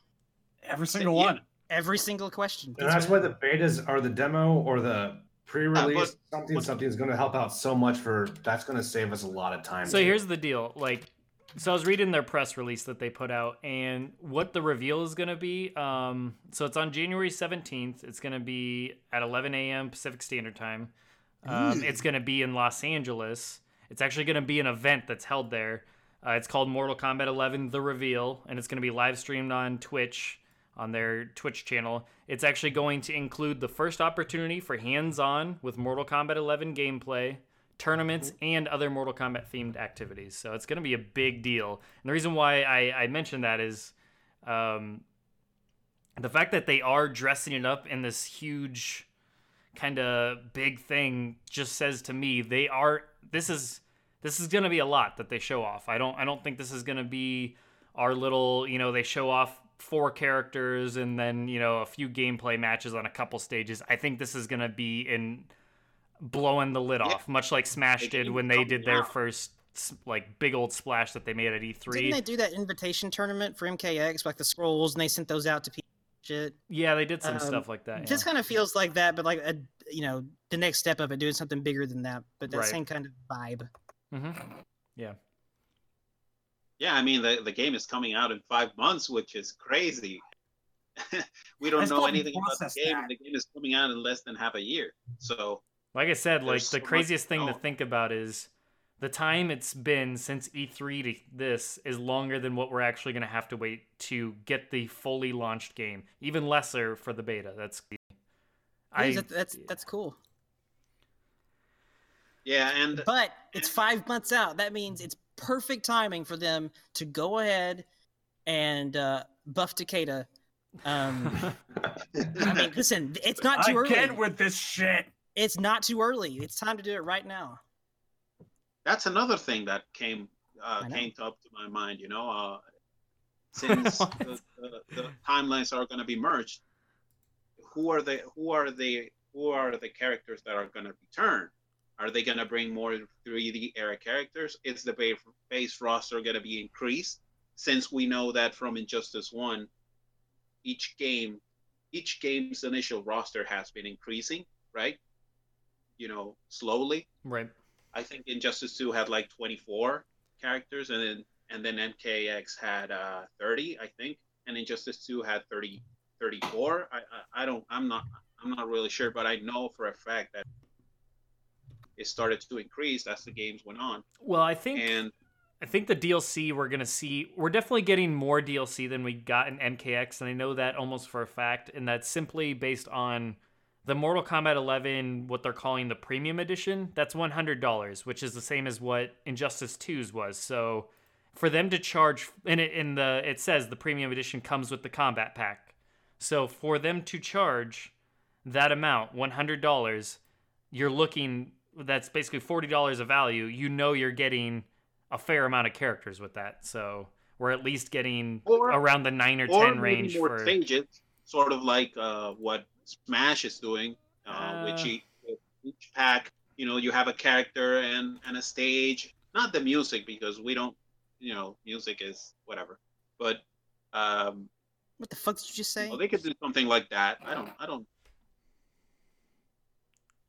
Speaker 7: Every
Speaker 17: single Yeah. one.
Speaker 3: Every single question.
Speaker 6: And that's why the betas are the demo or the pre-release something something is going to help out so much for that's going to save us a lot of time.
Speaker 1: So
Speaker 6: too.
Speaker 1: here's the deal. Like, so I was reading their press release that they put out, and what the reveal is going to be. Um, so it's on January 17th. It's going to be at 11 a.m. Pacific Standard Time. Um,
Speaker 10: Ooh.
Speaker 1: it's going to be in Los Angeles. It's actually going to be an event that's held there. Uh, it's called Mortal Kombat 11: The Reveal, and it's going to be live streamed on Twitch on their Twitch channel. It's actually going to include the first opportunity for hands on with Mortal Kombat 11 gameplay, tournaments, and other Mortal Kombat themed activities. So it's going to be a big deal. And the reason why I, I mentioned that is um, the fact that they are dressing it up in this huge kind of big thing just says to me they are this is this is going to be a lot that they show off. I don't I don't think this is going to be our little, you know, they show off four characters and then, you know, a few gameplay matches on a couple stages. I think this is going to be in blowing the lid off, much like Smash did when they did their first s- like big old splash that they made at E E3.
Speaker 3: Didn't they do that invitation tournament for MKX, like the scrolls, and they sent those out to people? and Shit.
Speaker 1: Yeah, they did some
Speaker 3: Um,
Speaker 1: stuff like that.
Speaker 3: Just
Speaker 1: yeah.
Speaker 3: kind of feels like that, but like a, you know, the next step of it, doing something bigger than that, but that
Speaker 1: Right. Mm-hmm.
Speaker 3: same kind of vibe.
Speaker 1: Yeah.
Speaker 17: Yeah, I mean the, the game is coming out in five months, which is crazy. *laughs* we don't
Speaker 1: I still
Speaker 17: know
Speaker 1: haven't
Speaker 17: anything about the
Speaker 1: processed
Speaker 17: game, and
Speaker 1: that.
Speaker 17: the game is coming out in less than half a year. So
Speaker 1: Like I said, like
Speaker 17: There's
Speaker 1: the
Speaker 17: so much
Speaker 1: craziest thing to
Speaker 17: going on.
Speaker 1: think about is the time it's been since E3 to this is longer than what we're actually going to have to wait to get the fully launched game, even lesser for the beta. That's
Speaker 3: Yeah,
Speaker 1: I
Speaker 3: that- that's that's cool.
Speaker 17: Yeah, and
Speaker 3: but it's five months out. That means it's perfect timing for them to go ahead and uh, buff Takeda. Um, I mean, listen, it's not too
Speaker 7: Again
Speaker 3: early.
Speaker 7: with this shit.
Speaker 3: It's not too early. It's time to do it right now.
Speaker 17: that's another thing that came uh,
Speaker 3: I know.
Speaker 17: came up to my mind. You know,
Speaker 3: *laughs*
Speaker 17: uh, since the, the, the timelines are going to be merged, who are the who are the who are the characters that are going to return? Are they going to bring more 3D era characters? Is the ba- base roster going to be increased? Since we know that from Injustice One, each game, each game's initial roster has been increasing, right? You know, slowly.
Speaker 1: right.
Speaker 17: I think Injustice 2 had like 24 characters, and then and then MKX had uh, 30, I think, and Injustice 2 had 30, 34. I, I I don't I'm not I'm not really sure, but I know for a fact that it started to increase as the games went on.
Speaker 1: Well, I think
Speaker 17: And-
Speaker 1: I think the DLC we're gonna see we're definitely getting more DLC than we got in MKX, and I know that almost for a fact, and that's simply based on the Mortal Kombat 11, what they're calling the Premium Edition. That's one hundred dollars, which is the same as what Injustice 2's was. So for them to charge, and it in the it says the Premium Edition comes with the combat pack. So for them to charge that amount, one hundred dollars, you're looking that's basically forty dollars of value. You know you're getting a fair amount of characters with that, so we're at least getting around the nine or, ten
Speaker 17: maybe
Speaker 1: range
Speaker 17: more
Speaker 1: for
Speaker 17: stages, sort of like uh, what Smash is doing, uh,
Speaker 1: Ah.
Speaker 17: which each, with each pack, you know, you have a character and, and a stage. Not the music because we don't, you know, music is whatever. But um,
Speaker 3: What the fuck did you just say?
Speaker 17: well, they could do something like that. I don't, I don't.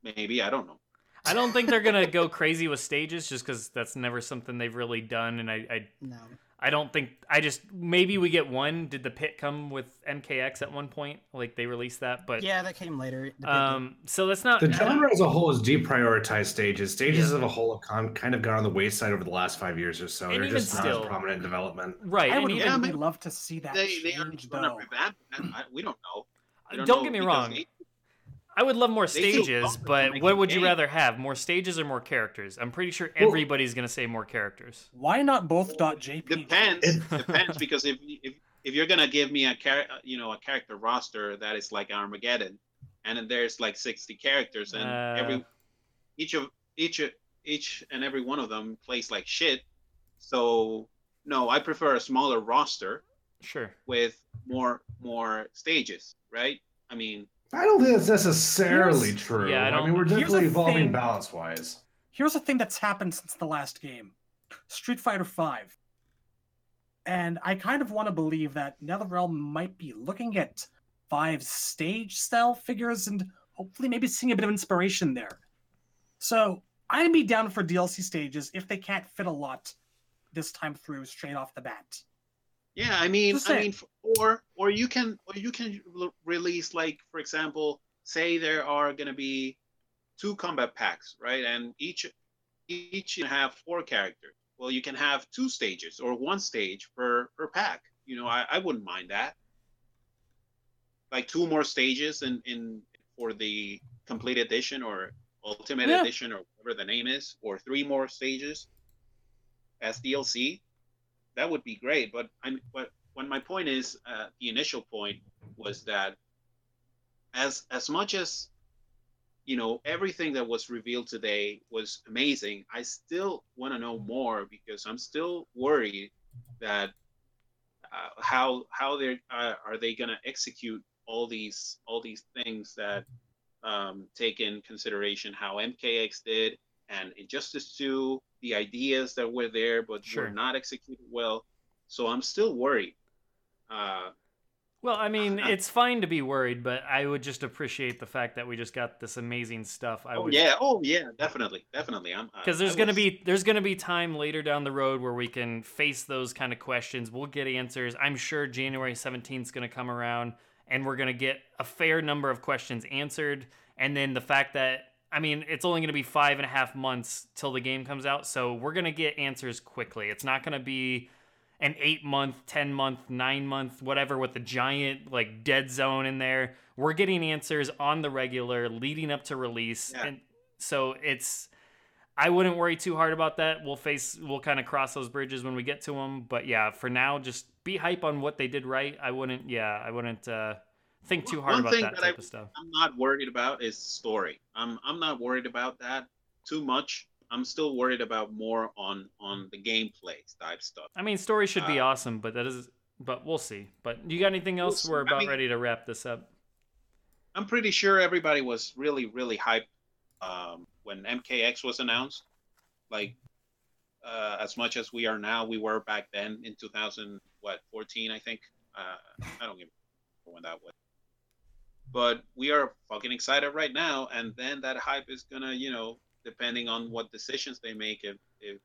Speaker 17: Maybe I don't know.
Speaker 1: I don't think they're gonna go crazy with stages just because that's never something they've really done, and I, I
Speaker 3: no.
Speaker 1: I don't think I just maybe we get one. Did the pit come with MKX at one point? Like they released that, but
Speaker 3: Yeah, that came later.
Speaker 1: Um, so that's not *laughs*
Speaker 6: The genre as a whole is deprioritized stages. Stages as a whole have con- kind of gone on the wayside over the last five years or so.
Speaker 1: And
Speaker 6: They're
Speaker 1: even
Speaker 6: just not
Speaker 1: still-
Speaker 6: as prominent in development.
Speaker 1: Right,
Speaker 7: I
Speaker 1: and
Speaker 7: would
Speaker 1: even-
Speaker 7: really love to see that
Speaker 17: They, they are
Speaker 7: change,
Speaker 17: going to
Speaker 7: though.
Speaker 17: revamp. that. I, we don't know. I
Speaker 1: Don't,
Speaker 17: know
Speaker 1: get me
Speaker 17: because
Speaker 1: wrong.
Speaker 17: they-
Speaker 1: I would love more
Speaker 17: they feel
Speaker 1: stages,
Speaker 17: comfortable
Speaker 1: but
Speaker 17: making
Speaker 1: what would you
Speaker 17: games.
Speaker 1: rather have? More stages or more characters? I'm pretty sure
Speaker 17: Well-
Speaker 1: everybody's going to say more characters.
Speaker 7: Why not both dot JP?
Speaker 17: Depends. *laughs* depends because if if if you're gonna give me a char- uh, you know a character roster that is like Armageddon, and then there's like 60 characters and
Speaker 1: Uh.
Speaker 17: every each of each of- each and every one of them plays like shit. So no, I prefer a smaller roster
Speaker 1: Sure.
Speaker 17: with more more stages, right? I mean,
Speaker 6: I don't think that's necessarily
Speaker 17: Here's-
Speaker 6: true.
Speaker 17: Yeah, I
Speaker 6: I,
Speaker 17: don't-
Speaker 6: mean, we're
Speaker 17: here's the
Speaker 6: definitely evolving
Speaker 7: thing.
Speaker 6: balance wise.
Speaker 7: here's a thing that's happened since the last game Street Fighter V. And I kind of want to believe that NetherRealm might be looking at five stage style figures and hopefully maybe seeing a bit of inspiration there. So I'd be down for DLC stages if they can't fit a lot this time through straight off the bat.
Speaker 17: Yeah, I mean,
Speaker 7: Just
Speaker 17: I
Speaker 7: saying.
Speaker 17: mean, f- or or you can or you can re- release like, for example, say there are gonna be two combat packs, right? And each each you have four characters. Well, you can have two stages or one stage per per pack. You know, I, I wouldn't mind that. like two more stages in in for the complete edition or ultimate
Speaker 4: Yeah.
Speaker 17: edition or whatever the name is, or three more stages as DLC. That would be great. But I'm but when my point is uh, the initial point was that as as much as you know everything that was revealed today was amazing i still want to know more because i'm still worried that uh, how how they uh, are they going to execute all these all these things that um, take in consideration how mkx did and injustice 2 the ideas that were there but
Speaker 1: Sure.
Speaker 17: were not executed well so i'm still worried uh,
Speaker 1: Well, I mean, it's fine to be worried, but I would just appreciate the fact that we just got this amazing stuff. I
Speaker 17: oh
Speaker 1: would
Speaker 17: yeah oh yeah definitely definitely i'm Um, I-
Speaker 1: because
Speaker 17: I
Speaker 1: there's going to
Speaker 17: was-
Speaker 1: be there's going to be time later down the road where we can face those kind of questions we'll get answers i'm sure january 17th is going to come around and we're going to get a fair number of questions answered and then the fact that i mean it's only going to be five and a half months till the game comes out so we're going to get answers quickly it's not going to be an eight month, 10 month, nine month, whatever, with the giant like dead zone in there. We're getting answers on the regular leading up to release. And so it's, I wouldn't worry too hard about that. We'll face, we'll kind of cross those bridges when we get to them. But yeah, for now, just be hype on what they did right. I wouldn't, yeah, I wouldn't uh, think too hard
Speaker 17: One
Speaker 1: about
Speaker 17: thing
Speaker 1: that,
Speaker 17: that I-
Speaker 1: type of stuff.
Speaker 17: I'm not worried about is story. I'm I'm not worried about that too much. I'm still worried about more on on the gameplay type stuff.
Speaker 1: I mean, story should be
Speaker 17: Uh,
Speaker 1: awesome, but that is, but we'll see. But you got anything else?
Speaker 17: see.
Speaker 1: We're
Speaker 17: I
Speaker 1: about
Speaker 17: mean-
Speaker 1: ready to wrap this up.
Speaker 17: I'm pretty sure everybody was really really hyped um, when MKX was announced. Like uh, as much as we are now, we were back then in 2000 what 14 I think. Uh, I don't even remember when that was. But we are fucking excited right now, and then that hype is gonna you know depending on what decisions they make if if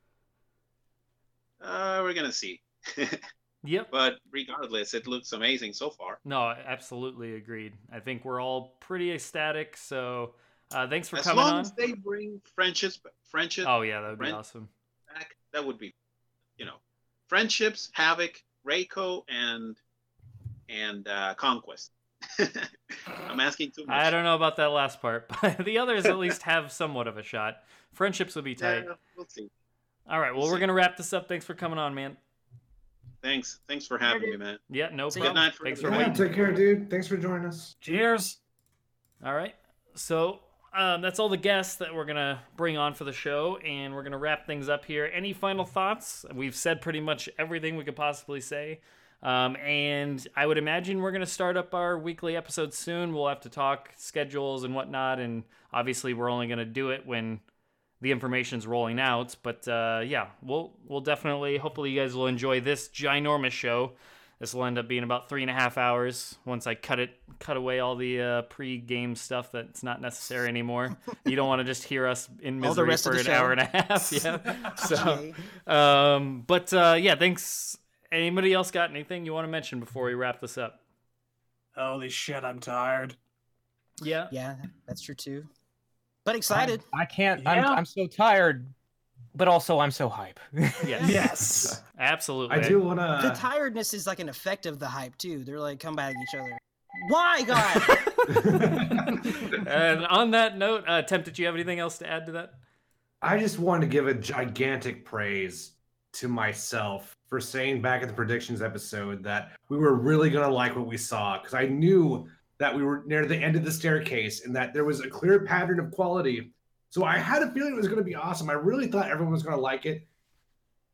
Speaker 17: uh, we're gonna see. *laughs*
Speaker 1: Yep.
Speaker 17: But regardless, it looks amazing so far.
Speaker 1: No, I absolutely agreed. I think we're all pretty ecstatic. So uh, thanks for
Speaker 17: As
Speaker 1: coming
Speaker 17: long
Speaker 1: on.
Speaker 17: as they bring friendships, friendship.
Speaker 1: oh yeah, that would be
Speaker 17: friend-
Speaker 1: awesome.
Speaker 17: back, that would be, you know, friendships, havoc, Reiko, and and uh, conquest. *laughs* I'm asking too much.
Speaker 1: I don't know about that last part, *laughs* but the others at least have somewhat of a shot. Friendships would be tight.
Speaker 17: Yeah, we'll see.
Speaker 1: all right, well we're gonna wrap this up. Thanks for coming on, man.
Speaker 17: Thanks, thanks for having me, man.
Speaker 1: Yeah, no
Speaker 17: See ya.
Speaker 1: problem.
Speaker 17: Good night for
Speaker 1: Thanks for
Speaker 17: everybody.
Speaker 1: waiting.
Speaker 6: Take care, dude. Thanks for joining us.
Speaker 7: Cheers.
Speaker 1: All right. So um, that's all the guests that we're going to bring on for the show, and we're going to wrap things up here. Any final thoughts? We've said pretty much everything we could possibly say. Um, and I would imagine we're going to start up our weekly episode soon. We'll have to talk schedules and whatnot. And obviously, we're only going to do it when the information's rolling out. But uh, yeah, we'll we'll definitely. Hopefully, you guys will enjoy this ginormous show. This will end up being about three and a half hours once I cut it, cut away all the uh, pre-game stuff that's not necessary
Speaker 3: *laughs*
Speaker 1: anymore. you don't want to just hear us in misery
Speaker 3: All the rest
Speaker 1: for
Speaker 3: of the
Speaker 1: an
Speaker 3: show.
Speaker 1: hour and a half.
Speaker 3: *laughs*
Speaker 1: Yeah. so, um, but uh, yeah, thanks. Anybody else got anything you want to mention before we wrap this up?
Speaker 7: Holy shit, I'm tired.
Speaker 1: Yeah.
Speaker 3: Yeah, that's true too. But excited.
Speaker 4: I can't.
Speaker 3: Yeah.
Speaker 4: I'm, I'm so tired, but also I'm so hype. *laughs*
Speaker 1: Yes.
Speaker 7: yes.
Speaker 1: Absolutely.
Speaker 7: Uh.
Speaker 3: The tiredness is like an effect of the hype too. They're like combating each other.
Speaker 7: *laughs*
Speaker 3: Why, God?
Speaker 1: and on that note, uh, Temp, did you have anything else to add to that?
Speaker 6: I just want to give a gigantic praise to myself for saying back at the predictions episode that we were really going to like what we saw because I knew that we were near the end of the staircase and that there was a clear pattern of quality. So I had a feeling it was going to be awesome. I really thought everyone was going to like it.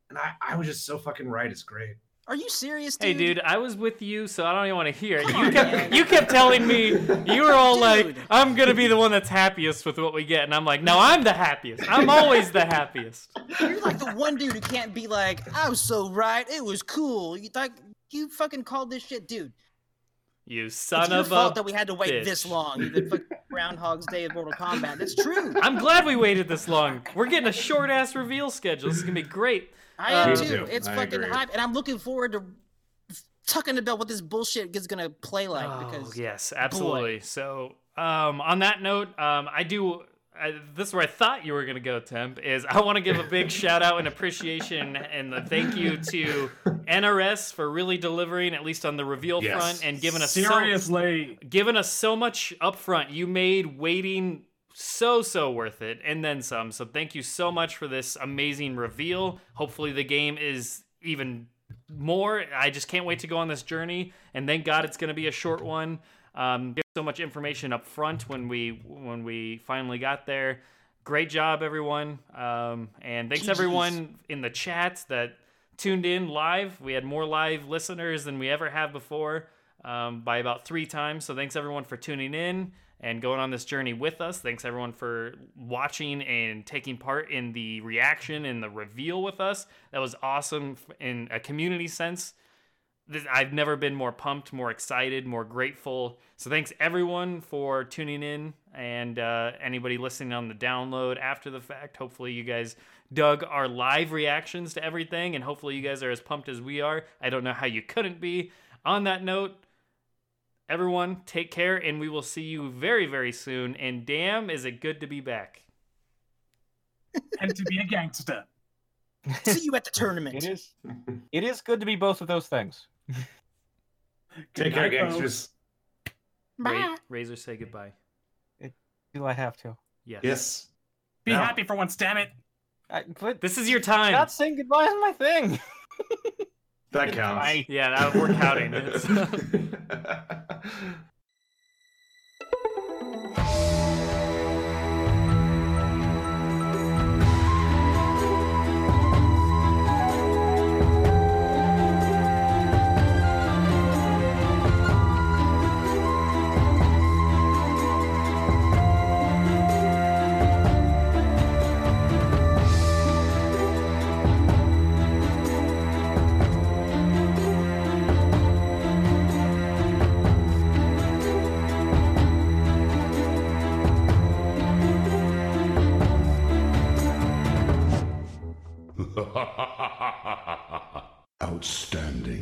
Speaker 6: And I, I was just so fucking right. It's great.
Speaker 3: Are you serious, dude?
Speaker 1: Hey, dude, I was with you, so I don't even want to hear it. You kept, you kept telling me you were all like, "I'm gonna be the one that's happiest with what we get," and I'm like, "No, I'm the happiest. I'm always the happiest."
Speaker 3: You're like the one dude who can't be like, I was so right. It was cool. You like you fucking called this shit, dude.
Speaker 1: You son
Speaker 3: it's your
Speaker 1: of
Speaker 3: fault
Speaker 1: a
Speaker 3: that we had to wait
Speaker 1: bitch.
Speaker 3: this long. You the fucking Groundhog's Day of Mortal Kombat.
Speaker 1: *laughs*
Speaker 3: That's true.
Speaker 1: I'm glad we waited this long. We're getting a short ass reveal schedule. This is gonna be great.
Speaker 3: I am
Speaker 1: Uh,
Speaker 3: too. It's fucking hype, and I'm looking forward to talking about what this bullshit is gonna play like.
Speaker 1: Oh,
Speaker 3: because
Speaker 1: yes, absolutely. So, um, on that note, um, I do I, this is where I thought you were going to go, Temp, is I want to give a
Speaker 7: *laughs*
Speaker 1: big shout out and appreciation and a thank you to NRS for really delivering, at least on the reveal
Speaker 7: Yes.
Speaker 1: front, and giving us
Speaker 7: Seriously.
Speaker 1: *laughs* so, giving us so much up front. You made waiting so so worth it, and then some. So thank you so much for this amazing reveal. Hopefully the game is even more. I just can't wait to go on this journey, and thank God it's going to be a short one. Um, give so much information up front when we when we finally got there. Great job, everyone, um, and thanks
Speaker 7: GGs.
Speaker 1: everyone in the chat that tuned in live. We had more live listeners than we ever have before um, by about three times. So thanks everyone for tuning in and going on this journey with us. Thanks everyone for watching and taking part in the reaction and the reveal with us. That was awesome f- in a community sense this, I've never been more pumped, more excited, more grateful. So thanks everyone for tuning in and uh, anybody listening on the download after the fact. Hopefully you guys dug our live reactions to everything and hopefully you guys are as pumped as we are. I don't know how you couldn't be. On that note, everyone take care and we will see you very very soon and damn is it good to be back.
Speaker 7: and to be a gangster.
Speaker 3: See you at the tournament.
Speaker 4: It is. *laughs* It is good to be both of those things.
Speaker 6: Take care, gangsters.
Speaker 1: Ra- Razor say goodbye.
Speaker 4: Do I have to?
Speaker 1: Yes.
Speaker 6: Yes.
Speaker 7: Be happy for once, damn it.
Speaker 1: this is your time.
Speaker 4: Not saying goodbye is my thing.
Speaker 6: That counts.
Speaker 1: Yeah, that, we're counting it.
Speaker 6: *laughs*
Speaker 16: Outstanding.